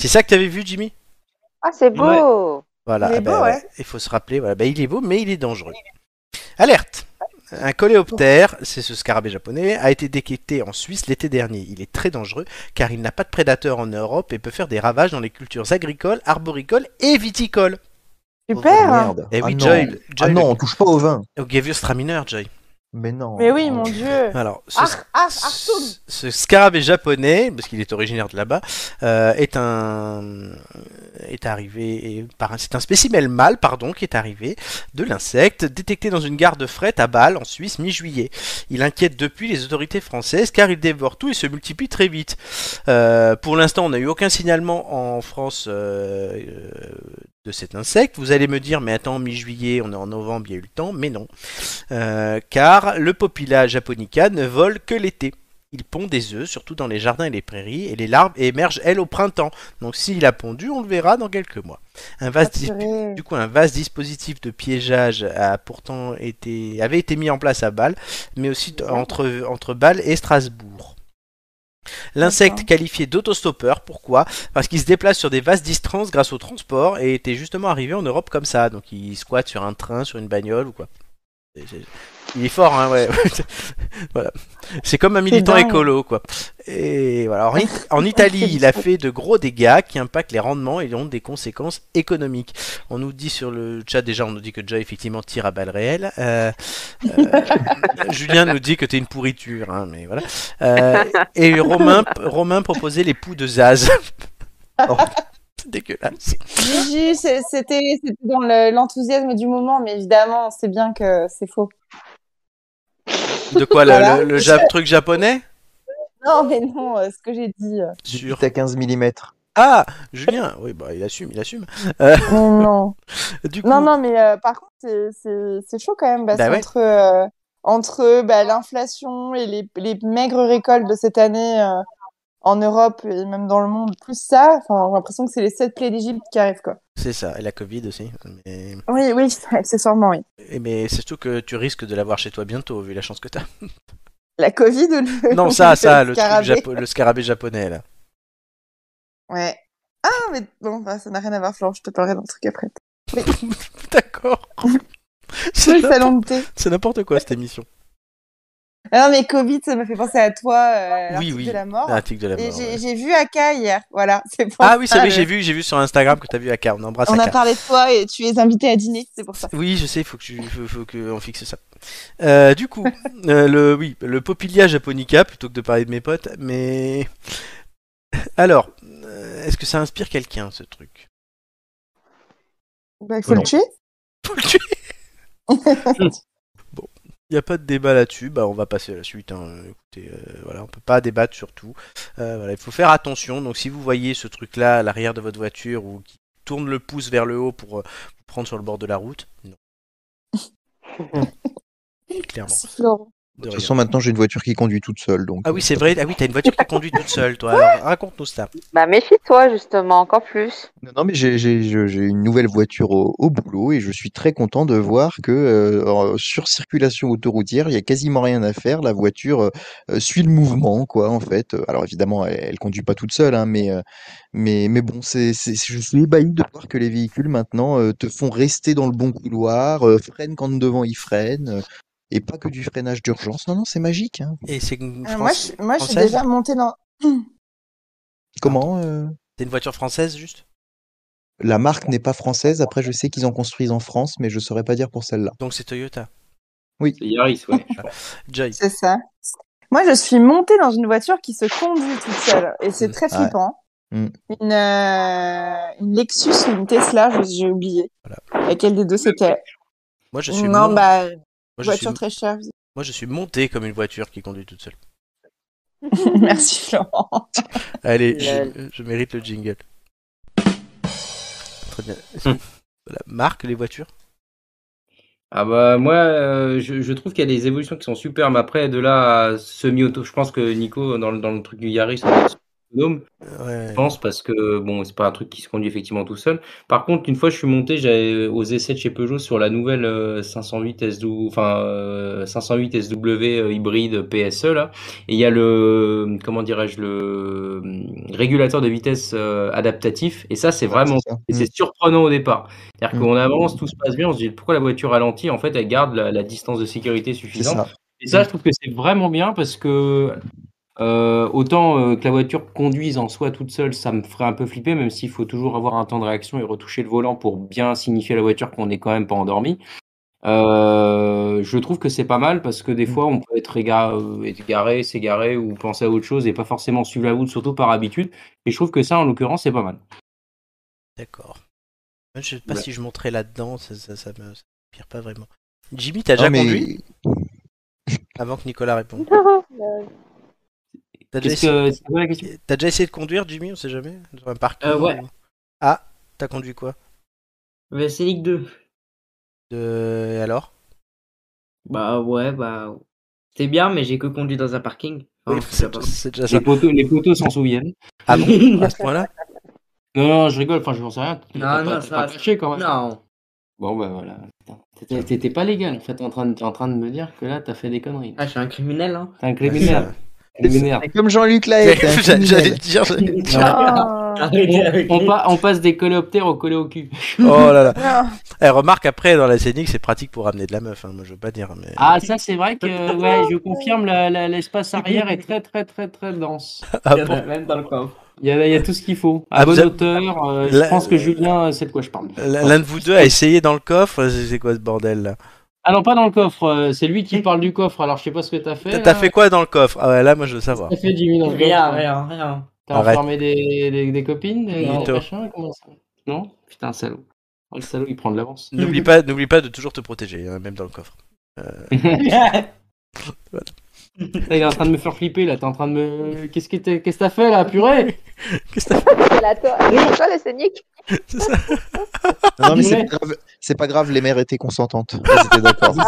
S1: C'est ça que tu avais vu, Jimmy
S4: Ah, c'est beau
S1: Voilà.
S3: Il est
S1: ah ben,
S3: beau, ouais.
S1: Il faut se rappeler. Voilà. Ben, il est beau, mais il est dangereux. Alerte un coléoptère, c'est ce scarabée japonais, a été détecté en Suisse l'été dernier. Il est très dangereux car il n'a pas de prédateurs en Europe et peut faire des ravages dans les cultures agricoles, arboricoles et viticoles.
S3: Super. hein.
S1: Eh oui,
S2: Oh, ah,
S1: Joy,
S2: non.
S1: Joy,
S2: Ah non, on touche pas au vin.
S1: le- au Gavius Stramineur, Joy.
S2: Mais non.
S3: Mais
S1: Oh,
S3: oui, mon dieu.
S1: Alors, ce,
S3: Ar, ar, Artoum.
S1: ce, ce scarabée japonais, parce qu'il est originaire de là-bas, euh, est un est arrivé et par un- c'est un spécimen mâle pardon qui est arrivé de l'insecte détecté dans une gare de fret à Bâle en Suisse mi-juillet. Il inquiète depuis les autorités françaises car il dévore tout et se multiplie très vite. Euh, pour l'instant, on n'a eu aucun signalement en France euh, euh, de cet insecte. Vous allez me dire mais attends mi-juillet, on est en novembre, il y a eu le temps, mais non. Euh, car le Popila japonica ne vole que l'été. Il pond des œufs, surtout dans les jardins et les prairies, et les larves émergent, elles, au printemps. Donc s'il a pondu, on le verra dans quelques mois. Un vaste, dis- [LAUGHS]
S3: Purée.
S1: du coup, un vaste dispositif de piégeage a pourtant été, avait été mis en place à Bâle, mais aussi t- entre, entre Bâle et Strasbourg. L'insecte
S3: D'accord.
S1: qualifié d'autostoppeur, pourquoi Parce qu'il se déplace sur des vastes distances grâce au transport et était justement arrivé en Europe comme ça. Donc il squatte sur un train, sur une bagnole ou quoi. C'est- c'est- Il est fort, hein, ouais. [LAUGHS] voilà. C'est comme un militant
S3: dingue.
S1: écolo, quoi. Et voilà. Alors, en, It- en Italie, il
S3: [LAUGHS]
S1: a fait de gros dégâts qui impactent les rendements et ont des conséquences économiques. On nous dit sur le chat déjà, on nous dit que Joy effectivement tire à balles réelles. Euh, euh, [LAUGHS] Julien nous dit que t'es une pourriture, hein, mais voilà. Euh, et Romain, Romain proposait les poux de Zaz. [LAUGHS] Oh, c'est dégueulasse.
S3: Gigi, c'est- c'était c'était dans le- l'enthousiasme du moment, mais évidemment, c'est bien que c'est faux.
S1: De quoi le,
S3: Voilà.
S1: le- le ja- truc japonais
S3: Non, mais non, euh, ce que j'ai dit. euh.
S2: Du
S1: Sur-
S2: 8 à 15 mm.
S1: Ah, Julien, oui, bah il assume, il assume. Euh,
S3: [LAUGHS] non,
S1: du coup,
S3: non, non, mais euh, par contre, c'est- c'est c'est chaud quand même, parce
S1: Bah ouais.
S3: qu'entre euh, entre bah, l'inflation et les, les maigres récoltes de cette année euh, en Europe et même dans le monde, plus ça, enfin, j'ai l'impression que c'est les sept plaies d'Égypte qui arrivent, quoi.
S1: c'est ça, et la Covid aussi. Mais,
S3: Oui, oui, [LAUGHS] accessoirement, oui.
S1: et mais c'est surtout que tu risques de l'avoir chez toi bientôt, vu la chance que
S3: [LAUGHS]
S1: t'as.
S3: La Covid ou [LAUGHS] le...
S1: Non, ça, ça, le, truc
S3: scarabée.
S1: japo- le scarabée japonais, là. [LAUGHS]
S3: Ouais. Ah, mais bon, bah, ça n'a rien à voir, Florent, je te parlerai d'un truc après. [LAUGHS]
S1: D'accord.
S3: Le
S1: C'est n'importe-
S3: salon de thé.
S1: c'est n'importe quoi, cette émission.
S3: Ah non, mais Covid, ça me fait penser à toi, euh,
S1: Oui,
S3: l'article
S1: oui. Ah,
S3: de la mort.
S1: L'article de la
S3: Et
S1: mort.
S3: j'ai
S1: ouais.
S3: j'ai vu Aka hier, voilà. [LAUGHS] c'est pour
S1: Ah oui, c'est
S3: ça,
S1: oui,
S3: le-
S1: j'ai vu, j'ai vu sur Instagram que t'as vu Aka. On embrasse
S3: On a
S1: Aka.
S3: parlé de toi et tu es invité à dîner, c'est pour ça.
S1: Oui, je sais, faut que tu, faut, faut que on fixe ça. Euh, du
S3: [LAUGHS]
S1: coup, euh, le oui, le Popilia japonica plutôt que de parler de mes potes, mais alors, euh, est-ce que ça inspire quelqu'un ce truc
S3: Bah, il
S2: Oh
S3: faut
S2: non.
S3: le tuer.
S1: Faut le tuer. Il n'y a pas de débat là-dessus, bah on va passer à la suite. hein. Écoutez, euh, voilà, on peut pas débattre sur tout. Euh, voilà, il faut faire attention. Donc si vous voyez ce truc-là à l'arrière de votre voiture ou qui tourne le pouce vers le haut pour euh, prendre sur le bord de la route,
S3: [LAUGHS]
S1: non. Clairement.
S3: Merci, Florent.
S1: de
S2: De toute
S1: rien.
S2: façon, maintenant, j'ai une voiture qui conduit toute seule. Donc, euh,
S1: Ah oui, c'est vrai. Ah oui, t'as une voiture qui conduit toute seule, toi. Alors, raconte-nous ça.
S4: Bah méfie-toi justement, encore [LAUGHS] plus.
S2: Non, non, mais j'ai- j'ai je- j'ai une nouvelle voiture au, au boulot et je suis très content de voir que euh, en- sur circulation autoroutière, il y a quasiment rien à faire. La voiture euh, euh, suit le mouvement, quoi, en fait. Euh, Alors évidemment, elle, elle conduit pas toute seule, hein, mais, euh, mais, mais bon, c'est c'est- je suis ébahi de voir que les véhicules maintenant euh, te font rester dans le bon couloir, euh, freinent quand devant ils freinent, euh, et pas que du freinage d'urgence. Non, non, c'est magique. hein.
S1: Et c'est une,
S3: Euh,
S1: Fran-
S3: moi, je, moi, je suis
S1: Française
S3: déjà montée dans.
S2: Comment euh,
S1: c'est une voiture française, juste
S2: La marque n'est pas française. Après, je sais qu'ils en construisent en France, mais je saurais pas dire pour celle-là.
S1: Donc c'est Toyota.
S5: C'est Yaris, ouais. je pense.
S1: Joy.
S3: C'est ça. Moi, je suis montée dans une voiture qui se conduit toute seule et c'est
S1: Mm.
S3: très
S2: Ouais.
S3: flippant.
S2: Mm.
S3: Une, euh, une Lexus ou une Tesla, je- j'ai oublié laquelle des deux c'était.
S1: Moi, je suis,
S3: Non,
S1: mon-
S3: bah,
S1: moi, je suis...
S3: voiture très chère. [LAUGHS]
S1: moi, je suis monté comme une voiture qui conduit toute seule.
S3: Merci, Florent.
S1: Allez,
S4: Lol.
S1: je, je mérite le jingle. Très bien. Voilà. Marque les voitures
S5: Ah bah moi, euh, je, je trouve qu'il y a des évolutions qui sont superbes. Après, de là à semi-auto, je pense que Nico, dans, le- dans le truc du Yaris, on est autonome, je
S1: Ouais.
S5: pense, parce que bon, c'est pas un truc qui se conduit effectivement tout seul. Par contre, une fois, je suis monté j'avais aux essais de chez Peugeot sur la nouvelle euh, 508 SW, enfin euh, 508 SW euh, hybride PSE là, et il y a le, comment dirais-je, le euh, régulateur de vitesse euh, adaptatif, et ça, c'est vraiment
S2: C'est ça.
S5: et c'est surprenant au départ. C'est-à-dire
S2: Mm.
S5: qu'on avance, tout se passe bien, on se dit pourquoi la voiture ralentit, en fait elle garde la, la distance de sécurité
S2: C'est
S5: suffisante.
S2: ça.
S5: Et ça, je trouve que c'est vraiment bien parce que euh, autant euh, que la voiture conduise en soi toute seule, ça me ferait un peu flipper, même s'il faut toujours avoir un temps de réaction et retoucher le volant pour bien signifier à la voiture qu'on n'est quand même pas endormi. Euh, je trouve que c'est pas mal parce que des
S6: Mm.
S5: fois on peut être, éga- euh, être garé, s'égarer ou penser à autre chose et pas forcément suivre la route, surtout par habitude. Et je trouve que ça, en l'occurrence, c'est pas mal.
S1: D'accord. Je sais pas
S5: Ouais.
S1: si je monterai là-dedans, ça, ça, ça me ça m'inspire pas vraiment. Jimmy, t'as déjà
S2: Non, Ah, mais-
S1: conduit Avant que Nicolas réponde. T'as déjà,
S5: Qu'est-ce que c'est quoi la question?
S1: essayé- t'as déjà essayé de conduire, Jimmy On sait jamais Dans un parc
S5: Euh, ouais.
S1: Ah, t'as conduit quoi
S5: Bah, c'est Ligue 2.
S1: De... et Alors
S6: Bah ouais, bah c'était bien, mais j'ai que conduit dans un parking. Enfin,
S1: Oui,
S6: je sais
S1: c'est
S6: pas.
S1: c'est déjà ça.
S5: [LAUGHS] Les poteaux, les poteaux s'en souviennent.
S1: Ah bon À ce point-là
S5: Non, non, je rigole, enfin, je n'en sais rien. T'es
S6: Non,
S5: pas-
S6: non,
S5: t'es
S6: ça
S5: pas
S6: va,
S5: caché
S6: [LAUGHS]
S5: quand même.
S6: Non.
S5: Bon, bah voilà. Putain, T'étais t'étais pas légal, en fait. T'es en train de, t'es en train de me dire que là, t'as fait des conneries.
S6: Ah, je suis un criminel, hein.
S5: T'es un
S6: [LAUGHS]
S5: criminel. Criminel.
S2: C'est Comme Jean-Luc Lahaye. t'es
S1: [LAUGHS]
S2: un
S1: J'allais j'allais le
S2: criminel.
S1: dire. j'allais-
S6: Arrêtez avec
S5: On,
S6: les-
S5: pa- on passe des coléoptères au colé au cul.
S1: Oh là là.
S3: Non.
S1: Eh, remarque, après, dans la scénique, c'est pratique pour ramener de la meuf. hein, Moi, je veux pas dire. Mais...
S5: Ah, ça, c'est vrai
S6: [LAUGHS]
S5: que, ouais, je confirme, la- la- l'espace arrière est très, très, très, très dense.
S6: [LAUGHS]
S1: Ah
S6: Il y en
S1: bon
S6: a même dans le coffre.
S5: Il y a, il y a tout ce qu'il faut. À
S1: Ah, vous
S5: bonne
S1: avez-
S5: hauteur, euh,
S1: La- Euh,
S5: je pense que Julien sait de quoi je parle.
S1: L'un de vous deux a essayé dans le coffre. C'est c'est quoi ce bordel là
S5: Ah non, pas dans le coffre, euh, c'est lui qui parle du coffre, alors je sais pas ce que t'as fait.
S1: T'as-
S5: là.
S1: T'as fait quoi dans le coffre Ah ouais, là, moi, je veux
S5: [LAUGHS]
S1: savoir.
S5: T'as fait Jimmy dans le
S6: Rien,
S5: coffre.
S6: rien, rien.
S5: T'as
S1: Arrête.
S5: enfermé des, des, des copines, des,
S1: Non.
S5: des machins, comment ça Non Putain, salaud. Oh, le salaud, il prend de l'avance.
S1: N'oublie pas, n'oublie pas de toujours te protéger, hein, même dans le coffre.
S5: [LAUGHS] Là, il est en train de me faire flipper, là. T'es en train de me. Qu'est-ce que t'es- qu'est-ce que t'as fait, là, purée
S1: Qu'est-ce que t'as
S4: C'est la toi, c'est toi le Sonic.
S1: fait ça
S2: Non, non, mais
S5: criminel.
S2: c'est pas grave. C'est pas grave, les mères étaient [LAUGHS] consentantes. Elles étaient d'accord.
S4: Oh, my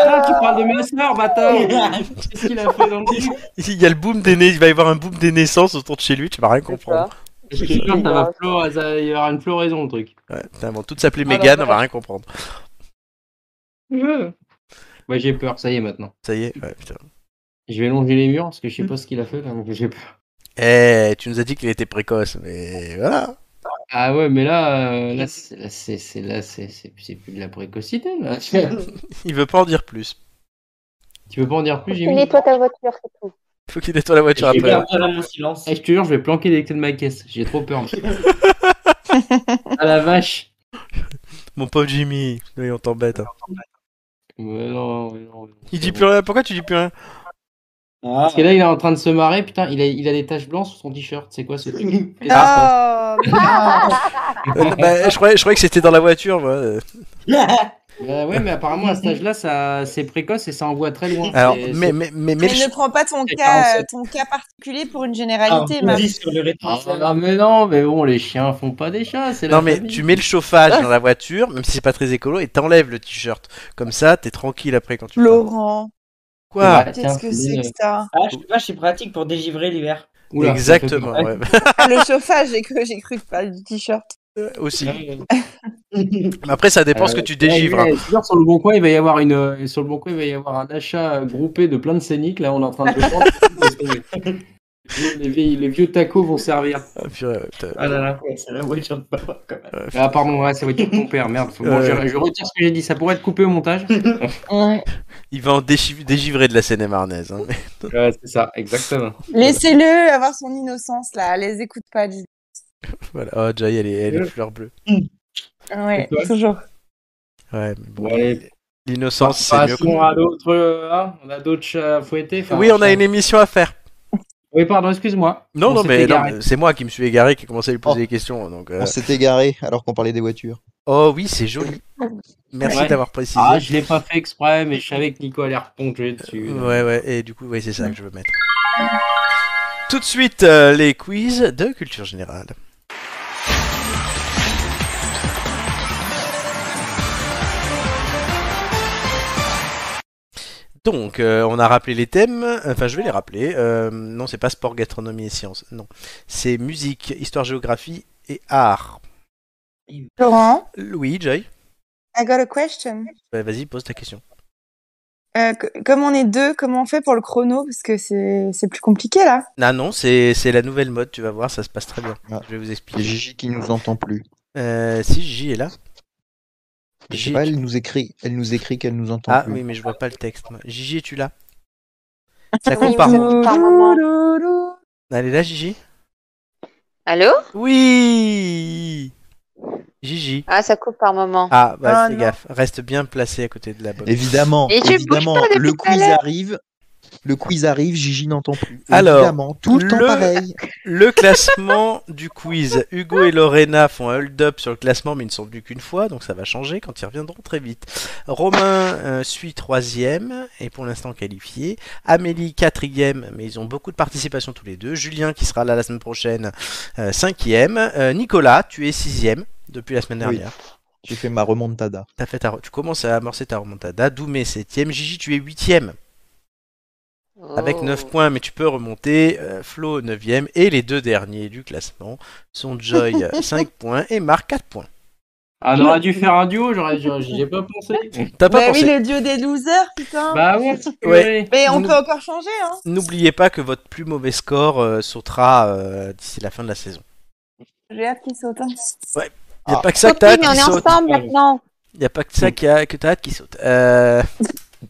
S5: Ah, tu
S4: God.
S5: parles de ma soeur, bâtard Qu'est-ce qu'il a fait dans le truc
S1: [LAUGHS] Il y a le boom des nais- il va y avoir un boom des naissances autour de chez lui, tu vas rien comprendre.
S5: Je te jure, ça va flor- ça- il va y avoir une floraison, le truc.
S1: Ouais, putain, ils vont toutes s'appeler
S5: Ah, la
S1: Mégane, on va
S5: vache.
S1: rien comprendre.
S5: Ouais, Bah, j'ai peur, ça y est, maintenant.
S1: Ça y est, ouais, putain.
S5: Je vais longer les murs, parce que je sais pas ce qu'il a fait, là, donc j'ai peur.
S1: Eh, tu nous as dit qu'il était précoce, mais voilà.
S5: Ah ouais, mais là, euh, là, c'est, là, c'est, c'est- [LAUGHS] là, c'est, c'est, c'est plus de la précocité, là.
S1: Il veut pas en dire plus.
S5: Tu veux pas en dire plus,
S4: Tu
S5: Jimmy
S4: nettoies ta voiture, c'est tout.
S1: Faut qu'il nettoie la voiture
S5: J'ai
S1: après.
S5: bien-
S6: Garde vraiment mon silence.
S5: Eh, je te jure, je vais planquer les clés de ma caisse. J'ai trop peur. ah la vache.
S1: Mon pauvre Jimmy, oui, on t'embête. hein.
S5: Mais non, mais non, mais non.
S1: Il dit plus rien. Pourquoi tu dis plus rien
S5: [LAUGHS]
S6: Ah.
S5: Parce que là, il est en train de se marrer. Putain, il a, il a des taches blanches sur son t-shirt. C'est quoi ce truc
S1: [LAUGHS]
S3: Ah,
S1: Euh, bah, je, croyais, je croyais que c'était dans la voiture. moi, euh.
S5: Euh, ouais, mais apparemment, à cet âge-là, ça, c'est précoce et ça envoie très loin.
S1: Alors,
S5: C'est-
S1: mais, mais, mais, mais
S3: mais
S1: le
S3: ne
S1: ch-
S3: prends pas ton
S5: C'est
S3: cas,
S5: pas
S3: euh, ton cas particulier pour une
S6: Ah,
S3: généralité.
S6: on
S3: Marc.
S6: dit sur le
S5: c'est- Ah,
S6: rétroviseur.
S5: non, mais non, mais bon, les chiens font pas des chats. C'est la
S1: non mais
S5: famille. Ah.
S1: tu mets le chauffage dans la voiture, même si c'est pas très écolo, et t'enlèves le t-shirt. Comme ça, t'es tranquille après quand tu pars.
S3: Laurent,
S1: Quoi
S5: Ouais,
S3: qu'est-ce
S5: Bah, tiens,
S3: que
S5: c'est-
S3: c'est que ça
S6: Ah, je sais pas, c'est pratique pour dégivrer l'hiver.
S5: Oula, ça
S1: Exactement.
S5: fait-
S1: ouais.
S3: Ah, Le chauffage, j'ai cru, j'ai cru que tu parlais du t-shirt.
S1: Euh, [LAUGHS] Aussi.
S5: [LAUGHS]
S6: J'ai
S1: Mais après, ça dépend ce que
S5: Euh,
S1: tu dégivres. hein.
S5: ouais, c'est sûr, sur le bon coin, il va y avoir une, euh, sur le bon coin, il va y avoir un achat euh, groupé de plein de scéniques. Là, on est en train de le prendre. Parce que [LAUGHS] les, vieilles- les vieux tacos vont servir.
S1: Ah, purée, ouais, putain.
S6: Ah là là, ouais, c'est la voiture de papa quand même.
S5: Ah, pardon, ouais, ça va être ton père. Merde, faut- bon,
S1: Ouais.
S5: je, je retire ce que j'ai dit. Ça pourrait être coupé au montage.
S1: Il va en déchi- dégivrer de la Seine-et-Marnaise. hein.
S5: Ouais, c'est ça, exactement.
S3: Laissez-le avoir son innocence là, les écoute pas. dis-
S1: voilà. Oh, Jai, elle est, elle est fleur bleue.
S3: Ouais,
S5: Et toi
S3: toujours.
S1: Ouais, mais bon.
S5: Bon, allez,
S1: L'innocence, c'est mieux.
S5: Passons à d'autres. euh, hein, on a d'autres chats à fouetter. enfin,
S1: Oui, on a
S5: chats-
S1: une émission à faire.
S5: Oui, pardon, excuse-moi.
S1: Non,
S5: On
S1: non,
S5: s'est
S1: mais non,
S5: égaré.
S1: mais c'est moi qui me suis égaré, qui ai commencé à lui poser
S2: Oh.
S1: des questions. Donc, euh,
S2: On s'est égaré alors qu'on parlait des voitures.
S1: Oh oui, c'est joli. Merci
S5: Ouais.
S1: d'avoir précisé.
S5: Ah, je l'ai pas fait exprès, mais je savais que Nico allait replonger dessus.
S1: ouais, ouais, et du coup, ouais, c'est ça que je veux mettre. Tout de suite, euh, les quiz de culture générale. Donc, euh, on a rappelé les thèmes, enfin je vais les rappeler. Euh, non, c'est pas sport, gastronomie et sciences, non. C'est musique, histoire, géographie et art.
S3: Laurent,
S1: Oui, Jay,
S3: I got a question.
S1: Bah, vas-y, pose ta question.
S3: Euh, c- comme on est deux, comment on fait pour le chrono Parce que c'est c'est plus compliqué là.
S1: Ah non, c'est c'est la nouvelle mode, tu vas voir, ça se passe très bien.
S2: Ah.
S1: Je vais vous
S2: C'est
S1: expliquer.
S2: Gigi qui nous entend plus.
S1: Euh, si J est là.
S2: Je
S1: J-
S2: sais pas, elle nous écrit, elle nous écrit qu'elle nous entend
S1: Ah
S2: plus.
S1: oui, mais je vois pas le texte. moi. Gigi, es-tu là Ça
S4: Ah, Oui,
S1: compte par.
S4: oui. Par moment.
S1: Elle est là, Gigi
S4: Allô
S1: Oui Gigi.
S4: Ah, ça coupe par moment.
S1: Ah, bah,
S3: Ah,
S1: fais
S3: non.
S1: gaffe. Reste bien placé à côté de la bonne.
S2: Évidemment,
S4: Et tu
S2: évidemment,
S4: bouges pas depuis
S2: le
S4: tout à
S2: quiz
S4: l'heure.
S2: arrive, le quiz arrive, Gigi n'entend plus.
S1: Alors,
S2: évidemment, tout le temps
S1: le-
S2: pareil.
S1: Le classement du quiz. Hugo et Lorena font un hold-up sur le classement, mais ils ne sont venus qu'une fois, donc ça va changer quand ils reviendront très vite. Romain euh, suit troisième, et pour l'instant qualifié. Amélie quatrième, mais ils ont beaucoup de participation tous les deux. Julien, qui sera là la semaine prochaine, euh, cinquième. Euh, Nicolas, tu es sixième depuis la semaine
S2: Oui.
S1: dernière.
S2: J'ai fait ma remontada.
S1: T'as fait ta re- Tu commences à amorcer ta remontada. Doumé septième. Gigi, tu es huitième Ah, avec
S4: Oh.
S1: 9 points, mais tu peux remonter. Euh, Flo 9ème et les deux derniers du classement sont
S4: [LAUGHS]
S1: Joy 5 points et Marc 4 points.
S5: Ah, on aurait dû faire un duo, j'aurais, j'aurais- j'y ai pas pensé.
S1: [LAUGHS] T'as pas
S3: Bah oui,
S1: pensé
S3: le dieu des losers, putain.
S5: bah ouais, c'est
S1: Ouais.
S5: vrai.
S3: Mais on
S1: nous-
S3: peut encore changer, hein.
S1: N'oubliez pas que votre plus mauvais score euh, sautera euh, d'ici la fin de la saison.
S3: J'ai hâte qu'il saute. hein.
S1: Il n'y a
S2: Ah.
S1: pas que ça que t'as hâte
S4: mais on
S1: qui
S4: est Hmm.
S1: saute.
S4: ensemble maintenant.
S1: Y a pas que ça qu'il y a- que t'as hâte qui saute. Euh,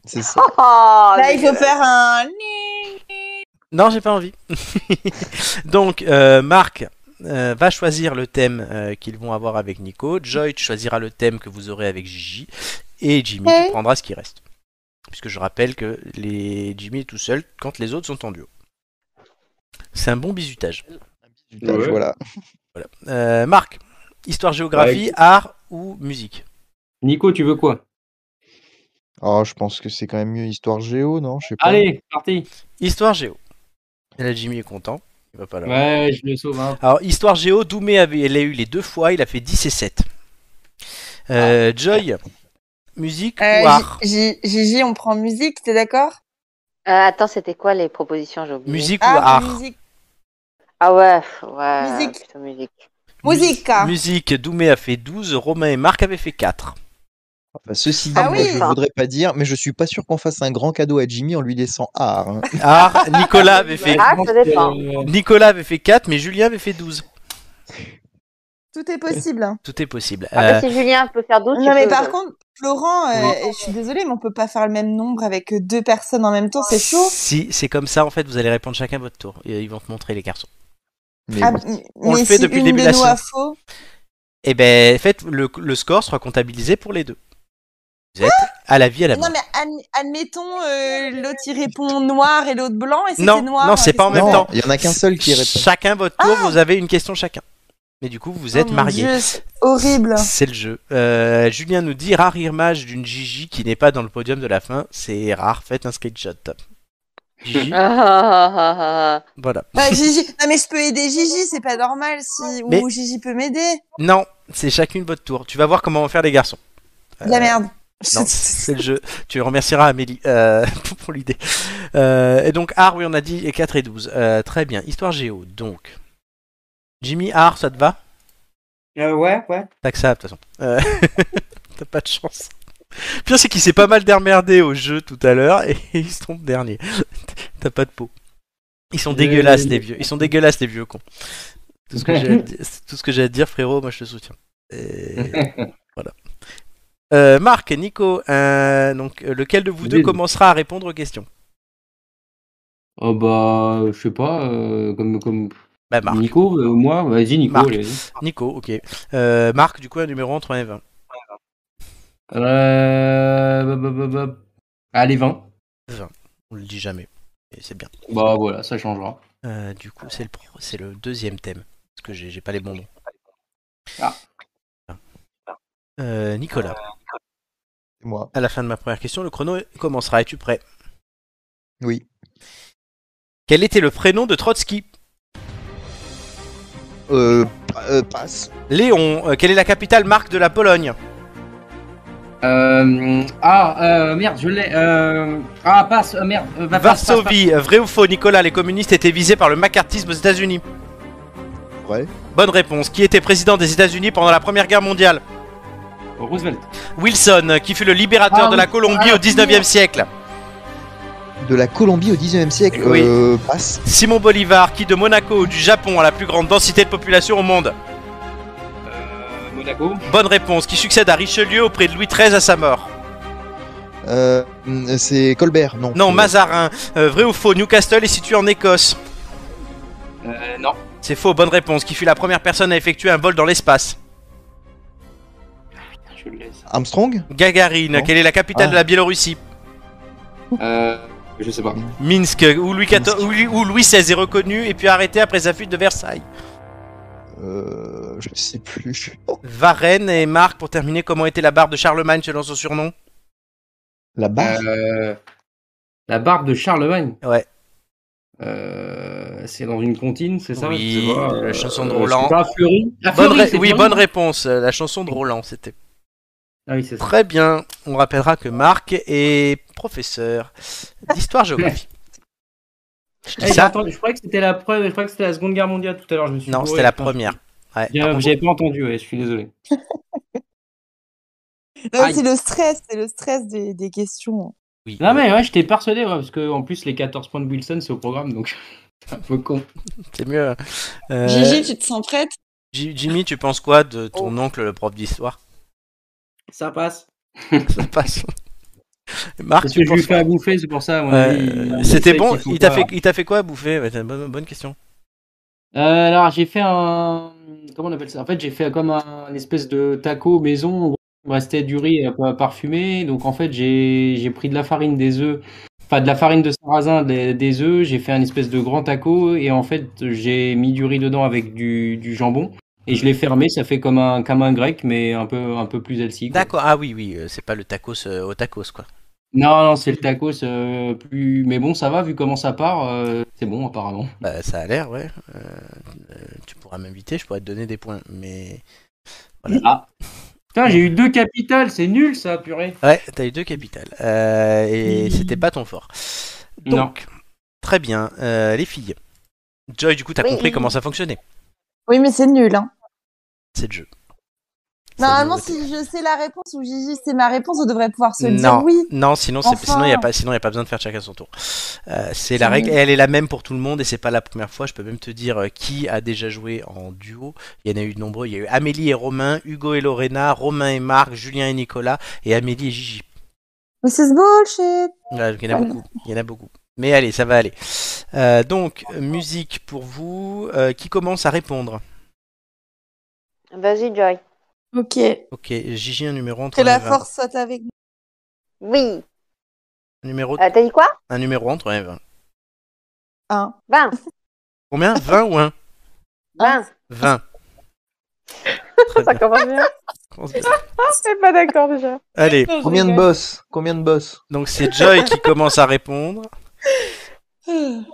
S2: C'est ça.
S4: Oh,
S3: Là, Bah, il faut faire un.
S1: Non, j'ai pas envie. [LAUGHS] Donc, euh, Marc euh, va choisir le thème euh, qu'ils vont avoir avec Nico. Joy, tu choisiras le thème que vous aurez avec Gigi. Et Jimmy,
S4: Ouais.
S1: tu prendras ce qui reste. Puisque je rappelle que les... Jimmy est tout seul quand les autres sont en duo. C'est un bon bizutage.
S2: Putain,
S5: Ouais.
S2: Voilà.
S1: Euh, Marc, histoire, géographie, art ou musique
S5: Nico, tu veux quoi
S2: Oh, je pense que c'est quand même mieux histoire géo, non Je sais pas.
S5: Allez, parti.
S1: Histoire, géo. Et là, Jimmy est content. Il va pas là.
S5: Ouais, je le sauve. Hein.
S1: Alors, histoire géo, Doumé avait, elle a eu les deux fois, il a fait 10 et 7. Euh, Joy, musique
S3: Euh,
S1: ou art
S3: G- G- Gigi, on prend musique, t'es d'accord
S4: attends, c'était quoi les propositions J'ai oublié.
S1: Musique ou
S3: Ah,
S1: art
S3: musique.
S4: Ah ouais, pff, ouais.
S3: Musique.
S4: plutôt musique.
S3: Musique.
S1: Mus- Musique, Doumé a fait 12, Romain et Marc avaient fait 4.
S2: Enfin, ceci dit,
S3: Ah oui.
S2: je voudrais pas dire, mais je suis pas sûr qu'on fasse un grand cadeau à Jimmy en lui laissant art. hein.
S3: [LAUGHS]
S1: Art, Nicolas avait fait,
S4: Ah,
S5: Je pense
S4: ça dépend.
S5: que, euh,
S1: Nicolas avait fait 4, mais Julien avait fait 12.
S3: Tout est possible. hein.
S1: Tout est possible.
S4: Ah bah,
S1: Euh,
S4: si Julien peut faire d'autres.
S3: Non, mais par contre, Florent, euh, je suis désolée, mais on peut pas faire le même nombre avec euh, deux personnes en même temps, c'est chaud.
S1: Si, c'est comme ça, en fait, vous allez répondre chacun à votre tour. Et ils vont te montrer les cartons.
S2: Mais
S3: Ah,
S2: oui.
S3: m-
S1: On
S3: mais
S1: le fait
S3: si
S1: depuis le
S3: une
S1: début de la
S3: de nous
S1: saison.
S3: a faux,
S1: Eh ben, faites le, le score sera comptabilisé pour les deux. Vous êtes à la vie à la
S3: Non,
S1: mort.
S3: mais adm- admettons, euh, l'autre il répond noir et l'autre blanc, et c'était
S1: Non,
S3: noir. euh,
S1: non, c'est pas en
S3: qu'est-ce
S1: même
S3: qu'on
S1: temps.
S2: il y en a qu'un seul qui répond.
S1: Chacun votre tour, vous avez une question chacun. Mais du coup, vous
S3: fait
S1: êtes
S3: Ah Oh mon
S1: mariés.
S3: Dieu, c'est
S1: [LAUGHS]
S3: horrible.
S1: C'est le jeu. Euh, Julien nous dit rare image d'une Gigi qui n'est pas dans le podium de la fin. C'est rare. Faites un screenshot. Gigi, voilà.
S3: Bah, Gigi, non mais je peux aider Gigi, c'est pas normal si ou
S1: Mais-
S3: Gigi peut m'aider.
S1: Non, c'est chacune votre tour. Tu vas voir comment vont faire les garçons.
S3: De La
S1: Euh,
S3: [LAUGHS] merde.
S1: Non, c'est le jeu. Tu remercieras Amélie euh, [LAUGHS] pour- pour l'idée. Euh, et donc, art, oui, on a dit et 4 et 12. Euh, très bien. Histoire géo, donc. Jimmy, art, ça te va
S6: Euh, ouais, ouais.
S1: T'as que ça, de toute façon. Euh, [LAUGHS] T'as pas de chance. Le Pire, c'est qu'il s'est pas mal démerdé au jeu tout à l'heure et [LAUGHS] il se trompe dernier. [LAUGHS] T'as pas de peau. Ils sont
S5: Euh,
S1: dégueulasses,
S5: euh,
S1: les vieux. Ils sont dégueulasses, les vieux cons. Tout ce que
S5: [LAUGHS]
S1: j'ai à, te- c'est tout ce que j'ai à te dire, frérot, moi je te soutiens. Et [LAUGHS] voilà. Euh, Marc, Nico, euh, donc, euh, lequel de vous deux
S5: Lille.
S1: commencera à répondre aux questions
S5: Oh bah, je sais pas, euh, comme, comme
S1: Bah, Marc.
S5: Nico, euh, moi, vas-y Nico,
S1: Marc.
S5: allez, vas-y.
S1: Nico, ok. Euh, Marc, du coup, un numéro entre 1 et 20.
S5: Euh, bah, bah, bah, bah. Allez, 20.
S1: On le dit jamais. Et c'est bien.
S5: Bah voilà, ça changera.
S1: Euh, du coup, c'est le, pro- c'est le deuxième thème. Parce que j'ai j'ai pas les bons noms.
S5: Ah.
S1: Euh, Nicolas,
S2: C'est moi.
S1: à la fin de ma première question, le chrono commencera. Es-tu prêt
S2: Oui.
S1: Quel était le prénom de Trotsky
S2: Euh, pa- euh, passe.
S1: Léon, euh, quelle est la capitale marque de la Pologne
S5: Euh, ah, euh, merde, je l'ai. Euh, ah, passe, euh, merde. euh, bah, passe, passe, passe.
S1: Varsovie, vrai ou faux Nicolas, les communistes étaient visés par le macartisme aux États-Unis
S2: Vrai.
S1: Bonne réponse. Qui était président des États-Unis pendant la Première Guerre mondiale
S5: Roosevelt.
S1: Wilson, qui fut le libérateur
S5: Ah
S1: de la
S5: oui.
S1: Colombie
S5: Ah,
S1: au 19e siècle.
S2: De la Colombie au 19 e siècle.
S1: Oui.
S2: Euh, passe.
S1: Simon Bolivar, qui de Monaco ou du Japon a la plus grande densité de population au monde
S5: Euh, Monaco.
S1: Bonne réponse. Qui succède à Richelieu auprès de Louis XIII à sa mort
S2: Euh, mm, c'est Colbert, non.
S1: Non,
S2: Euh,
S1: Mazarin. Euh, vrai ou faux Newcastle est situé en Écosse
S5: Euh, non.
S1: C'est faux, bonne réponse. Qui fut la première personne à effectuer un vol dans l'espace
S5: Je le laisse.
S2: Armstrong
S1: Gagarine,
S2: Non.
S1: quelle est la capitale
S2: Ah.
S1: de la Biélorussie
S5: Euh, je sais pas.
S1: Minsk, où Louis, XIV où Louis- où Louis XVI est reconnu et puis arrêté après sa fuite de Versailles.
S2: euh, Je sais plus.
S1: Varennes et Marc, pour terminer, comment était la barre de Charlemagne selon son surnom
S2: La barre
S5: Euh, la barbe de Charlemagne.
S1: Ouais.
S5: Euh, c'est dans une comptine, c'est ça
S1: Oui,
S5: Je sais pas, euh,
S1: la chanson de
S5: c'est
S1: Roland.
S5: pas Fleury. Ah,
S1: Bonne
S5: Fleury,
S1: ré-
S5: c'est
S1: Oui,
S5: Fleury.
S1: bonne réponse. euh, La chanson de Roland, c'était.
S5: Ah oui, c'est ça.
S1: Très bien. On rappellera que Marc est professeur d'histoire-géographie. Je
S5: Eh,
S1: dis
S5: j'ai
S1: ça
S5: entendu- je croyais que c'était la preuve, je croyais que c'était la Seconde Guerre mondiale tout à l'heure. Je me suis
S1: Non,
S5: bourré,
S1: c'était la
S5: putain.
S1: première. Ouais,
S5: J'ai-
S1: par contre,
S5: J'avais pas entendu, ouais, je suis désolé.
S3: Non,
S5: Aïe.
S3: C'est le stress, c'est le stress des, des questions. hein.
S1: oui. euh,
S5: Non mais ouais, j'étais persuadé, ouais, parce que en plus les 14 points de Wilson c'est au programme, donc [LAUGHS] c'est un peu con.
S1: C'est mieux. Euh,
S3: Gigi, Oh. tu te sens prête
S1: Ji- Jimmy, tu penses quoi de ton oncle, le prof d'histoire [LAUGHS]
S6: Ça passe.
S1: Ça passe. Marc,
S5: Parce que
S1: tu
S5: je lui
S1: penses
S5: fais à bouffer, c'est pour ça. à mon
S1: Ouais,
S5: avis,
S1: euh,
S5: il-
S1: C'était
S5: il sait
S1: bon.
S5: qu'il faut
S1: Il t'a
S5: pas-
S1: fait, il t'a fait quoi à bouffer Ouais, c'est une bonne, bonne question.
S5: Euh, alors j'ai fait un, comment on appelle ça? En fait j'ai fait comme un, une espèce de taco maison. Il me restait du riz un peu parfumé, donc en fait j'ai j'ai pris de la farine, des œufs, enfin de la farine de sarrasin, des, des œufs. J'ai fait un espèce de grand taco et en fait j'ai mis du riz dedans avec du, du jambon et je l'ai fermé. Ça fait comme un comme un grec, mais un peu un peu plus healthy. quoi.
S1: D'accord. Ah oui, oui. euh, C'est pas le tacos euh, au tacos quoi.
S5: Non, non, c'est le tacos euh, plus. Mais bon, ça va, vu comment ça part, euh, c'est bon apparemment.
S1: Bah, ça a l'air, ouais. Euh, euh, tu pourras m'inviter, je pourrais te donner des points. Mais
S5: Ah. Putain, j'ai eu deux capitales, c'est nul ça, purée.
S1: ouais, t'as eu deux capitales Euh, et c'était pas ton fort. Donc,
S5: Non.
S1: très bien, Euh, les filles. Joy, du coup, t'as
S4: Oui.
S1: compris comment ça fonctionnait.
S3: Oui, mais c'est nul. Hein.
S1: C'est le jeu.
S3: Normalement, si je sais la réponse ou Gigi c'est ma réponse, on devrait pouvoir se
S1: non,
S3: dire oui.
S1: non, sinon c'est
S3: Enfin.
S1: sinon il y a pas sinon il y a pas besoin de faire chacun son tour. Euh, c'est la
S3: C'est
S1: règle,
S3: nul.
S1: elle est la même pour tout le monde et c'est pas la première fois. Je peux même te dire euh, qui a déjà joué en duo. Il y en a eu de nombreux. Il y a eu Amélie et Romain, Hugo et Lorena, Romain et Marc, Julien et Nicolas et Amélie et Gigi.
S3: Mrs. Bullshit.
S1: Ouais, il y en a beaucoup. Il y en a beaucoup. Mais allez, ça va aller. Euh, donc musique pour vous. Euh, qui commence à répondre
S4: [LAUGHS] Vas-y, Joy.
S3: Ok. Que
S1: Ok, Gigi un numéro entre un
S3: la
S1: et vingt.
S3: force soit avec nous.
S4: Oui.
S1: Un numéro
S4: Euh, T'as dit quoi
S1: un numéro entre un et vingt.
S3: Hein.
S4: 20.
S1: Combien 20 ou 1
S3: Ah.
S4: 20.
S3: [LAUGHS]
S1: 20.
S4: Ça commence bien. Je suis pas d'accord déjà.
S1: Allez,
S3: Oh,
S9: Non, je
S2: Combien de
S9: rigole.
S2: boss Combien de boss
S1: donc c'est Joy qui commence à répondre.
S3: [GASPS] Il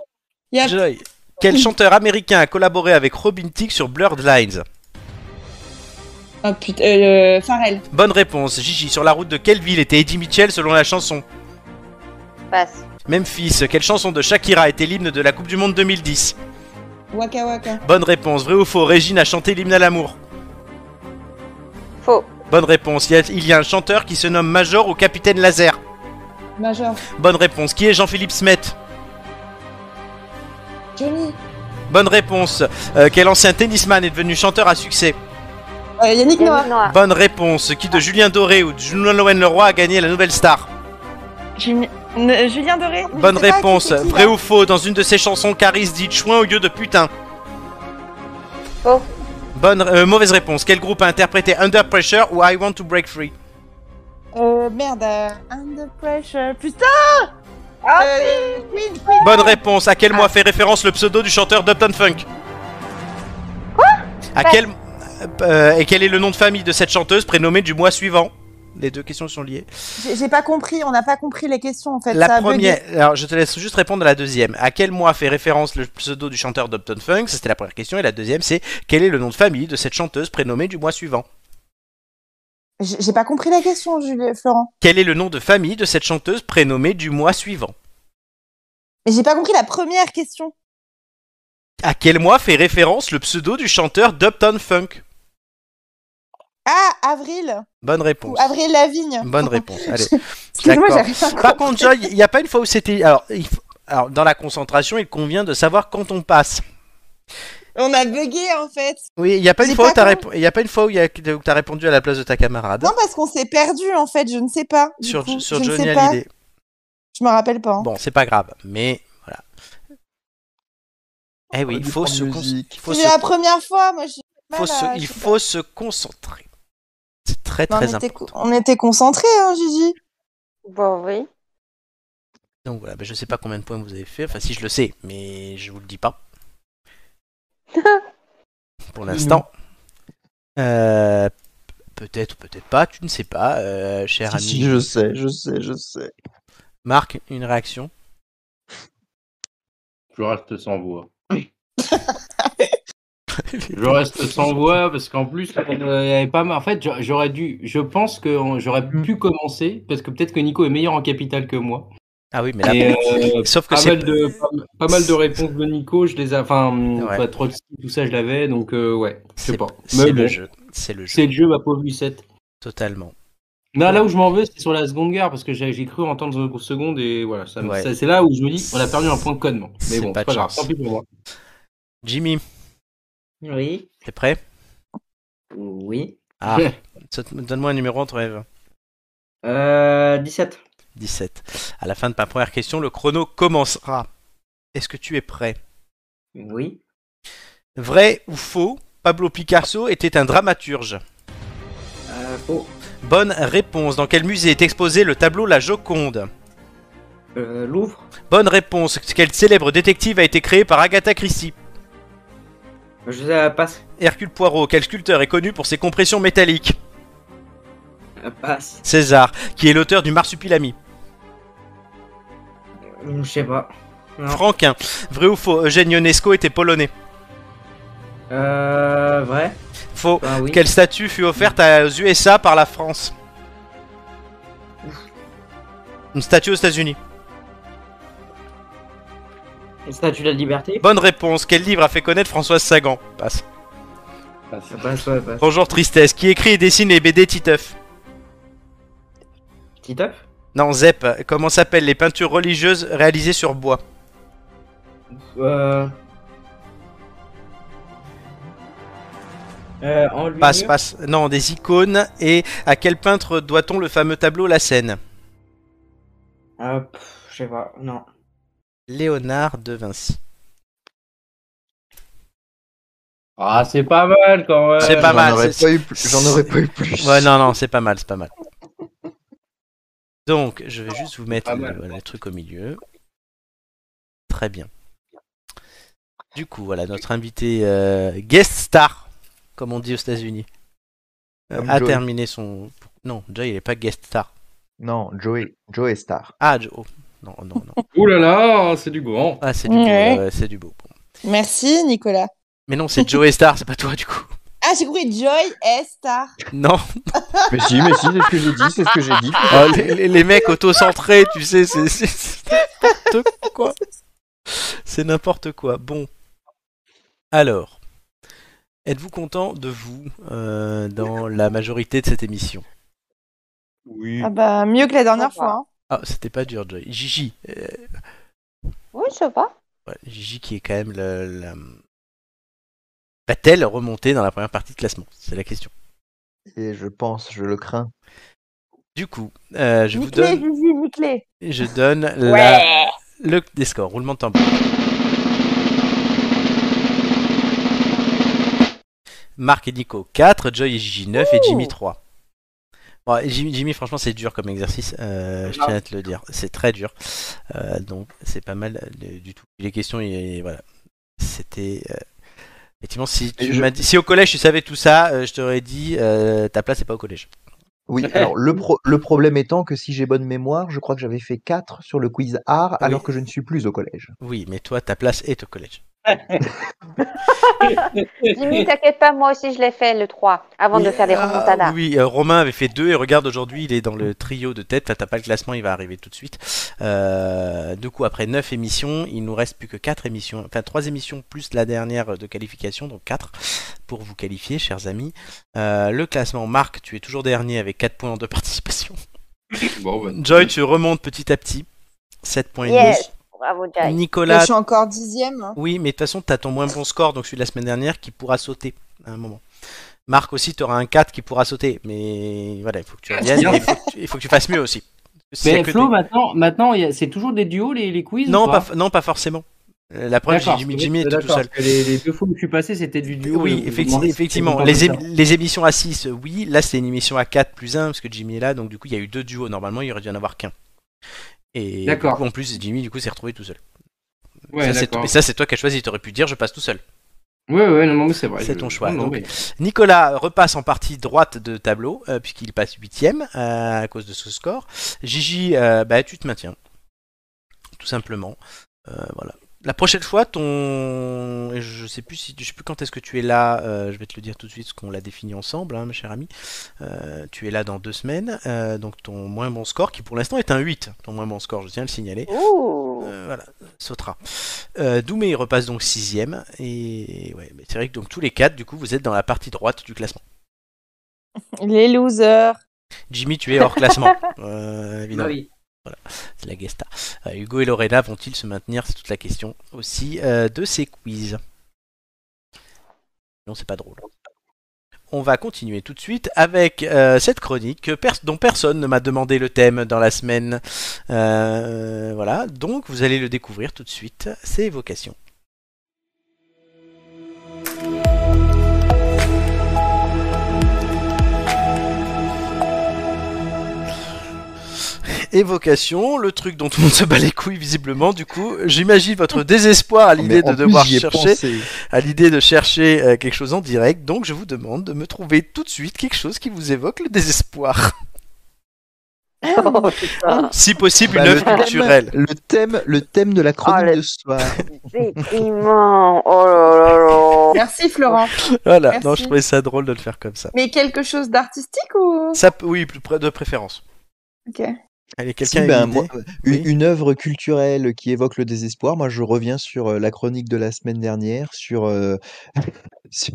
S3: y a
S1: Joy. Quel chanteur américain a collaboré avec Robin Thicke sur Blurred Lines
S3: Oh putain, euh, Pharrell.
S1: Bonne réponse, Gigi. Sur la route de quelle ville était Eddie Mitchell selon la chanson
S4: Passe.
S1: Memphis. Quelle chanson de Shakira était l'hymne de la Coupe du Monde 2010
S3: Waka Waka.
S1: Bonne réponse, vrai ou faux Régine a chanté l'hymne à l'amour.
S4: Faux.
S1: Bonne réponse, il y a- il y a un chanteur qui se nomme Major ou Capitaine Laser.
S3: Major.
S1: Bonne réponse, qui est Jean-Philippe Smet
S3: Johnny.
S1: Bonne réponse, Euh, quel ancien tennisman est devenu chanteur à succès
S3: Euh, Yannick Noah.
S4: Yannick Noah.
S1: Bonne réponse, qui de Julien Doré ou de Juan-Loen Leroy a gagné la nouvelle star
S3: Julien Doré.
S1: Bonne réponse. Vrai ou faux Dans une de ses chansons, Caris dit chouin au lieu de putain.
S4: Faux.
S1: Bonne, euh, mauvaise réponse. Quel groupe a interprété Under Pressure ou I Want to Break Free
S3: Euh, merde. euh, Under pressure. Putain.
S4: Ah,
S3: Euh, Queen, Queen.
S1: Bonne réponse. À quel mois fait référence le pseudo du chanteur Dupton Funk Quoi À quel euh, et quel est le nom de famille de cette chanteuse prénommée du mois suivant Les deux questions sont liées.
S3: J'ai j'ai pas compris. On n'a pas compris les questions en fait. ça
S1: La
S3: a bugué.
S1: première. Alors, je te laisse juste répondre à la deuxième. À quel mois fait référence le pseudo du chanteur Dupton Funk Ça, C'était la première question. Et la deuxième, c'est quel est le nom de famille de cette chanteuse prénommée du mois suivant
S3: J'ai j'ai pas compris la question, Julie, Florent.
S1: Quel est le nom de famille de cette chanteuse prénommée du mois suivant
S3: Mais j'ai pas compris la première question.
S1: À quel mois fait référence le pseudo du chanteur Dubton Funk
S3: Ah, avril.
S1: Bonne
S3: Ou
S1: réponse.
S3: avril Lavigne.
S1: Bonne
S3: [LAUGHS]
S1: réponse. Allez.
S3: Excuse-moi,
S1: D'accord.
S3: j'arrive pas à
S1: Par
S3: comprendre.
S1: contre, Joy, il n'y a pas une fois où c'était. Alors, il faut- Alors, dans la concentration, il convient de savoir quand on passe.
S3: On a bugué en fait.
S1: Oui, il n'y a pas une
S3: J'ai
S1: fois
S3: pas
S1: où t'as
S3: compris.
S1: répo- il y a pas une fois où il y a- où t'as répondu à la place de ta camarade.
S3: Non, parce qu'on s'est perdu en fait. Je ne sais pas. Du
S1: sur
S3: coup,
S1: sur
S3: je ne
S1: Johnny
S3: sais pas.
S1: Hallyday.
S3: Je me rappelle pas. hein.
S1: Bon, c'est pas grave, mais voilà. Eh oui,
S2: Pas
S1: il
S2: du
S1: faut
S2: tout en
S1: se, con-
S2: musique.
S1: faut
S3: C'est
S1: se-
S3: la première fois. Moi, j'ai du
S1: faut
S3: mal
S1: se-
S3: à-
S1: il
S3: je sais pas.
S1: faut se concentrer. C'est très
S3: Mais
S1: très
S3: on, était,
S1: important.
S3: co- on était concentrés, hein, Gigi.
S4: Bon, oui.
S1: Donc voilà, ben, je sais pas combien de points vous avez fait. Enfin, si je le sais, mais je vous le dis pas. Pour l'instant. Euh, peut-être, peut-être pas, tu ne sais pas, euh, cher
S2: Si,
S1: ami.
S2: si, je sais, je sais, je sais.
S1: Marc, une réaction
S6: Je reste sans voix. [LAUGHS] Je reste sans voix parce qu'en plus, euh, il y avait pas mal. En fait, j'a- j'aurais dû. Je pense que on- j'aurais pu commencer parce que peut-être que Nico est meilleur en capital que moi.
S1: Ah oui, mais là.
S6: Et, euh,
S1: Sauf que
S6: pas
S1: c'est.
S6: mal de pas, pas mal de réponses de Nico. Je les ai. Enfin,
S1: Ouais.
S6: pas trop de tout ça, je l'avais. Donc euh, ouais, je sais
S1: C'est
S6: pas.
S1: c'est
S6: Mais
S1: le
S6: bon,
S1: jeu. C'est le jeu,
S6: C'est le jeu, ma pauvre Lucette.
S1: totalement.
S6: Non, là où je m'en veux, c'est sur la seconde guerre parce que j'ai j'ai cru entendre The Second et voilà. ça me-
S1: Ouais.
S6: ça- C'est là où je me dis, on a perdu un point de connement.
S1: C'est
S6: Mais bon,
S1: pas
S6: c'est
S1: de
S6: pas grave.
S1: chance.
S6: Tant pis pour moi.
S1: Jimmy,
S10: Oui.
S1: t'es prêt
S10: Oui.
S6: [LAUGHS]
S1: Ah, saute- donne-moi un numéro entre Eve.
S10: Euh, 17.
S1: 17. À la fin de ma première question, le chrono commencera. Est-ce que tu es prêt
S10: Oui.
S1: Vrai ou faux Pablo Picasso était un dramaturge.
S10: Euh, faux.
S1: Bonne réponse. Dans quel musée est exposé le tableau La Joconde
S10: Euh, Louvre.
S1: Bonne réponse. Quel célèbre détective a été créé par Agatha Christie
S10: Je euh, passe.
S1: Hercule Poirot. Quel sculpteur est connu pour ses compressions métalliques
S10: Euh, passe.
S1: César, qui est l'auteur du Marsupilami.
S10: Je sais pas. Non.
S1: Franquin. Vrai ou faux Eugène Ionesco était polonais.
S10: Euh, vrai.
S1: Faux.
S10: Bah oui.
S1: Quelle statue fut offerte à- aux USA par la France Une statue aux États-Unis.
S10: Statue de la liberté.
S1: Bah- Bonne réponse. Quel livre a fait connaître Françoise Sagan Passe.
S10: Ça passe, ouais, passe.
S1: Bonjour Tristesse, qui écrit et dessine les BD Titeuf.
S10: Petit top
S1: Non, Zep, comment s'appellent les peintures religieuses réalisées sur bois
S10: Euh. Euh, en lui
S1: Passe, passe. Non, des icônes. Et à quel peintre doit-on le fameux tableau La Seine
S10: Ah, pff, je sais pas,
S1: [LAUGHS]
S10: non.
S1: Léonard de Vinci.
S6: Ah, c'est pas mal quand même.
S1: C'est pas
S2: J'en
S1: mal.
S2: aurais
S1: c'est-
S2: pas eu plus- J'en aurais pas eu plus.
S1: Ouais, non, non, c'est pas mal, c'est pas mal. Donc, je vais juste vous mettre
S6: pas
S1: le,
S6: mal.
S1: voilà, le truc au milieu. Très bien. Du coup, voilà, notre invité euh, guest star, comme on dit aux États-Unis, euh,
S2: Comme
S1: a
S2: Joey.
S1: terminé son. Non, déjà, il est pas guest star.
S2: Non, Joey, Joey Star.
S1: Ah, Joe. oh, Non, non, non.
S6: Ouh là là, c'est du grand.
S1: Ah, c'est du beau.
S3: Ouais.
S1: ouais, c'est du beau. Bon.
S3: Merci, Nicolas.
S1: Mais non, c'est Joey Star, c'est pas toi du coup. [LAUGHS]
S3: Ah, j'ai compris, Joy est star.
S1: Non,
S2: Mais si, mais si, c'est ce que j'ai dit, c'est ce que j'ai dit.
S1: Ah, les, les- les mecs auto-centrés, tu sais, c'est c'est- c'est n'importe quoi. C'est n'importe quoi. Bon. Alors, êtes-vous content de vous euh, dans la majorité de cette émission
S6: Oui.
S3: Ah bah, mieux que la dernière fois. hein.
S1: Ah, c'était pas dur, Joy. Gigi. euh,
S4: [LAUGHS] Oui, je sais pas.
S1: ouais, Gigi qui est quand même la... la- Va-t-elle remonter dans la première partie de classement C'est la question.
S2: Et je pense, je le crains.
S1: Du coup, euh, je vous
S4: Nique-les,
S1: donne,
S4: Gigi, nique-les.
S1: je donne la,
S4: Ouais.
S1: le des scores, roulement de tambour. Marc et Nico 4, Joy et Gigi 9 et Jimmy 3. Bon, et Jimmy, Jimmy, franchement, c'est dur comme exercice, euh, je tiens à te le dire. C'est très dur. Euh, donc, c'est pas mal euh, du tout. Les questions, et, voilà. C'était. euh, Effectivement, si, tu
S2: Et je-
S1: m'as dit- si au collège tu savais tout ça, euh, je t'aurais dit euh, ta place n'est pas au collège.
S2: Oui, alors le, pro- le problème étant que si j'ai bonne mémoire, je crois que j'avais fait 4 sur le quiz art alors que je ne suis plus au collège.
S1: Oui, mais toi, ta place est au collège.
S6: [LAUGHS]
S4: Jimmy,
S10: Bah
S4: t'inquiète pas, moi aussi je l'ai fait le 3 avant de
S1: Oui,
S4: faire des
S1: ah,
S4: remontadas.
S1: Oui, euh, Romain avait fait deux et regarde aujourd'hui, il est dans le trio de tête. Là, t'as pas le classement, il va arriver tout de suite. Euh, du coup, après 9 émissions, il nous reste plus que 4 émissions, enfin 3 émissions plus la dernière de qualification, donc 4 pour vous qualifier, chers amis. Euh, le classement, Marc, tu es toujours dernier avec 4 points de [LAUGHS] participation.
S6: Bon, ben,
S1: Joy, tu remontes petit à petit, 7 points et
S4: Yes.
S1: demi.
S4: Bravo,
S1: [LAUGHS]
S4: Jai.
S3: Là, je
S1: Nicolas,
S3: suis encore dixième. hein.
S1: oui, mais de toute façon, t'as ton moins bon score, donc celui de la semaine dernière, qui pourra sauter à un moment. Marc aussi, t'auras un 4 qui pourra sauter, mais voilà, il faut que tu reviennes, et il faut que tu, il faut que tu fasses mieux aussi. S'il y a
S6: [LAUGHS] Mais
S1: que
S6: Flo,
S1: des-
S6: maintenant, maintenant il y a- c'est toujours des duos les, les quiz
S1: non,
S6: ou
S1: pas, f- non, pas forcément. Euh, La preuve,
S6: D'accord,
S1: Jimmy,
S6: parce que-
S1: Jimmy était tout
S6: d'accord,
S1: seul.
S6: parce que Les, les deux fois où je suis passé, c'était du duo.
S1: Oui,
S6: donc je me
S1: effectivement,
S6: demandais si c'était
S1: effectivement.
S6: tout le temps
S1: Les,
S6: comme
S1: ém- les émissions à 6, euh, oui. Là, c'est une émission à 4 plus 1, parce que Jimmy est là, donc du coup, il y a eu deux duos. Normalement, il aurait dû en avoir qu'un. Et
S6: D'accord.
S1: du coup, en plus, Jimmy, du coup, s'est retrouvé tout seul.
S6: ça. Ouais,
S1: ça, c'est
S6: d'accord.
S1: mais ça, c'est toi qui as choisi. T'aurais pu dire, je passe tout seul.
S6: Ouais, ouais, non, non, mais c'est vrai.
S1: C'est
S6: je-
S1: ton choix,
S6: non,
S1: donc.
S6: mais-
S1: Nicolas repasse en partie droite de tableau, euh, puisqu'il passe huitième euh, à cause de ce score. Gigi, euh, bah, tu te maintiens. Tout simplement. Euh, voilà. La prochaine fois, ton. et Je sais plus si je sais plus quand est-ce que tu es là. euh, je vais te le dire tout de suite, parce qu'on l'a défini ensemble, hein, ma chère amie. Euh, tu es là dans deux semaines. euh, donc ton moins bon score, qui pour l'instant est un 8, ton moins bon score, je tiens à le signaler.
S4: Ouh.
S10: Oh.
S1: Euh, voilà, sautera. Euh, Doumé repasse donc sixième et ouais, mais c'est vrai que donc tous les quatre, du coup, vous êtes dans la partie droite du classement.
S3: Les losers.
S1: Jimmy, tu es hors
S10: [LAUGHS]
S1: classement, Euh, évidemment,
S10: Bah oui.
S1: c'est la guesta. Euh, Hugo et Lorena vont-ils se maintenir C'est toute la question aussi euh, de ces quiz. Non, c'est pas drôle. On va continuer tout de suite avec euh, cette chronique que pers- dont personne ne m'a demandé le thème dans la semaine. Euh, voilà, donc vous allez le découvrir tout de suite. C'est évocation. Évocation, le truc dont tout le monde se bat les couilles visiblement. Du coup, j'imagine votre désespoir à l'idée
S2: Mais en
S1: de
S2: plus,
S1: devoir
S2: j'y ai
S1: chercher
S2: pensé.
S1: à l'idée de chercher euh, quelque chose en direct, donc je vous demande de me trouver tout de suite quelque chose qui vous évoque le désespoir.
S4: Oh, [LAUGHS] putain.
S1: [LAUGHS] Si possible,
S2: Bah,
S1: une
S2: le
S1: œuvre
S2: thème-
S1: culturelle.
S2: Le thème, le thème de la chronique
S4: le-
S2: de ce soir.
S4: Déprimant. Oh là là là.
S3: Merci, Florent.
S1: Voilà,
S3: Merci.
S1: non, je trouvais ça drôle de le faire comme ça.
S3: Mais quelque chose d'artistique ou
S1: Ça, p- oui, plus près de préférence.
S3: Ok.
S1: Allez,
S2: Si,
S1: quelqu'un a
S2: ben,
S1: bah, une
S2: moi,
S1: idée [LAUGHS]
S2: u-
S1: Oui.
S2: une œuvre culturelle qui évoque le désespoir. Moi, je reviens sur euh, la chronique de la semaine dernière, sur, euh, [LAUGHS] sur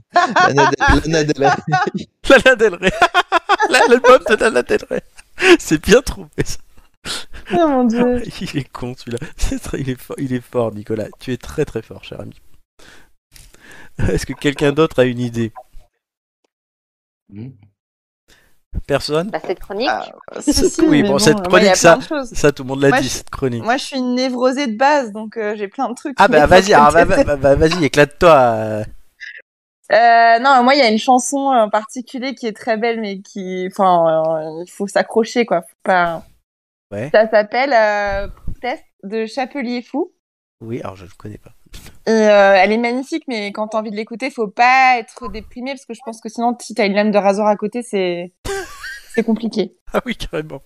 S2: Lana Del- Lana Del Rey.
S1: Lana Del Rey. [LAUGHS] L'album de Lana Del Rey. [LAUGHS] C'est bien trouvé ça. [LAUGHS]
S3: Oh mon dieu.
S1: Il est con celui-là. [LAUGHS] C'est très- Il est, fort, il est fort, Nicolas. Tu es très très fort, cher ami. [LAUGHS] Est-ce que quelqu'un d'autre a une idée
S5: Hmm.
S1: Personne
S4: Bah, cette chronique.
S3: Ah, Si,
S1: [LAUGHS]
S3: si,
S1: Oui,
S3: mais
S1: bon, cette
S3: moi, il y a
S1: chronique,
S3: plein de choses.
S1: Ça, tout le monde l'a
S3: Moi,
S1: dit,
S3: je-
S1: cette chronique.
S3: Moi, je suis une névrosée de base, donc euh, j'ai plein de trucs.
S1: Ah
S3: qui
S1: bah
S3: m'échappent
S1: vas-y,
S3: de
S1: ah, bah,
S3: tête.
S1: bah, bah, vas-y, éclate-toi. euh.
S3: [LAUGHS] Euh, non, moi, il y a une chanson en particulier qui est très belle, mais qui, enfin, euh, il faut s'accrocher, quoi. Faut pas...
S1: Ouais.
S3: Ça s'appelle euh, Test de Chapelier Fou.
S1: Oui, alors je ne connais pas.
S3: Et euh, elle est magnifique, mais quand t'as envie de l'écouter, faut pas être déprimé parce que je pense que sinon, si t'as une lame de rasoir à
S1: [LAUGHS]
S3: côté, c'est c'est compliqué.
S1: Ah oui, carrément.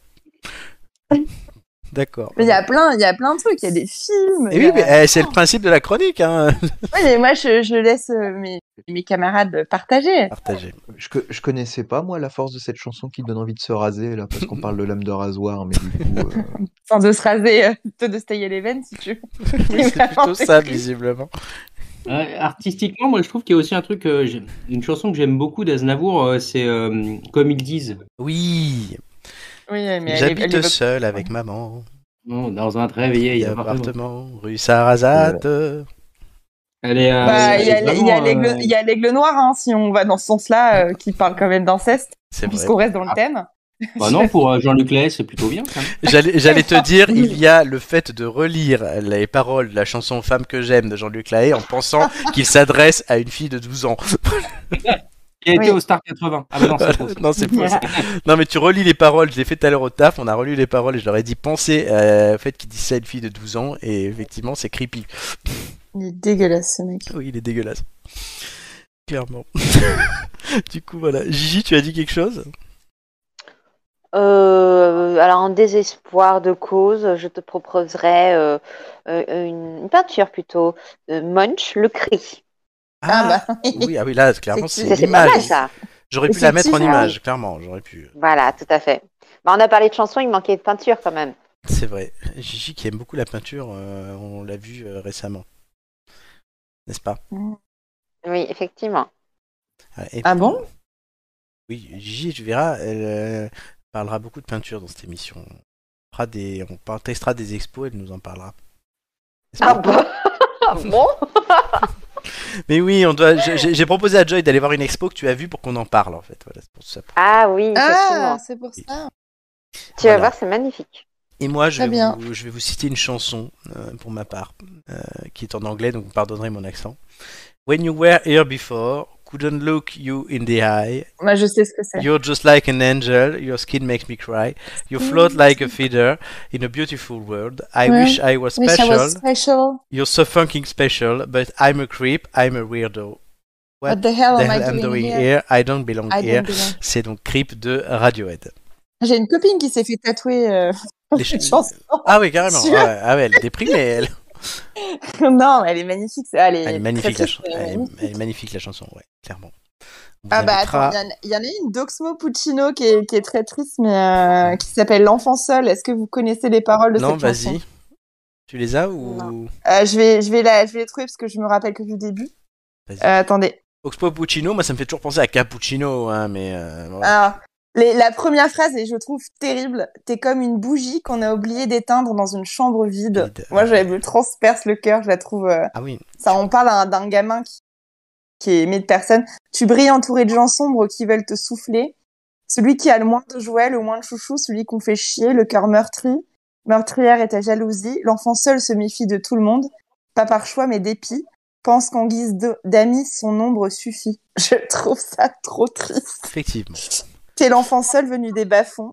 S1: D'accord.
S3: Mais il y a plein, il y a plein de trucs. Il y a des films.
S1: Eh
S3: il
S1: oui,
S3: y a-
S1: mais euh, c'est le principe de la chronique,
S3: [LAUGHS]
S1: hein.
S3: Ouais, mais moi, je, je laisse euh, mes, mes camarades partager.
S1: Partagé.
S2: Je, co- je connaissais pas, moi, la force de cette chanson qui donne envie de se raser, là, parce qu'on parle de lame de rasoir, mais du coup, euh,
S3: Enfin, de se raser euh, [LAUGHS] de Stay Eleven, si tu veux.
S1: Oui, c'est plutôt ça, visiblement.
S6: Euh, artistiquement, moi je trouve qu'il y a aussi un truc, euh, j'ai- une chanson que j'aime beaucoup d'Aznavour, euh, c'est euh, Comme ils disent,
S1: Oui,
S3: Oui, mais elle est- elle
S1: j'habite
S3: évoque-
S1: seul avec maman.
S6: Non, dans un réveillé, Ah, il y a pas vraiment-
S1: appartement, rue Sarrazate.
S6: Elle est, euh,
S3: Bah, il y a
S6: elle est
S3: il y a
S6: vraiment,
S3: l'aigle
S6: euh,
S3: il y a l'aigle noir, hein, si on va dans ce sens-là, euh, qui parle quand même d'inceste,
S1: C'est vrai. Ah.
S3: puisqu'on reste dans le thème.
S6: bah non, pour euh, Jean-Luc Lahaye, c'est plutôt bien.
S3: [LAUGHS]
S6: quand même.
S1: J'allais j'allais te dire, il y a le fait de relire les paroles de la chanson Femme que j'aime de Jean-Luc Lahaye en
S3: [LAUGHS]
S1: pensant qu'il s'adresse à une fille de 12 ans.
S6: Qui a été
S3: Oui.
S6: au Star 80. Ah bah non, c'est faux.
S1: non, c'est pas ça. Non, mais tu relis les paroles, je l'ai fait tout à l'heure au taf, on a relu les paroles et je leur ai dit pensez euh, au fait qu'il dit ça à une fille de 12 ans et effectivement, c'est creepy.
S3: Il est dégueulasse, ce mec.
S1: Oui, il est dégueulasse. Clairement. [LAUGHS] du coup, voilà. Gigi, tu as dit quelque chose
S4: Euh, alors, en désespoir de cause, je te proposerais euh, euh, une, une peinture plutôt. Euh, Munch, le cri.
S3: Ah, bah oui.
S1: Oui, ah oui, là, clairement,
S3: C'est-
S1: c'est
S4: Ça, c'est pas mal,
S1: l'image.
S4: ça.
S1: J'aurais pu
S3: C'est
S1: la mettre en
S3: teasant.
S1: image, clairement, j'aurais pu.
S4: Voilà, tout à fait. Bah, on a parlé de chansons, il manquait de peinture quand même.
S1: C'est vrai. Gigi qui aime beaucoup la peinture, euh, on l'a vu euh, récemment. N'est-ce pas
S4: Oui, effectivement.
S1: Ouais, et-
S3: Ah bon
S1: Oui, Gigi, tu verras, elle euh, parlera beaucoup de peinture dans cette émission. On, fera des, on par- testera des expos, elle nous en parlera. N'est-ce
S4: Ah
S1: pas
S4: bon [LAUGHS] Ah bon
S1: Mais oui, on doit. je- J'ai j'ai proposé à Joy d'aller voir une expo que tu as vue pour qu'on en parle en fait. Voilà, c'est pour ça.
S4: Ah oui, effectivement.
S3: Ah, c'est pour ça.
S4: tu vas
S1: voilà.
S4: voir, c'est magnifique.
S1: Et moi, je
S3: Très
S1: vais,
S3: bien.
S1: vous, je vais vous citer une chanson euh, pour ma part, euh, qui est en anglais, donc vous pardonnerez mon accent. When you were here before, couldn't look you in the eye.
S3: Moi, je sais ce que c'est.
S1: You're just like an angel. Your skin makes me cry. You float like a feather in a beautiful world. I
S3: Mm. Ouais.
S1: wish I was
S3: Wish I
S1: special.
S3: was special.
S1: You're so fucking special, but I'm a creep. I'm a weirdo. What
S3: What, the hell
S1: the
S3: Oh, am I
S1: hell I'm
S3: doing,
S1: doing
S3: here?
S1: here? I don't belong
S3: I don't
S1: here.
S3: belong.
S1: C'est donc Creep de Radiohead.
S3: J'ai une copine qui s'est fait tatouer euh, [LAUGHS]
S1: Les [LAUGHS]
S3: cette
S1: ch-
S3: chanson.
S1: Ah oui, carrément. Ah
S3: Sûr.
S1: ouais, ah ouais, elle est
S3: [LAUGHS]
S1: déprimée, elle.
S3: non, elle est magnifique. ça. Elle est,
S1: Elle est
S3: très
S1: magnifique, la,
S3: triste,
S1: chan-
S3: mais
S1: elle est-
S3: magnifique.
S1: elle est magnifique la chanson, ouais, clairement. On
S3: Ah
S1: vous
S3: bah
S1: invitera-
S3: attends, il y en a- il y, en a une d'Oxmo Puccino qui est, qui est très triste, mais euh, qui s'appelle L'enfant seul. Est-ce que vous connaissez les paroles de
S1: Non,
S3: cette chanson
S1: vas-y. Tu les as ou
S3: Euh, je vais, je vais la, je vais les trouver parce que je me rappelle que du début.
S1: Vas-y.
S3: Euh, attendez.
S1: Oxpo Puccino, moi ça me fait toujours penser à Cappuccino, hein, mais euh, voilà.
S3: Alors, Ah, les- la première phrase et je trouve terrible. T'es comme une bougie qu'on a oublié d'éteindre dans une chambre vide.
S1: Vide.
S3: Moi, je me transperce le cœur. Je la trouve. euh,
S1: Ah oui,
S3: Ça, on parle d'un- d'un gamin qui, qui est aimé de personne. Tu brilles entouré de gens sombres qui veulent te souffler. Celui qui a le moins de jouets, le moins de chouchous, celui qu'on fait chier, le cœur meurtri. Meurtrière est ta jalousie. L'enfant seul se méfie de tout le monde. Pas par choix, mais dépit. Pense qu'en guise de- d'amis, son ombre suffit. [LAUGHS] Je trouve ça trop triste.
S1: effectivement.
S3: T'es l'enfant seul venu des bas-fonds.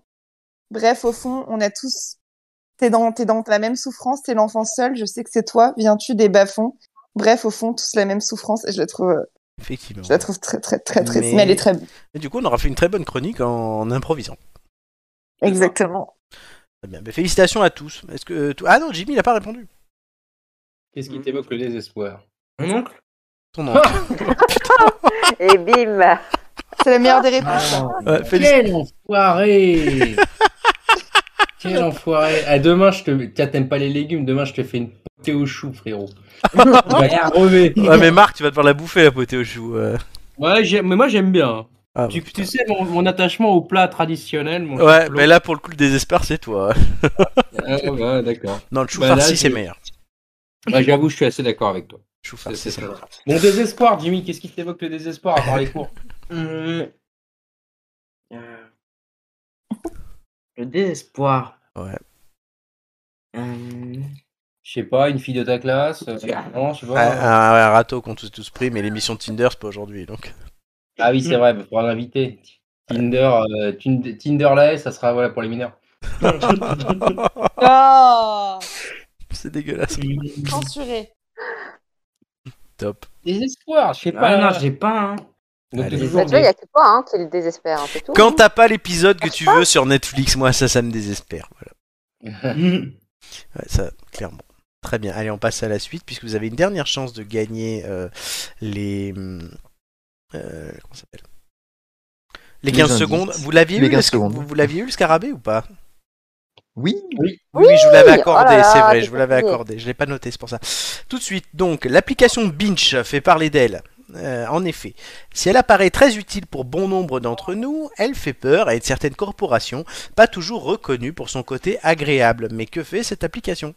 S3: Bref, au fond, on a tous. T'es dans, t'es dans la même souffrance, t'es l'enfant seul, je sais que c'est toi, viens-tu des bas-fonds Bref, au fond, tous la même souffrance, et je la trouve, euh,
S1: Effectivement.
S3: je la trouve très, très, très, très,
S1: Mais-
S3: mais... elle est très belle.
S1: Et du coup, on aura fait une très bonne chronique en, en improvisant.
S3: Exactement.
S1: Très bien. Mais félicitations à tous. Est-ce que euh, tout- ah non, Jimmy il a pas répondu.
S6: Qu'est-ce qui t'évoque le désespoir
S10: Mon oncle
S1: Ton oncle.
S4: Et bim
S3: Ah,
S1: bah,
S3: C'est la meilleure des réponses. [LAUGHS]
S1: Ouais, félic-
S5: Quelle enfoirée Quel enfoiré. À demain, je te. Tiens, T'aimes pas les légumes, demain, je te fais une potée au chou, frérot. Tu vas te crever.
S1: Ouais, Ah, mais Marc, tu vas te faire la bouffer la potée au chou. euh.
S5: Ouais, j'ai- mais moi, j'aime bien.
S1: Ah,
S5: tu, tu sais, mon, mon attachement au plat traditionnel. Mon
S1: Ouais,
S5: chou
S1: mais là pour le coup, le désespoir, c'est toi. [LAUGHS]
S5: blanc. Ah, ouais, d'accord.
S1: Non, le chou
S5: Bah, là,
S1: farci,
S5: je-
S1: c'est meilleur.
S5: Ouais, J'avoue, je suis assez d'accord avec toi.
S1: Le Chou
S5: C'est-
S1: farci,
S5: c'est
S1: c'est
S5: ça.
S1: meilleur.
S5: Mon désespoir, Jimmy, qu'est-ce qui t'évoque le désespoir à part les cours
S10: Hum. Euh, Le désespoir.
S1: Ouais.
S10: Hum.
S5: Je sais pas, une fille de ta classe euh, Non, je sais
S1: Ah,
S5: pas.
S1: ah, ouais, un râteau qu'on tous tous pris, mais l'émission Tinder, c'est pas aujourd'hui donc. [LAUGHS]
S5: Ah oui, c'est vrai, bah, pour l'invité. Tinder, euh, Tind- Tinderless, ça sera voilà, pour les mineurs.
S3: Oh
S1: C'est dégueulasse.
S3: Censuré.
S1: Top.
S5: Désespoir, je sais
S10: Ah
S5: pas.
S10: non, j'ai pas. hein.
S5: Donc,
S1: Allez.
S5: toujours
S4: Bah, tu vois, il
S5: des-
S4: n'y a que toi hein, qui le désespère, hein, c'est tout.
S1: Quand t'as pas l'épisode que tu veux sur Netflix, moi ça, ça me désespère. Voilà. Ouais, ça, clairement. Très bien. Allez, on passe à la suite puisque vous avez une dernière chance de gagner euh, les. hum, euh, comment ça s'appelle Les
S2: Les
S1: 15
S2: indices.
S1: secondes. Vous l'aviez eu,
S2: Les
S1: le
S2: 15
S1: sc-
S2: secondes.
S1: vous, vous l'aviez eu le scarabée ou pas
S2: Oui,
S1: Oui, oui, je vous l'avais
S4: Oui, oh là
S1: accordé,
S4: là,
S1: c'est vrai,
S4: t'es
S1: je vous l'avais
S4: fatigué.
S1: accordé, je l'ai pas noté, c'est pour ça. Tout de suite, donc, l'application Binge fait parler d'elle. Euh, en effet, si elle apparaît très utile pour bon nombre d'entre nous, elle fait peur à une certaine corporation, pas toujours reconnue pour son côté agréable. Mais que fait cette application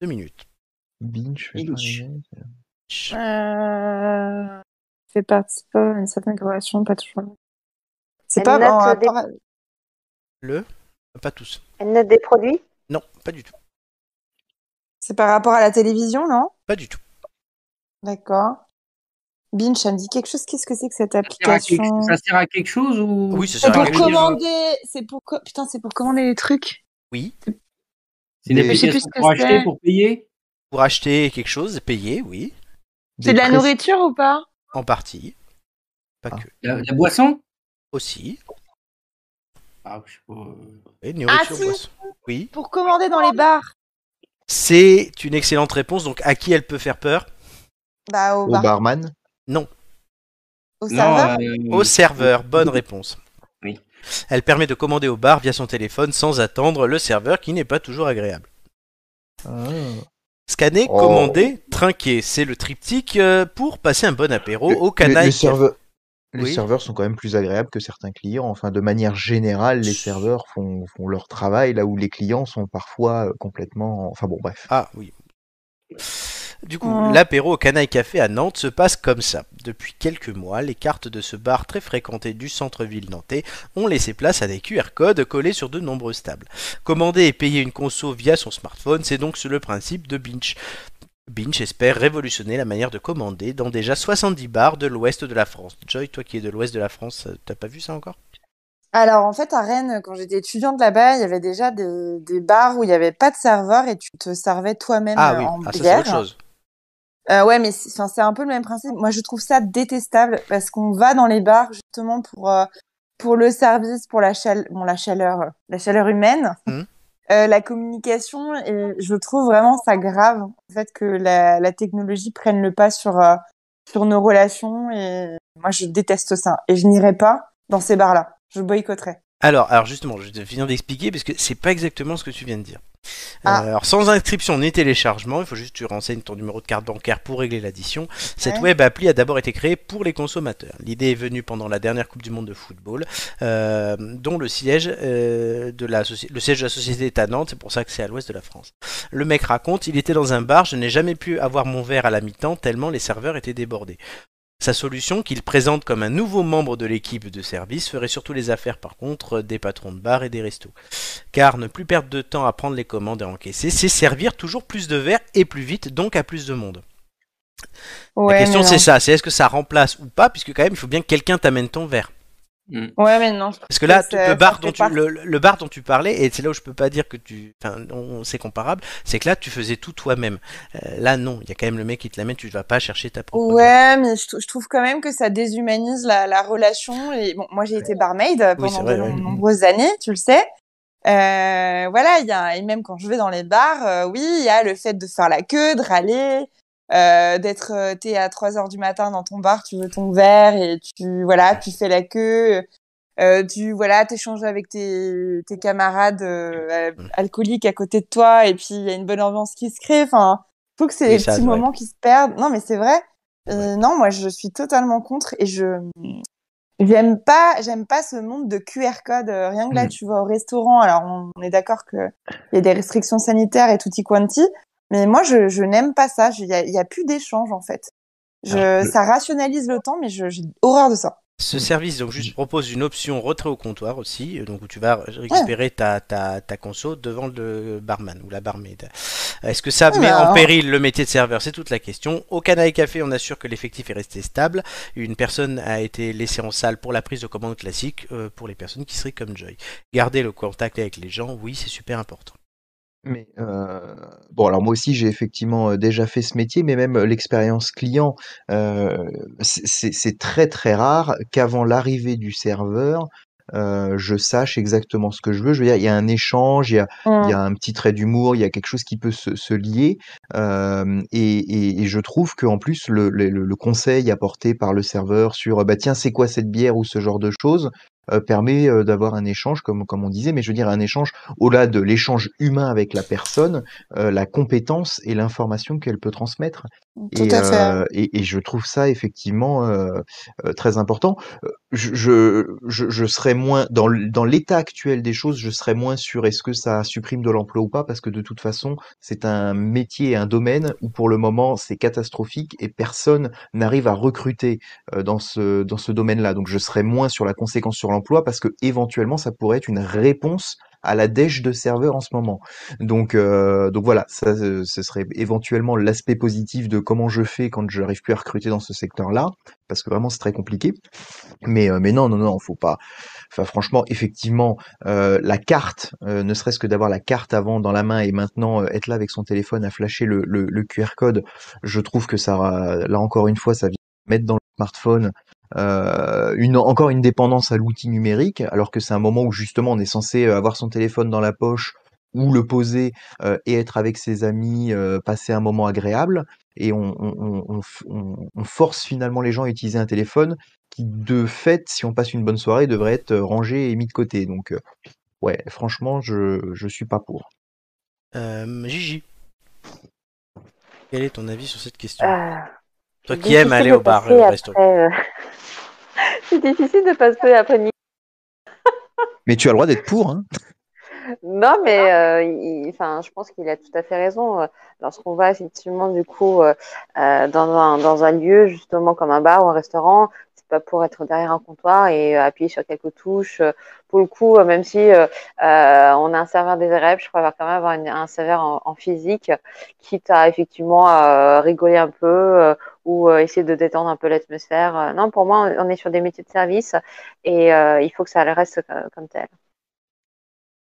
S1: Deux minutes.
S2: Binge. je sais
S10: Binge.
S2: pas, mais-
S1: Chut.
S3: Euh... Fait partie pas une certaine corrélation, pas toujours. C'est
S4: Elle
S3: pas
S4: note
S3: en
S4: des-
S3: rapport à-
S1: Le Pas tous.
S4: Elle note des produits.
S1: Non, pas du tout.
S3: C'est par rapport à la télévision, non
S1: Pas du tout.
S3: D'accord. Binge, ça me dit quelque chose. Qu'est-ce que c'est que cette
S6: sert à quelque-
S3: application
S6: ça sert à quelque chose ou
S1: Oui, c'est
S3: C'est
S1: ça.
S3: pour
S6: quelque chose.
S3: commander. C'est pour co- putain, c'est pour commander les trucs.
S6: C'est une
S2: Des-
S3: Je sais plus
S6: application
S3: ce que
S6: pour acheter,
S3: c'est.
S6: pour payer
S1: Pour acheter quelque chose, payer, oui,
S3: C'est de la
S2: des pré-
S3: nourriture ou pas
S1: en partie. Pas
S2: Ah.
S1: que.
S6: La, la boisson
S1: Aussi.
S6: Ah, je sais pas. euh,
S1: Et nourriture,
S3: si.
S1: boisson. Oui.
S3: Pour commander dans les bars.
S1: C'est une excellente réponse. Donc, à qui elle peut faire peur
S3: Bah au
S2: Au
S3: bar,
S2: barman.
S3: au serveur.
S6: Non, euh,
S1: Au serveur. Bonne réponse.
S6: Oui.
S1: Elle permet de commander au bar via son téléphone sans attendre le serveur qui n'est pas toujours agréable. Scanner,
S2: Oh.
S1: commander, trinquer. C'est le triptyque euh, pour passer un bon apéro
S2: Le-
S1: au
S2: le-
S1: canaille.
S2: les, serveurs... les
S1: Oui.
S2: serveurs sont quand même plus agréables que certains clients. Enfin, de manière générale, les serveurs font, font leur travail là où les clients sont parfois euh, complètement. Enfin bon, bref.
S1: Ah oui. Du coup,
S3: Mm.
S1: l'apéro au Canaille Café à Nantes se passe comme ça. Depuis quelques mois, les cartes de ce bar très fréquenté du centre-ville nantais ont laissé place à des QR codes collés sur de nombreuses tables. Commander et payer une conso via son smartphone, c'est donc le principe de Binge. Binge espère révolutionner la manière de commander dans déjà 70 bars de l'ouest de la France. Joy, toi qui es de l'ouest de la France, euh, t'as pas vu ça encore
S3: Alors en fait à Rennes, quand j'étais étudiante là-bas, il y avait déjà des, des bars où il n'y avait pas de serveur et tu te servais toi-même
S1: Ah
S3: euh,
S1: oui,
S3: en
S1: ah, ça c'est
S3: bière.
S1: autre chose.
S3: Euh, ouais, mais c'est 'fin, c'est un peu le même principe. Moi, je trouve ça détestable parce qu'on va dans les bars justement pour euh, pour le service, pour la chaleur, bon, la chaleur, euh, la chaleur humaine,
S1: Mhm.
S3: euh, la communication. Et je trouve vraiment ça grave en fait que la, la technologie prenne le pas sur euh, sur nos relations. Et moi, je déteste ça. Et je n'irai pas dans ces bars-là. Je boycotterai.
S1: Alors, alors justement, je vais finir d'expliquer parce que c'est pas exactement ce que tu viens de dire.
S3: Ah.
S1: Euh, alors, sans inscription ni téléchargement, il faut juste que tu renseignes ton numéro de carte bancaire pour régler l'addition. Cette
S3: Ouais.
S1: web appli a d'abord été créée pour les consommateurs. L'idée est venue pendant la dernière Coupe du Monde de football, euh, dont le siège, euh, de la soci- le siège de la société est à Nantes, c'est pour ça que c'est à l'ouest de la France. Le mec raconte, il était dans un bar, je n'ai jamais pu avoir mon verre à la mi-temps tellement les serveurs étaient débordés. Sa solution, qu'il présente comme un nouveau membre de l'équipe de service, ferait surtout les affaires par contre des patrons de bar et des restos. Car ne plus perdre de temps à prendre les commandes et à encaisser, c'est servir toujours plus de verres et plus vite, donc à plus de monde.
S3: Ouais,
S1: La question
S3: mais non.
S1: c'est ça, c'est est-ce que ça remplace ou pas, puisque quand même il faut bien que quelqu'un t'amène ton verre.
S6: Mm.
S3: Ouais, mais non. je trouve
S1: Parce que là,
S3: ça,
S1: le
S3: ça
S1: bar,
S3: fait
S1: dont tu,
S3: partie-
S1: le, le bar dont tu parlais, et c'est là où je peux pas dire que tu, enfin, on- c'est comparable, c'est que là tu faisais tout toi-même. Euh, là non, il y a quand même le mec qui te l'amène, tu vas pas chercher ta propre. bière.
S3: Ouais, mais je, trou- je trouve quand même que ça déshumanise la, la relation. Et bon, moi, j'ai été barmaid pendant
S1: c'est vrai,
S3: de
S1: ouais.
S3: nombreuses années, tu le sais. Euh, voilà, il y a, et même quand je vais dans les bars, euh, oui, il y a le fait de faire la queue, de râler, euh, d'être, euh, t'es à 3 heures du matin dans ton bar, tu veux ton verre et tu, voilà, tu fais la queue. euh, du voilà, t'échanges avec tes, tes camarades euh, alcooliques à côté de toi, et puis il y a une bonne ambiance qui se crée. Enfin, faut que c'est
S1: Oui,
S3: des
S1: ça,
S3: petits
S1: c'est vrai.
S3: moments qui se perdent. Non, mais c'est vrai. Euh, non, moi je suis totalement contre et je j'aime pas j'aime pas ce monde de QR code. Euh, Rien que là,
S2: Mm.
S3: tu vas au restaurant. Alors on, on est d'accord que il y a des restrictions sanitaires et tutti quanti, mais moi je, je n'aime pas ça. Il y a, y a plus d'échange en fait. Je,
S2: Alors, le-
S3: Ça rationalise le temps, mais je- j'ai horreur de ça.
S2: Mm.
S1: Ce service donc juste propose une option retrait au comptoir aussi, euh, donc où tu vas
S2: Ah.
S1: récupérer ta, ta, ta conso devant le barman ou la barmaid. Est-ce que ça
S3: Ouais,
S1: met
S3: mais
S1: en
S3: alors-
S1: péril le métier de serveur C'est toute la question. Au Canaille Café, on assure que l'effectif est resté stable. Une personne a été laissée en salle pour la prise de commande classique euh, pour les personnes qui seraient comme Joy. Garder le contact avec les gens, oui, c'est super important.
S2: Mais euh, bon, alors moi aussi j'ai effectivement euh, déjà fait ce métier, mais même euh, l'expérience client, euh, c'est- c'est c'est très très rare qu'avant l'arrivée du serveur, euh, je sache exactement ce que je veux. Je veux dire, il y a un échange, il y a, il y a un petit trait d'humour, il y a quelque chose qui peut se, se lier. euh, et, et- et je trouve qu'en plus, le, le- le- le conseil apporté par le serveur sur euh, bah tiens, c'est quoi cette bière ou ce genre de choses euh, permet euh, d'avoir un échange, comme, comme on disait, mais je veux dire un échange au-delà de l'échange humain avec la personne, euh, la compétence et l'information qu'elle peut transmettre.
S3: Tout
S2: et,
S3: à fait.
S2: euh, et, et je trouve ça effectivement euh, euh, très important. Euh, Je, je, je, je serais moins dans l- dans l'état actuel des choses, je serais moins sûr est-ce que ça supprime de l'emploi ou pas, parce que de toute façon, c'est un métier et un domaine où pour le moment c'est catastrophique et personne n'arrive à recruter euh, dans ce dans ce domaine-là. Donc je serais moins sur la conséquence sur l'emploi parce que éventuellement ça pourrait être une réponse à la dèche de serveur en ce moment. Donc, euh, donc voilà, ça, euh, ce serait éventuellement l'aspect positif de comment je fais quand je n'arrive plus à recruter dans ce secteur-là, parce que vraiment c'est très compliqué. Mais, euh, mais non, non, non, faut pas. Enfin, franchement, effectivement, euh, la carte, euh, ne serait-ce que d'avoir la carte avant dans la main et maintenant euh, être là avec son téléphone à flasher le, le, le QR code, je trouve que ça, euh, là encore une fois, ça vient mettre dans le smartphone euh, une, encore une dépendance à l'outil numérique, alors que c'est un moment où justement on est censé euh, avoir son téléphone dans la poche ou le poser euh, et être avec ses amis, euh, passer un moment agréable. Et on, on- on- on f- on- on force finalement les gens à utiliser un téléphone qui, de fait, si on passe une bonne soirée, devrait être euh, rangé et mis de côté. Donc, euh, ouais, franchement, je je suis pas pour.
S1: Euh, Gigi, quel est ton avis sur cette question
S4: Euh,
S1: Toi
S4: c'est
S1: qui aimes
S4: difficile
S1: aller
S4: de
S1: au bar,
S4: passer
S1: euh, au
S4: après,
S1: resto.
S4: euh, [LAUGHS] c'est difficile de passer après Nicolas.
S2: Mais tu as le droit d'être pour, hein.
S4: Non, mais euh, il- enfin, je pense qu'il a tout à fait raison. Euh, Lorsqu'on va effectivement du coup euh, euh, dans un dans un lieu justement comme un bar ou un restaurant, c'est pas pour être derrière un comptoir et euh, appuyer sur quelques touches. Euh, Pour le coup, euh, même si euh, euh, on a un serveur désirable, je préfère quand même avoir une- un serveur en, en physique, quitte à effectivement euh, rigoler un peu euh, ou euh, essayer de détendre un peu l'atmosphère. Euh, non, pour moi, on on est sur des métiers de service et euh, il faut que ça reste euh, comme tel.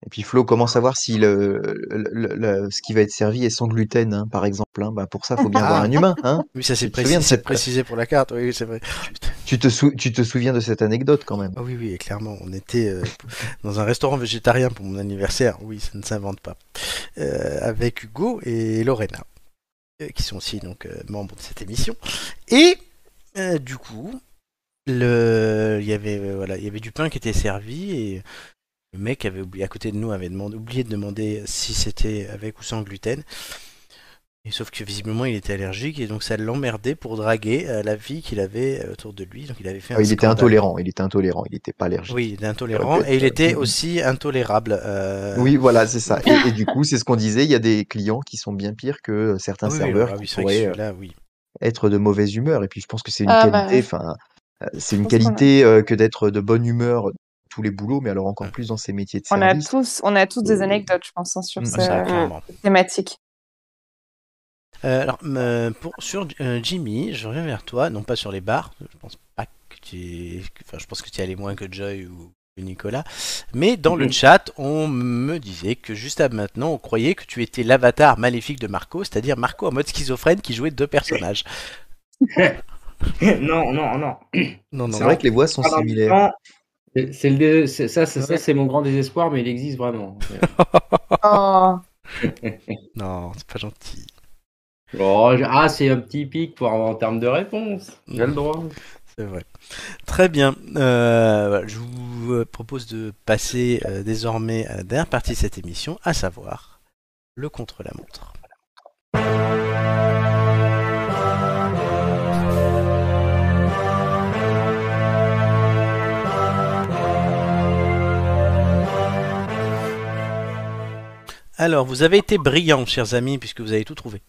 S2: Et puis Flo, comment savoir si le, le- le- le- ce qui va être servi est sans gluten, hein, par exemple, hein. Bah pour ça, faut bien
S1: Ah.
S2: voir un humain, hein.
S1: Oui, ça c'est
S2: Tu te
S1: précisé,
S2: souviens de
S1: c'est
S2: cette-
S1: précisé pour la carte, oui, oui, c'est vrai.
S2: Tu te sou- tu te souviens de cette anecdote quand même.
S1: Ah oui, oui, clairement, on était euh, dans un restaurant végétarien pour mon anniversaire, oui, ça ne s'invente pas, Euh, avec Hugo et Lorena, euh, qui sont aussi donc euh, membres de cette émission. Et euh, du coup, le... il, y avait, euh, voilà, il y avait du pain qui était servi et le mec avait oublié, à côté de nous avait demandé, oublié de demander si c'était avec ou sans gluten. Et sauf que visiblement il était allergique et donc ça l'emmerdait pour draguer euh, la fille qu'il avait euh, autour de lui. Donc il avait fait
S2: Ah,
S1: un
S2: il était
S1: scandale.
S2: intolérant, il était intolérant, il n'était pas allergique.
S1: Oui, il était
S2: Ça
S1: intolérant
S2: aurait pu
S1: et il
S2: être,
S1: était
S2: euh,
S1: aussi intolérable. euh,
S2: Oui, voilà, c'est ça.
S1: [LAUGHS]
S2: Et, et du coup, c'est ce qu'on disait, il y a des clients qui sont bien pires que euh, certains
S1: oui, oui,
S2: serveurs
S1: ah oui,
S2: qui
S1: c'est vrai que
S2: pourraient euh,
S1: celui-là, oui.
S2: être de mauvaise humeur. Et puis, je pense que c'est une
S3: Ah, bah
S2: qualité,
S3: oui.
S2: enfin, euh, c'est une
S3: pense qu'on a-
S2: qualité euh, que d'être de bonne humeur dans tous les boulots, mais alors encore plus dans ces métiers de
S3: On a
S2: service.
S3: tous, on a tous des
S2: Et-
S3: anecdotes, je pense, hein, sur
S2: Mm,
S3: ce-
S1: Ah, Euh, ça, clairement. [LAUGHS]
S3: cette thématique.
S1: Euh, alors, me- pour, sur euh, Jimmy, je reviens vers toi, non pas sur les bars, je pense pas que tu es... Enfin, je pense que tu y allais moins que Joy ou que Nicolas, mais dans le
S6: Mhm.
S1: chat, on me disait que juste à maintenant, on croyait que tu étais l'avatar maléfique de Marco, c'est-à-dire Marco en mode schizophrène qui jouait deux personnages.
S6: [LAUGHS] non, non, non.
S1: Non, non,
S2: C'est
S1: non.
S2: vrai que les voix sont
S6: Pas dans le
S2: similaires.
S6: temps. C'est- c'est le dé- c'est- ça, c'est ça, c'est mon grand désespoir, mais il existe vraiment. [LAUGHS]
S3: Oh.
S1: Non, c'est pas gentil.
S6: Oh, je- ah, c'est un petit pic pour- en termes de réponse. J'ai le droit.
S1: C'est vrai. Très bien. Euh, voilà, je vous euh, propose de passer euh, désormais à la dernière partie de cette émission, à savoir le contre-la-montre. Alors, vous avez été brillants, chers amis, puisque vous avez tout trouvé.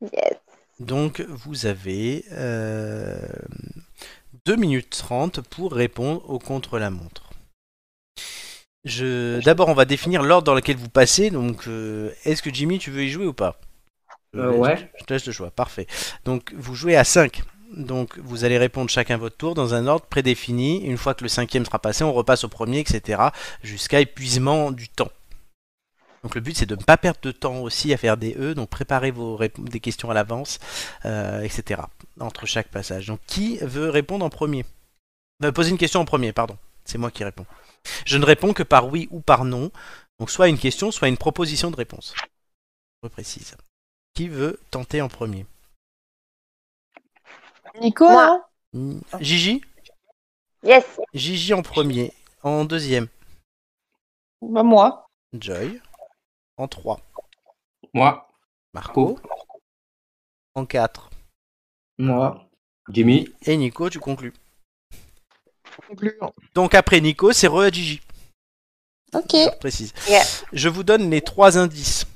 S4: Yes.
S1: Donc, vous avez euh, 2 minutes 30 pour répondre au contre-la-montre. Je... D'abord, on va définir l'ordre dans lequel vous passez. Donc, euh, est-ce que Jimmy, tu veux y jouer ou pas Je
S10: Euh,
S1: te laisse-
S10: ouais.
S1: Je te laisse le choix. Parfait. Donc, vous jouez à 5. Donc, vous allez répondre chacun votre tour dans un ordre prédéfini. Une fois que le cinquième sera passé, on repasse au premier, etc. Jusqu'à épuisement du temps. Donc, le but, c'est de ne pas perdre de temps aussi à faire des E. Donc, préparez vos rép- des questions à l'avance, euh, etc. Entre chaque passage. Donc, qui veut répondre en premier Euh, Poser une question en premier, pardon. C'est moi qui réponds. Je ne réponds que par oui ou par non. Donc soit une question, soit une proposition de réponse. Je précise. Qui veut tenter en premier
S3: Nico, hein
S4: Moi.
S3: non
S1: Hmm, Gigi
S4: Yes.
S1: Gigi en premier. En deuxième,
S3: Bah, moi.
S1: Joy. En trois,
S6: Moi,
S1: Marco. En quatre.
S10: Moi.
S6: Jimmy,
S1: Et Nico, tu conclus.
S2: Conclure.
S1: Donc après Nico, c'est re à Gigi.
S3: Ok.
S1: Je précise.
S4: Yeah.
S1: Je vous donne les trois indices.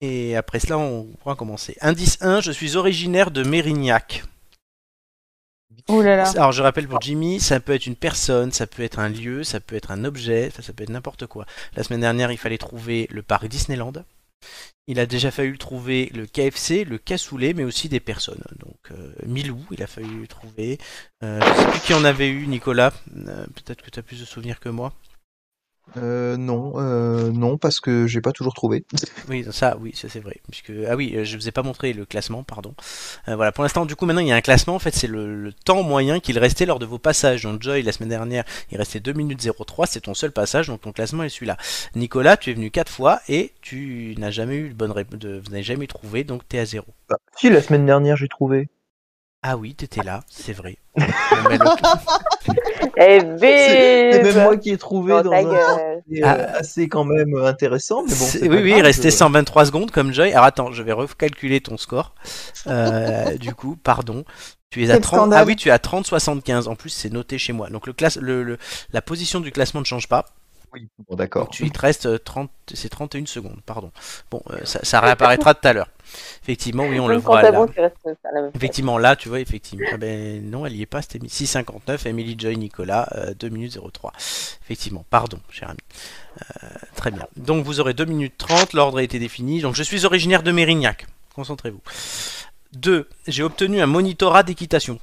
S1: Et après cela, on pourra commencer. Indice 1, je suis originaire de Mérignac.
S3: Ouh là là.
S1: Alors je rappelle pour Jimmy, ça peut être une personne, ça peut être un lieu, ça peut être un objet, ça, ça peut être n'importe quoi. La semaine dernière, il fallait trouver le parc Disneyland. Il a déjà fallu trouver le KFC, le cassoulet, mais aussi des personnes. Donc euh, Milou, il a fallu trouver. Euh, je sais plus qui en avait eu, Nicolas. Euh, Peut-être que tu as plus de souvenirs que moi.
S2: Euh, non, euh, non, parce que j'ai pas toujours trouvé.
S1: Oui, ça, oui, ça c'est vrai. Puisque ah oui, euh, je vous ai pas montré le classement, pardon. Euh, voilà, pour l'instant, du coup, maintenant il y a un classement. En fait, c'est le, le temps moyen qu'il restait lors de vos passages. Donc Joy, la semaine dernière, il restait 2 minutes 03. C'est ton seul passage, donc ton classement est celui-là. Nicolas, tu es venu quatre fois et tu n'as jamais eu de bonne réponse. Vous n'avez jamais trouvé, donc t'es à zéro.
S2: Bah, si, la semaine dernière, j'ai trouvé.
S1: Ah oui, t'étais là, c'est vrai. Bon, ben, le-
S4: Eh
S2: C'est c'est même
S4: bim.
S2: moi qui ai trouvé
S4: Dans
S2: dans
S4: ta
S2: un
S4: gueule.
S2: C'est, euh, assez quand même intéressant, mais bon.
S1: Ah. C'est- oui,
S2: c'est pas
S1: oui, il
S2: grave, euh,
S1: restait
S2: je-
S1: 123 secondes comme Joy. Alors attends, je vais recalculer ton score. Euh, du coup, pardon. Tu es à
S3: Quel
S1: 30.
S3: scandale.
S1: Ah oui, tu es à 30-75. En plus, c'est noté chez moi. Donc le classe, le, le- la position du classement ne change pas.
S2: Oui, bon, d'accord.
S1: Donc tu il te restes euh, 30, c'est 31 secondes. Pardon. Bon, euh, ça, ça réapparaîtra tout à l'heure. Effectivement, oui, on le
S4: Même quand
S1: voit
S4: t'as
S1: là.
S4: bon, tu restes sur la même
S3: Euh,
S4: chose.
S1: Effectivement, là, tu vois, effectivement. Ah ben non, elle y est pas, c'était 6,59, Emily Joy Nicolas, euh, 2 minutes 03. Effectivement, pardon, cher ami. Euh, très bien. Donc vous aurez 2 minutes 30, l'ordre a été défini. Donc je suis originaire de Mérignac. Concentrez-vous. 2. J'ai obtenu un monitorat d'équitation.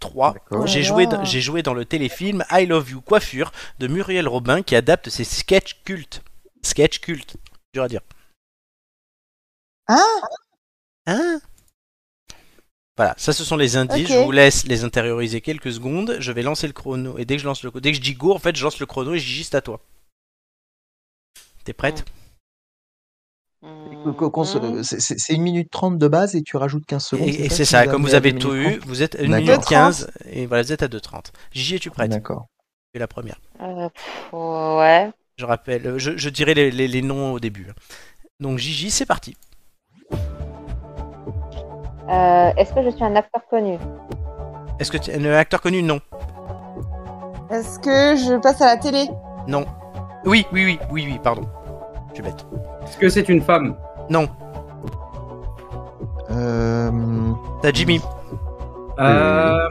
S1: 3.
S2: D'accord.
S1: J'ai
S3: Oh là
S1: joué,
S3: là.
S1: dans- j'ai joué dans le téléfilm I Love You Coiffure de Muriel Robin qui adapte ses sketchs cultes. Sketch culte, dur à dire.
S3: Ah,
S1: Hein voilà, ça ce sont les indices.
S3: Ok.
S1: Je vous laisse les intérioriser quelques secondes. Je vais lancer le chrono et dès que je lance le dès que je dis go, en fait, je lance le chrono et je dis juste à toi. T'es prête
S2: Qu'on- qu'on
S4: Hum,
S2: se-
S4: Mmh.
S2: c'est- C'est c'est une minute trente de base et tu rajoutes 15 secondes.
S1: Et, et c'est ça,
S2: qui
S1: comme
S2: va
S1: vous
S2: amener à
S1: avez
S2: deux
S1: tout eu,
S2: minutes
S1: vous êtes à 1
S2: D'accord.
S1: minute 15 et voilà, vous êtes à 2.30. Gigi, es-tu
S2: 30.
S1: prête
S2: D'accord.
S1: Tu es la première.
S4: Euh, pff, ouais.
S1: Je rappelle, euh, je, je dirai les, les- les noms au début. hein. Donc Gigi, c'est parti.
S4: Euh, Est-ce que je suis un acteur connu
S1: Est-ce que tu es un acteur connu Non.
S3: est-ce que je passe à la télé
S1: Oui, oui, oui, oui, oui, pardon. Je suis bête.
S6: est-ce que c'est une femme
S2: Euh,
S1: T'as Jimmy.
S6: Euh,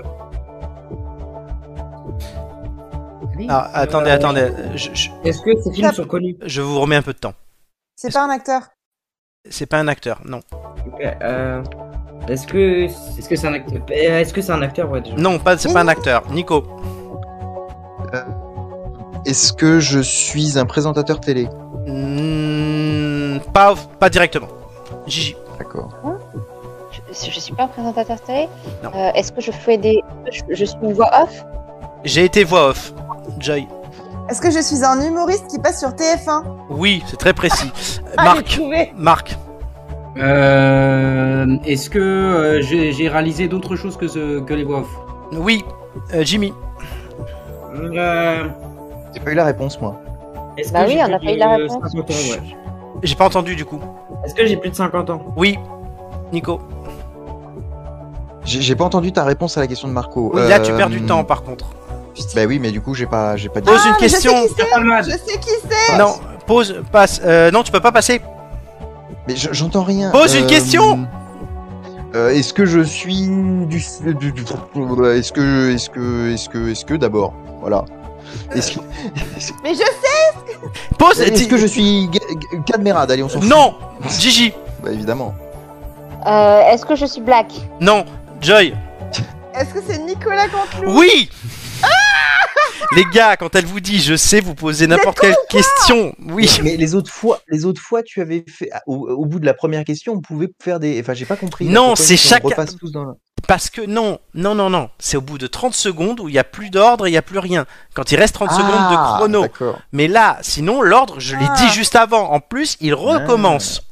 S1: Ah, attendez,
S6: Euh,
S1: attendez. Je- je-
S6: Est-ce que ces films sont connus
S1: je vous remets un peu de temps.
S3: C'est pas un acteur.
S1: C'est pas un acteur, non.
S10: Euh, Est-ce que.
S6: Est-ce que c'est un acteur
S10: Euh, Est-ce que c'est un acteur ouais, déjà
S1: Non, pas, c'est pas un acteur. Nico,
S2: Est-ce que je suis un présentateur télé
S1: Mm, pas, pas directement. Gigi,
S2: D'accord.
S4: je, je suis pas un présentateur télé
S1: Non.
S4: Euh, Est-ce que je fais des. Je, je suis une voix off
S1: j'ai été voix off. Joy,
S3: Est-ce que je suis un humoriste qui passe sur TF1
S1: oui, c'est très précis.
S3: Ah, j'ai
S1: Marc,
S3: trouvé.
S1: Marc,
S6: Euh, Est-ce que euh, j'ai j'ai réalisé d'autres choses que, ce- que les voix off
S1: Oui, euh, Jimmy.
S6: Euh,
S2: J'ai pas eu la réponse, moi.
S10: Est-ce
S4: Bah
S10: que
S4: oui,
S10: j'ai
S4: on a
S10: plus
S4: pas eu
S10: de
S4: la réponse.
S10: 50 ans, ouais.
S1: J'ai pas entendu du coup.
S10: Est-ce que j'ai plus de 50 ans
S1: Oui, Nico.
S2: J'ai j'ai pas entendu ta réponse à la question de Marco.
S1: Oui, là,
S2: Euh,
S1: tu perds du temps par contre.
S2: Bah oui, mais du coup, j'ai pas, j'ai pas dit.
S1: Pose
S3: Ah,
S1: une
S3: mais je sais
S1: question.
S3: qui c'est,
S6: Palmade.
S3: Je sais qui c'est
S1: Non, pose, passe. Euh, non, tu peux pas passer.
S2: Mais je- j'entends rien.
S1: Pose une question
S2: euh, Est-ce que je suis du, du- du- est-ce que est-ce que est-ce que est-ce que d'abord voilà. Est-ce que,
S3: Mais je sais
S1: Pose.
S2: est-ce
S1: Euh, dis-
S2: que je suis ga- ga- Cadmerade Allez, on s'en fout.
S1: Non, Gigi.
S2: Bah évidemment.
S4: Euh, Est-ce que je
S1: [LAUGHS]
S4: suis black
S1: Non, Joy.
S3: Est-ce que c'est Nicolas Cantelou
S1: Oui. Les gars, quand elle vous dit je sais, vous posez n'importe quelle question. Oui.
S2: Mais les autres fois, les autres fois, tu avais fait ah, au, au bout de la première question, on pouvait faire des. Enfin, j'ai pas compris.
S1: Non,
S2: Pourquoi
S1: c'est
S2: on
S1: chacun-
S2: repasse tous dans la-
S1: Parce que non, non, non, non. C'est au bout de 30 secondes où il n'y a plus d'ordre, il n'y a plus rien. Quand il reste 30 secondes de
S2: Ah,
S1: chrono.
S2: D'accord.
S1: Mais là, sinon, l'ordre, je l'ai
S3: Ah.
S1: dit juste avant. En plus, il recommence.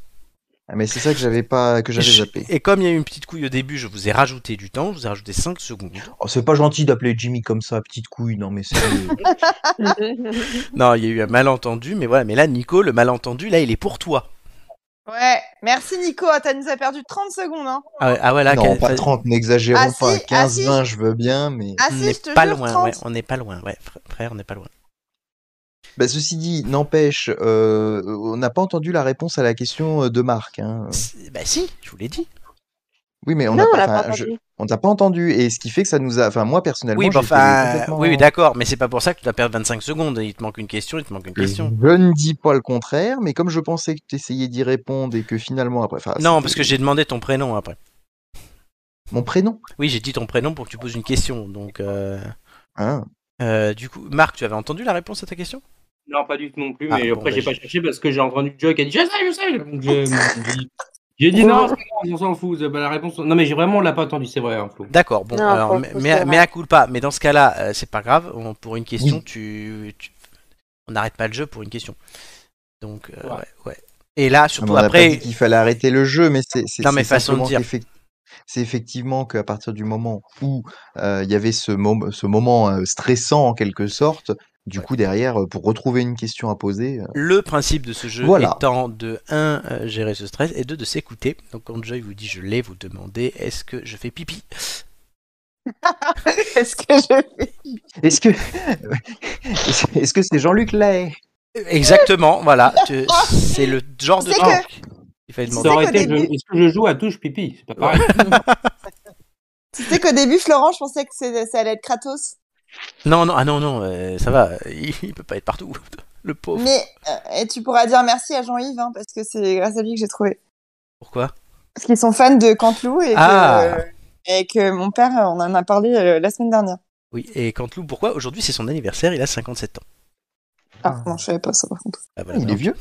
S2: Ah, mais c'est ça que j'avais pas, que j'avais
S1: Je-
S2: zappé.
S1: Et comme il y a eu une petite couille au début, je vous ai rajouté du temps, je vous ai rajouté 5 secondes.
S2: Oh, c'est pas gentil d'appeler Jimmy comme ça, petite couille. Non, mais c'est.
S1: Non, il y a eu un malentendu, mais voilà. Mais là, Nico, le malentendu, là, il est pour toi.
S3: Ouais, merci Nico, Ah, t'as nous a perdu 30 secondes. Hein.
S1: Ah, ouais, ah ouais, [LAUGHS] là,
S2: non,
S1: qu'elle-
S2: pas 30, n'exagérons
S3: Ah, si,
S2: pas.
S3: ah,
S2: 15,
S3: si.
S2: 20, je veux bien, mais.
S3: Ah
S1: on
S3: si,
S1: n'est
S3: je te
S1: pas
S3: jure,
S1: loin,
S3: 30.
S1: ouais,
S3: [LAUGHS]
S1: on n'est pas loin, ouais, fr- frère, on n'est pas loin.
S2: Bah, ceci dit, n'empêche, euh, on n'a pas entendu la réponse à la question euh, de Marc. hein.
S1: C'est- Bah si, je vous l'ai dit.
S2: Oui, mais on n'a
S4: Non, on
S2: pas,
S4: l'a pas
S2: enfin, je-
S4: entendu.
S2: on t'a pas entendu. Et ce qui fait que ça nous a. Enfin, moi, personnellement,
S1: Oui,
S2: j'ai
S1: bah,
S2: été
S1: enfin,
S2: complètement-
S1: oui, oui, d'accord, mais c'est pas pour ça que tu dois perdre 25 secondes. Il te manque une question, il te manque une question.
S2: Je ne dis pas le contraire, mais comme je pensais que tu essayais d'y répondre et que finalement après. enfin,
S1: Non,
S2: c'était-
S1: parce que j'ai demandé ton prénom après.
S2: Mon prénom.
S1: Oui, j'ai dit ton prénom pour que tu poses une question. Donc, euh,
S2: hein.
S1: euh, du coup, Marc, tu avais entendu la réponse à ta question
S6: Non, pas du tout non plus,
S1: Ah,
S6: mais
S1: bon,
S6: après,
S1: bah,
S6: j'ai
S1: je-
S6: pas cherché parce que j'ai entendu Joe qui a dit Je sais, je sais Donc, je- j'ai- J'ai dit non, c'est pas grave, on s'en fout. c'est pas la réponse. Non, mais j'ai vraiment, on l'a pas entendu, c'est vrai, hein, Flo.
S1: D'accord, bon,
S4: Non,
S1: alors,
S4: pour le
S1: mais,
S4: coup,
S1: mais-
S4: c'est vrai.
S1: mais à coup pas. Mais dans ce cas-là, euh, c'est pas grave. on- pour une question, tu, tu- on n'arrête pas le jeu pour une question. Donc, euh,
S6: Ouais.
S1: ouais, ouais. Et là,
S2: Ah, mais
S1: surtout
S2: on n'a pas dit
S1: après,
S2: qu'il fallait arrêter le jeu, mais c'est c'est-
S1: Non, mais
S2: c'est
S1: façon de
S2: simplement
S1: dire.
S2: qu'effec- C'est effectivement qu'à partir du moment où euh, il y avait ce, mom- ce moment euh, stressant en quelque sorte, du coup derrière, euh, pour retrouver une question à poser, euh,
S1: le principe de ce jeu
S2: Voilà.
S1: étant de 1 gérer ce stress et 2 de s'écouter. Donc, quand Joy vous dit je l'ai, vous demandez est-ce que je fais pipi
S3: Est-ce que je...
S2: est-ce que [LAUGHS] est-ce- est-ce que c'est Jean-Luc Lahaye
S1: Exactement,
S2: [LAUGHS]
S1: voilà. tu- C'est le genre de
S3: C'est
S1: truc qu'il fallait
S6: Ça
S1: demander.
S6: aurait
S3: qu'au
S6: été, je-
S3: début-
S6: est-ce que je joue à touche pipi C'est pas pareil.
S3: Tu sais qu'au début, Florent, je pensais que c'est- ça allait être Kratos.
S1: Non, non, ah non, non, euh, ça va. Il, il peut pas être partout, [LAUGHS] le pauvre.
S3: Mais euh, et tu pourras dire merci à Jean-Yves, hein, parce que c'est grâce à lui que j'ai trouvé.
S1: Pourquoi
S3: Parce qu'ils sont fans de Cantelou et, que,
S1: Ah.
S3: euh, et que mon père, euh, on en a parlé euh, la semaine dernière.
S1: Oui, et Cantelou, pourquoi Aujourd'hui, c'est son anniversaire, il a 57 ans.
S3: Ah, non, je savais pas ça par contre.
S1: Ah, voilà,
S2: Oh, Il est
S1: non,
S2: vieux.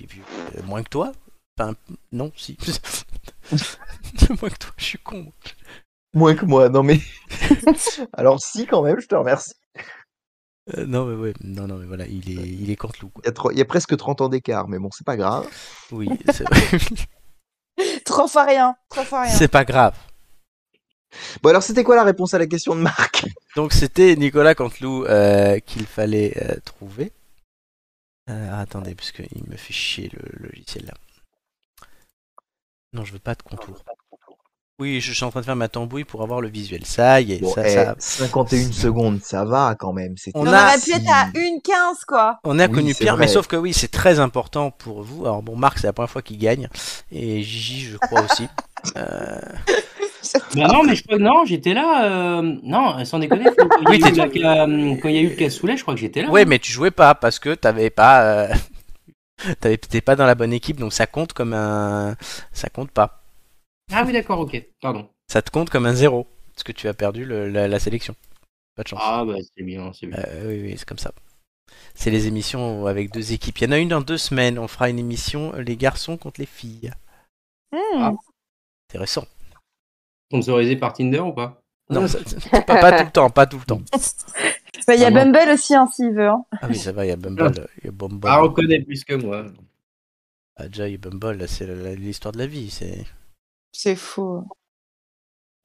S1: il est vieux. Euh, moins que toi Enfin, non,
S2: [LAUGHS]
S1: si. [LAUGHS] moins que toi, je suis con.
S2: Moins que moi,
S3: [LAUGHS]
S2: non mais. Alors si quand même, je te remercie.
S1: Euh, non, mais ouais, non, non, mais voilà, il est, il est Cantelou, quoi.
S2: Il y a, tro- il y a presque 30 ans d'écart, mais bon, c'est pas grave. [LAUGHS]
S1: Oui, c'est vrai. [LAUGHS]
S3: Trois fois rien, trois fois rien.
S1: c'est pas grave.
S2: Bon alors, c'était quoi la réponse à la question de Marc
S1: Donc c'était Nicolas Canteloup euh, qu'il fallait euh, trouver. Euh, attendez, parce que il me fait chier le logiciel là. Non, je veux pas de contour. Oui, je suis en train de faire ma tambouille pour avoir le visuel. Ça y est,
S2: Bon,
S1: ça,
S2: eh,
S1: ça-
S2: 51 secondes, ça va quand même. c'est-
S1: On
S3: on
S1: a-
S3: aurait pu être à une 15 quoi.
S1: On a
S2: Oui,
S1: connu
S2: c'est
S1: pire, mais
S2: vrai.
S1: sauf que oui, c'est très important pour vous. Alors bon, Marc, c'est la première fois qu'il gagne. Et Gigi, je crois aussi. Euh,
S6: Bah non, mais je crois que non, j'étais là. euh, Non, sans déconner. Flo, Quand
S1: Oui,
S6: il y a eu
S1: t'es-
S6: la- la- quand il y a eu le cassoulet, je crois que j'étais là.
S1: Ouais, mais tu jouais pas parce que t'avais pas... euh, [LAUGHS] t'avais- T'étais pas dans la bonne équipe, donc ça compte comme un... Ça compte pas.
S6: Ah oui, d'accord, ok. Pardon.
S1: ça te compte comme un zéro parce que tu as perdu le- la, la sélection. Pas de chance.
S6: Ah bah c'est bien, c'est bien.
S1: Euh, oui, oui, c'est comme ça. C'est les émissions avec deux équipes. Il y en a une dans deux semaines. On fera une émission euh, les garçons contre les filles. Ah,
S3: Hmm.
S1: Intéressant.
S6: Sponsorisé par Tinder ou pas
S1: Non, ça- ça- pas, pas tout le temps, pas tout le temps.
S2: [LAUGHS]
S3: Bah, Il y a
S6: Vraiment.
S3: Bumble aussi, hein, s'il veut. hein.
S1: Ah oui, ça va. Il y a Bumble, il y a Bumble.
S6: Ah, reconnaît plus que moi.
S1: Ah, déjà, il y a Bumble. là, C'est la- la- l'histoire de la vie. C'est
S3: C'est fou.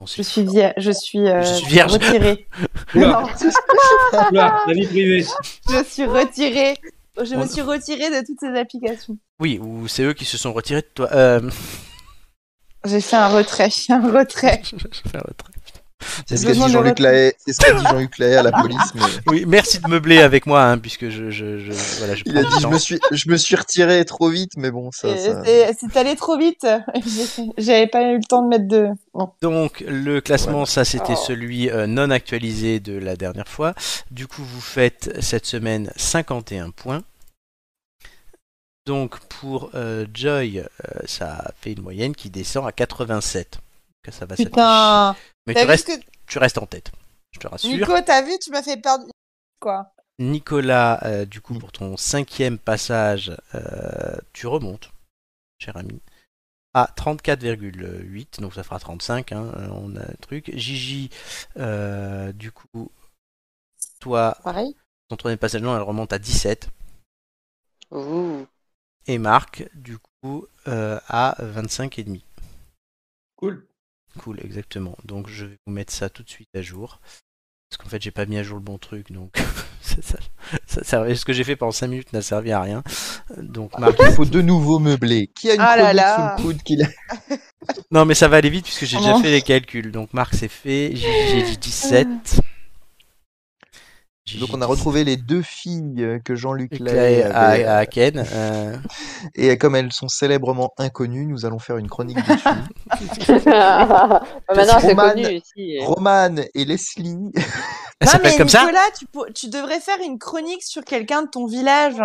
S1: Bon,
S3: Je suis vierge. Je suis, euh,
S1: Je suis vierge.
S3: retirée.
S1: [LAUGHS]
S5: Oula.
S3: Non,
S5: Oula, la vie privée.
S3: je suis retirée. Je me
S1: On-
S3: suis retirée de toutes ces applications.
S1: Oui, ou c'est eux qui se sont retirés de toi. Euh...
S3: J'ai fait un retrait. [LAUGHS] Un retrait.
S1: [LAUGHS] je vais faire un retrait.
S2: C'est ce
S3: Je
S2: qu'a dit
S3: demande
S2: Jean-Luc
S3: le
S2: Lahaye. C'est ce qu'a dit Jean-Luc Lahaye à la police. mais-
S1: oui, merci de meubler avec moi, hein, puisque je, je, je, voilà, je
S2: [LAUGHS] Il a
S1: prends
S2: dit
S1: du
S2: je
S1: temps.
S2: me suis, je me suis retiré trop vite, mais bon, ça.
S3: Et
S2: ça-
S3: C'est c'est allé trop vite. [LAUGHS] J'ai- J'avais pas eu le temps de mettre de. Bon.
S1: Donc le classement, ça c'était
S4: Oh.
S1: celui euh, non actualisé de la dernière fois. Du coup, vous faites cette semaine 51 points. Donc pour euh, Joy, euh, ça fait une moyenne qui descend à 87. Donc, ça va s'afficher.
S3: Putain.
S1: Mais
S3: T'as
S1: tu
S3: vu ce
S1: restes,
S3: que
S1: tu restes en tête. Je te rassure.
S3: Nico, t'as vu, tu m'as fait perdre. Quoi
S1: Nicolas, euh, du coup, pour ton cinquième passage, euh, tu remontes, cher ami, à 34,8, donc ça fera 35, hein, euh, on a un truc. Gigi, euh, du coup, toi,
S3: Pareil.
S1: ton troisième passage, non, elle remonte à 17.
S4: [LAUGHS] Ouh.
S1: Et Marc, du coup, euh, à 25,5.
S5: Cool.
S1: Cool, exactement. Donc je vais vous mettre ça tout de suite à jour. Parce qu'en fait, j'ai pas mis à jour le bon truc, donc [LAUGHS] ça, ça, ça servait- ce que j'ai fait pendant 5 minutes n'a servi à rien. Donc Marc,
S2: Il faut de nouveau meubler. Qui a une
S3: Ah là
S2: chronique
S3: là.
S2: sous le coude qu'il a
S1: Non, mais ça va aller vite puisque j'ai déjà
S3: Oh.
S1: fait les calculs. Donc Marc, c'est fait. J'ai j'ai dit
S3: Ah.
S1: 17. J'ai
S2: Donc on
S1: dit
S2: a retrouvé les deux filles que Jean-Luc Lahaye
S1: Clay
S2: avait.
S1: à, à Ken. euh,
S2: Et comme elles sont célèbrement inconnues, nous allons faire une chronique dessus.
S4: Bah, Maintenant, c'est
S2: Roman.
S4: connu ici.
S2: Romane et Leslie. [LAUGHS]
S1: Elle
S3: non, mais
S1: s'appelle comme ça
S3: Nicolas, tu, pour- tu devrais faire une chronique sur quelqu'un de ton village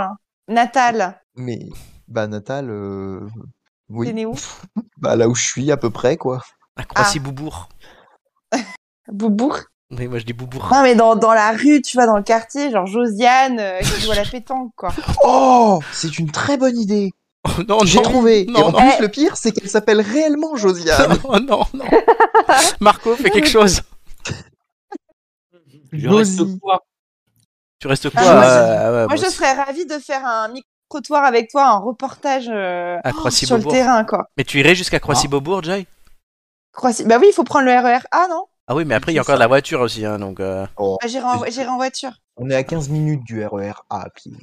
S3: natal.
S2: Mais bah Natal, euh,
S3: T'es
S2: oui,
S3: né où
S2: bah là où je suis à peu près quoi.
S1: À
S3: Ah.
S1: Croissy-Boubourg.
S3: Boubourg.
S1: Oui, moi je dis Boubourg.
S3: Non, mais dans, dans la rue, tu vois, dans le quartier, genre Josiane euh, qui joue
S1: [LAUGHS]
S3: à la pétanque, quoi.
S1: Ah,
S2: Oh, c'est une très bonne idée.
S1: Oh, [LAUGHS] non,
S2: J'ai
S1: non,
S2: trouvé.
S1: non,
S2: et en
S1: non.
S2: plus le pire, c'est qu'elle s'appelle réellement Josiane.
S1: Oh non,
S3: [LAUGHS]
S1: non. Marco, fais quelque chose.
S5: Je reste
S2: Josie.
S5: quoi
S1: Tu restes quoi
S3: Ah, moi,
S1: euh, ouais,
S3: Moi,
S1: moi
S3: je
S1: aussi.
S3: serais ravie de faire un micro-trottoir avec toi, un reportage euh,
S1: À
S3: sur le
S1: Croissy-Beaubourg.
S3: terrain, quoi.
S1: Mais tu irais jusqu'à Croissy-Beaubourg, Jay
S3: Croissy- Bah oui, il faut prendre le RER A, non
S1: Ah oui, mais après il y a encore de la voiture aussi. Hein, donc, euh,
S3: bah, J'irai en, j'irai en voiture.
S2: On est à 15 minutes du RER A à pied.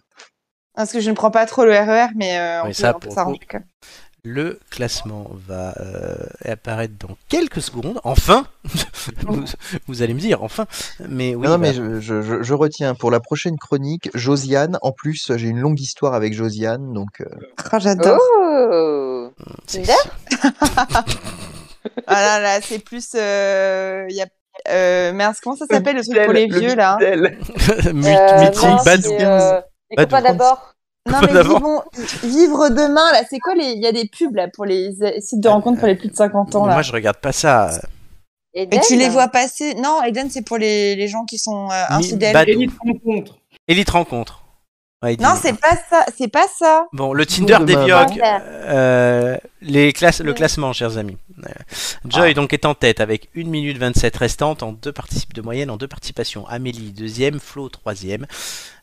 S3: Parce que je ne prends pas trop le RER, mais euh, on
S1: Oui,
S3: peut
S1: ça,
S3: on peut
S1: pour le
S3: s'arranger
S1: coup.
S3: quand même. [LAUGHS]
S1: Le classement va euh, apparaître dans quelques secondes. Enfin [LAUGHS] vous, vous allez me dire, enfin. Mais oui,
S2: non, non,
S1: bah,
S2: mais je, je- je- je retiens pour la prochaine chronique Josiane. En plus, j'ai une longue histoire avec Josiane, donc euh,
S3: Oh, J'adore.
S4: Oh.
S1: c'est- [LAUGHS]
S4: Tinder
S3: Ah là là, c'est plus. euh, il y a, euh, merde, comment ça s'appelle le truc pour les vieux, là
S1: Mut-
S4: Euh,
S1: Muti,
S4: non,
S1: Bad-
S4: c'est, euh, Les
S1: Bad
S4: copains
S1: Friends.
S4: d'abord.
S3: Non,
S1: Pas
S3: mais
S1: d'avant.
S3: vivons, vivre demain, là, c'est quoi les. Il y a des pubs, là, pour les sites de rencontres pour les plus de 50 ans, là.
S1: Euh, Moi, je regarde pas ça.
S4: Et
S3: Et tu
S4: Dell.
S3: les vois passer. Non, Eden, c'est pour les, les gens qui sont euh,
S1: Mi-
S3: infidèles.
S1: bad-
S5: Élite rencontre.
S1: Elite rencontre. Ouais,
S3: Non,
S1: dis-
S3: c'est pas ça. C'est pas ça.
S1: bon. Le Tinder
S2: de
S1: des
S2: ma
S1: Vioques,
S4: maman.
S1: euh, les classes, le classement, chers amis. Euh, Joy donc est en tête avec 1 minute 27 restante en deux participes de moyenne en deux participations. Amélie deuxième, Flo troisième.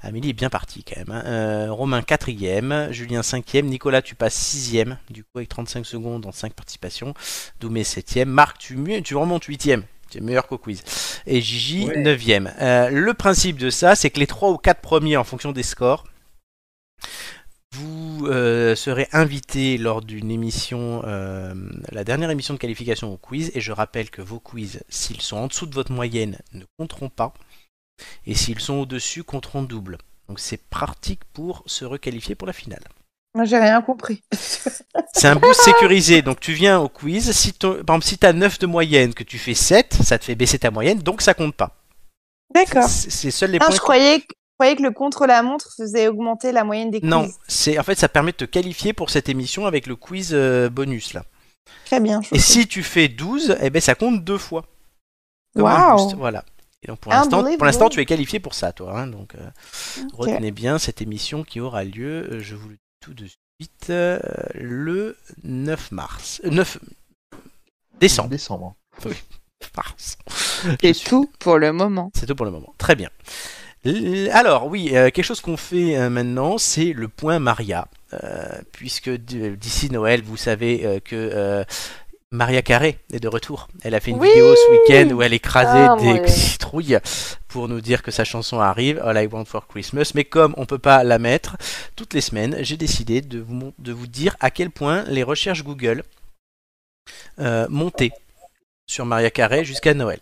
S1: Amélie est bien partie quand même. hein. Euh, Romain quatrième, Julien cinquième, Nicolas tu passes sixième du coup avec 35 secondes en cinq participations. Doumé septième, Marc tu, mu- tu remontes huitième. Tu es meilleur qu'au quiz. Et Gigi,
S5: Ouais.
S1: neuvième. Euh, le principe de ça, c'est que les trois ou quatre premiers, en fonction des scores, vous euh, serez invité lors d'une émission, euh, la dernière émission de qualification au quiz, et je rappelle que vos quiz, s'ils sont en dessous de votre moyenne, ne compteront pas, et s'ils sont au-dessus, compteront double. Donc c'est pratique pour se requalifier pour la finale.
S3: Moi, j'ai rien compris.
S1: C'est un boost sécurisé, donc tu viens au quiz, si ton- par exemple si tu as 9 de moyenne, que tu fais 7, ça te fait baisser ta moyenne, donc ça compte pas.
S3: [LAUGHS] D'accord.
S1: C'est c'est seuls les
S3: Non,
S1: points
S3: je
S1: qui-
S3: croyais que, je croyais que le contre-la-montre faisait augmenter la moyenne des quiz.
S1: Non, c'est en fait ça permet de te qualifier pour cette émission avec le quiz euh, bonus là.
S3: Très bien. je
S1: Et
S3: trouve.
S1: si tu fais 12, eh ben ça compte deux fois. Comme un
S3: Waouh.
S1: boost, Voilà. Et donc pour l'instant, pour
S3: Unbelievable.
S1: l'instant tu es qualifié pour ça toi. hein, donc euh,
S3: Ok.
S1: retenez bien cette émission qui aura lieu, euh, je vous le dis tout de suite, euh, le 9 mars, euh, 9 décembre.
S2: décembre.
S1: mars.
S3: C'est
S1: Je suis-
S3: tout pour le moment.
S4: Hein.
S1: c'est tout pour le moment. Très bien. L- Alors oui, euh, quelque chose qu'on fait euh, maintenant, c'est le point Maria. Euh, puisque d- d'ici Noël, vous savez euh, que euh, Maria Carré est de retour. Elle a fait une
S4: Oui
S1: vidéo ce week-end où elle écrasait
S4: Ah, mon
S1: des
S4: Dieu.
S1: citrouilles pour nous dire que sa chanson arrive, All I Want for Christmas. Mais comme on peut pas la mettre toutes les semaines, j'ai décidé de vous, mon- de vous dire à quel point les recherches Google euh, montaient sur Maria Carré jusqu'à Noël.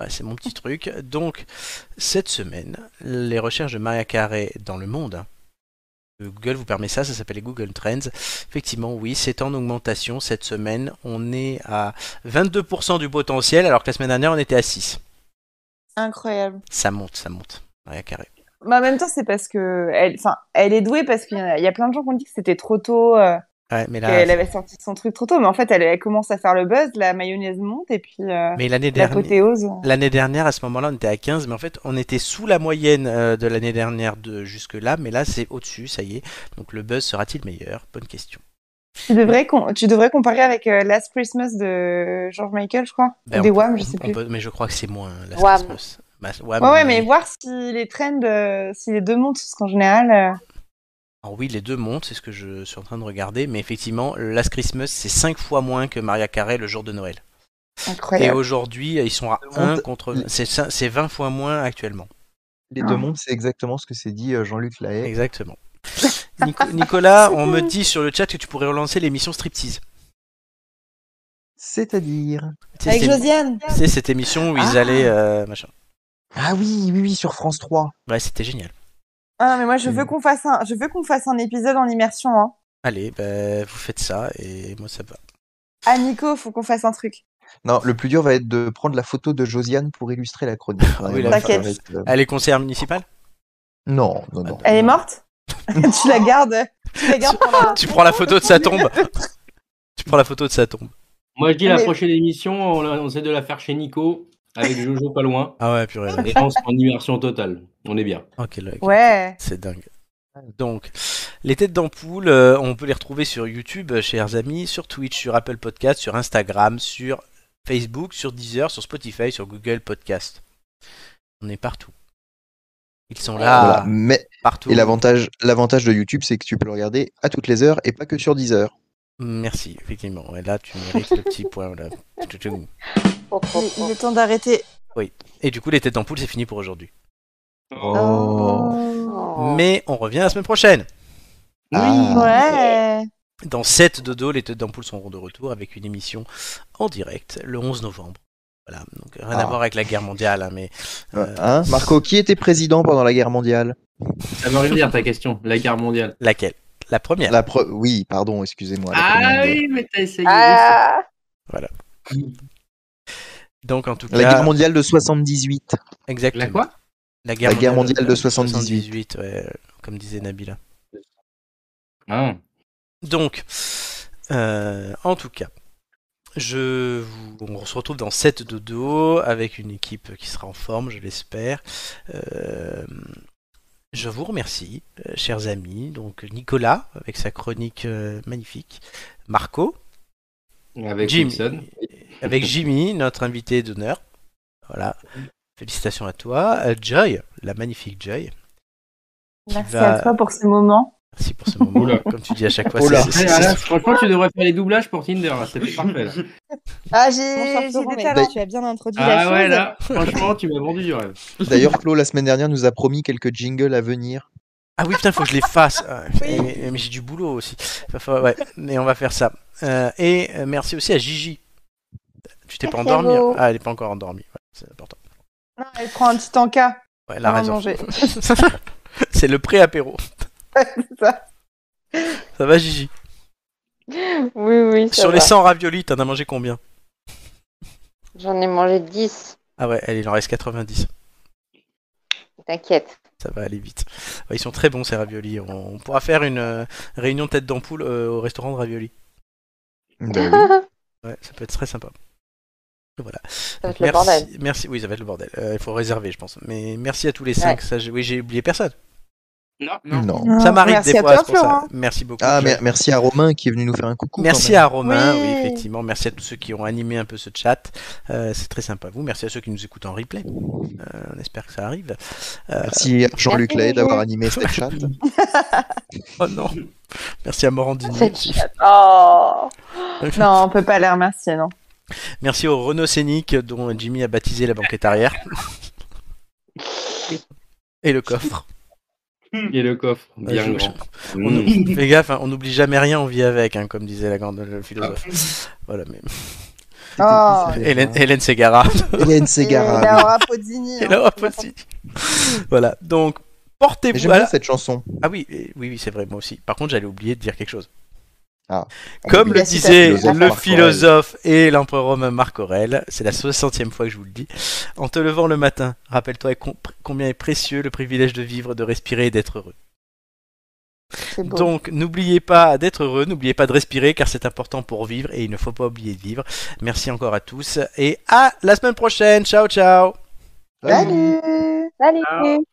S1: Ouais, c'est mon petit truc. Donc, cette semaine, les recherches de Maria Carré dans le monde. euh, Google vous permet ça, ça s'appelle les Google Trends. Effectivement, oui, c'est en augmentation cette semaine. On est à 22% du potentiel, alors que la semaine dernière, on était à 6.
S3: Incroyable.
S1: Ça monte, ça monte. Maria Carré.
S3: Mais en même temps, c'est parce que elle, enfin, elle est douée parce qu'il y, en a- il y a plein de gens qui ont dit que c'était trop tôt, euh,
S1: Ouais, mais là,
S3: qu'elle avait sorti son truc trop tôt. Mais en fait, elle, elle commence à faire le buzz, la mayonnaise monte et puis euh,
S1: mais l'année dernière,
S3: l'apothéose.
S1: l'année dernière, à ce moment-là, on était à 15, mais en fait, on était sous la moyenne euh, de l'année dernière de jusque-là, mais là, c'est au-dessus, ça y est. Donc, le buzz sera-t-il meilleur Bonne question.
S3: Tu devrais, com- tu devrais comparer avec euh, Last Christmas de George Michael, je crois.
S1: Ben,
S3: ou des
S1: on peut-
S3: Wham, je sais
S1: on
S3: plus.
S1: peut- mais je crois que c'est moins. hein, la
S4: Wham.
S1: Christmas. Bah, Wham,
S3: Ouais, ouais,
S1: mais-
S3: mais voir si les trends, euh, si les deux montent, parce qu'en général, euh,
S1: Alors oui, les deux montent, c'est ce que je suis en train de regarder, mais effectivement, Last Christmas, c'est 5 fois moins que Maria Carré le jour de Noël. Et
S3: incroyable.
S1: aujourd'hui, ils sont à 1 contre... C'est cin- c'est 20 fois moins actuellement.
S2: Les deux mondes, c'est exactement ce que s'est dit euh, Jean-Luc Lahaye.
S3: [LAUGHS]
S1: Exactement. Nico- Nicolas, on me dit sur le chat que tu pourrais relancer l'émission Striptease.
S2: C'est-à-dire.
S1: Tu sais,
S3: Avec
S1: cette-
S3: Josiane.
S1: tu sais, cette émission où ils
S2: Ah.
S1: allaient... euh, machin.
S2: Ah oui, oui, oui, sur France 3.
S1: Ouais, c'était génial.
S3: Ah non, mais moi, je veux qu'on fasse un, je veux qu'on fasse un épisode en immersion. Hein.
S1: Allez, bah, vous faites ça, et moi ça me va.
S3: Ah Nico, faut qu'on fasse un truc.
S2: Non, le plus dur va être de prendre la photo de Josiane pour illustrer la chronique.
S1: oui, la
S2: Vraiment,
S3: T'inquiète.
S2: ça va être, euh,
S1: Ah, les conseillères municipales
S2: Non, non, non.
S3: Elle est morte [LAUGHS] Tu la gardes Tu
S1: [LAUGHS]
S3: la gardes pour la-
S1: Tu prends la photo de sa
S3: [LAUGHS]
S1: tombe Tu prends la photo de sa tombe.
S6: Moi, je dis
S3: Mais-
S6: la prochaine émission, on, la- on essaie de la faire chez Nico, avec Jojo pas loin.
S1: Ah ouais, purée.
S6: Et on sera en immersion totale. On est bien.
S1: Ok, là, ok.
S3: Ouais.
S1: C'est dingue. Donc, les têtes d'ampoule, euh, on peut les retrouver sur YouTube, euh, chers amis, sur Twitch, sur Apple Podcast, sur Instagram, sur Facebook, sur Deezer, sur Spotify, sur Google Podcast. On est partout. Ils sont là,
S2: Voilà. Mais
S1: partout.
S2: et l'avantage, l'avantage de YouTube, c'est que tu peux le regarder à toutes les heures et pas que sur 10 heures.
S1: Merci, effectivement. Et là, tu mérites le petit point.
S2: [LAUGHS]
S1: là. Tchoutchou.
S4: Oh, oh,
S3: Il il
S4: oh.
S3: est temps d'arrêter.
S1: Et du coup, les têtes d'ampoule, c'est fini pour aujourd'hui.
S4: Oh.
S1: Mais on revient la semaine prochaine.
S2: Ah.
S3: Ouais.
S1: Dans 7 dodo, les têtes d'ampoule seront de retour avec une émission en direct le 11 novembre. Voilà, donc rien à
S2: Ah.
S1: voir avec la guerre mondiale, hein, mais euh,
S2: Hein, Marco, qui était président pendant la guerre mondiale
S6: Ça veut rien dire ta question, la guerre mondiale.
S1: laquelle La première.
S2: La pre- Oui, pardon, excusez-moi. la Première
S6: Ah
S2: Mondiale.
S6: oui, mais t'as essayé.
S4: Ah,
S1: Donc en tout cas,
S2: La guerre mondiale de 78.
S1: exactement.
S6: La quoi
S2: La guerre mondiale de
S1: 78, ouais, comme disait Nabila.
S6: Ah.
S1: Donc, euh, en tout cas, je vous- on se retrouve dans 7 dodo avec une équipe qui sera en forme, je l'espère. Euh, je vous remercie, euh, chers amis. Donc Nicolas avec sa chronique euh, magnifique, Marco
S6: Avec
S1: Jim.
S6: Wilson.
S1: avec Jimmy, notre invité d'honneur. Voilà. Félicitations à toi, Euh, Joy, la magnifique Joy. qui
S3: Merci
S1: va-
S3: à toi pour ce moment.
S1: Merci pour ce moment.
S6: Oula.
S1: Comme tu dis à chaque fois,
S2: Oula.
S1: c'est- c'est-
S6: Eh,
S1: c'est-
S6: Alain, franchement, tu devrais faire les doublages pour Tinder. là, C'est parfait. Là.
S3: Ah
S6: [LAUGHS]
S4: Bonsoir,
S3: j'ai j'ai
S4: Florent,
S3: des
S4: mais-
S3: talents. Tu as bien introduit la
S6: Ah
S3: chose.
S6: ouais, là, franchement, tu m'as vendu du rêve.
S2: D'ailleurs, Flo, la semaine dernière, nous a promis quelques jingles à venir.
S1: Ah oui, putain, faut que je les
S4: [LAUGHS]
S1: fasse. Ah, putain,
S3: Oui.
S1: Mais, mais j'ai du boulot aussi. Enfin, faut- ouais, mais on va faire ça. Euh, et euh, merci aussi à Gigi. Tu t'es pas
S4: Merci à
S1: endormie
S4: vous.
S1: Ah, elle est pas encore endormie. Ouais, c'est important.
S3: Non, elle prend un petit encas.
S1: Ouais, elle a
S3: On va
S1: raison.
S3: manger.
S1: [LAUGHS] c'est le
S4: [LAUGHS]
S1: pré-apéro.
S3: C'est ça.
S1: Ça va, Gigi
S4: Oui, oui, ça
S1: Sur
S4: va.
S1: les 100 raviolis, t'en as mangé combien
S4: J'en ai mangé 10.
S1: Ah ouais, elle, il en reste 90.
S4: T'inquiète.
S1: Ça va aller vite. Ouais, ils sont très bons, ces raviolis. On, on pourra faire une euh, réunion tête d'ampoule euh, au restaurant de raviolis.
S2: Ben oui.
S1: Ouais, ça peut être très sympa. Voilà.
S4: [LAUGHS] Ça va être
S1: merci,
S4: le bordel.
S1: merci. Oui, ça va être le bordel. Euh, il faut réserver, je pense. Mais merci à tous les cinq. Ça, j'ai- oui, j'ai oublié personne.
S5: Non, non.
S2: Non.
S3: Non,
S1: Ça m'arrive
S3: merci
S1: des
S3: à
S1: fois,
S3: toi,
S1: c'est pour ça.
S3: Florent.
S1: Merci beaucoup.
S2: Ah,
S1: Je-
S2: mer- merci à Romain qui est venu nous faire un coucou. quand
S1: Merci
S2: même.
S1: à Romain, oui.
S3: Oui.
S1: effectivement. Merci à tous ceux qui ont animé un peu ce chat. Euh, c'est très sympa à vous. Merci à ceux qui nous écoutent en replay. Euh, on espère que ça arrive. Euh,
S2: Merci à Jean-Luc
S4: Merci,
S2: Lay d'avoir
S4: Roger.
S2: animé cette chat.
S1: oh non. Merci à Morandini.
S4: Cette
S1: aussi.
S4: chatte. Oh.
S1: [LAUGHS]
S3: Non, on peut pas les remercier, non.
S1: Merci au Renault Scénic dont Jimmy a baptisé la banquette arrière. Et le coffre. Euh,
S6: Et le coffre, bien
S1: Ah, je-
S6: grand.
S1: On
S6: Mm.
S1: ou- Fais gaffe, hein, on n'oublie jamais rien, on vit avec, hein, comme disait la grande le philosophe. Voilà, mais...
S3: Oh,
S1: Hélène, Hélène Segara.
S2: Hélène
S3: et ben,
S2: Segara.
S3: Laura Pozzini.
S1: Et
S3: hein.
S1: Laura Pausini. voilà, donc
S2: Mais
S1: portez-vous.
S2: J'aime
S1: à
S2: bien
S1: la-
S2: cette chanson.
S1: Ah oui, et- oui, oui, c'est vrai, moi aussi. Par contre, j'allais oublier de dire quelque chose.
S2: Ah,
S1: Comme
S2: mais
S1: le
S3: la
S1: disait
S3: citation du philosophe
S1: le
S2: Marc Aurèle.
S1: philosophe et l'empereur romain Marc Aurèle, c'est la 60e fois que je vous le dis, en te levant le matin, rappelle-toi com- combien est précieux le privilège de vivre, de respirer et d'être heureux.
S3: C'est beau.
S1: Donc n'oubliez pas d'être heureux, n'oubliez pas de respirer car c'est important pour vivre et il ne faut pas oublier de vivre. Merci encore à tous et à la semaine prochaine. Ciao ciao.
S3: Salut.
S1: euh,
S4: Salut.
S10: Ah.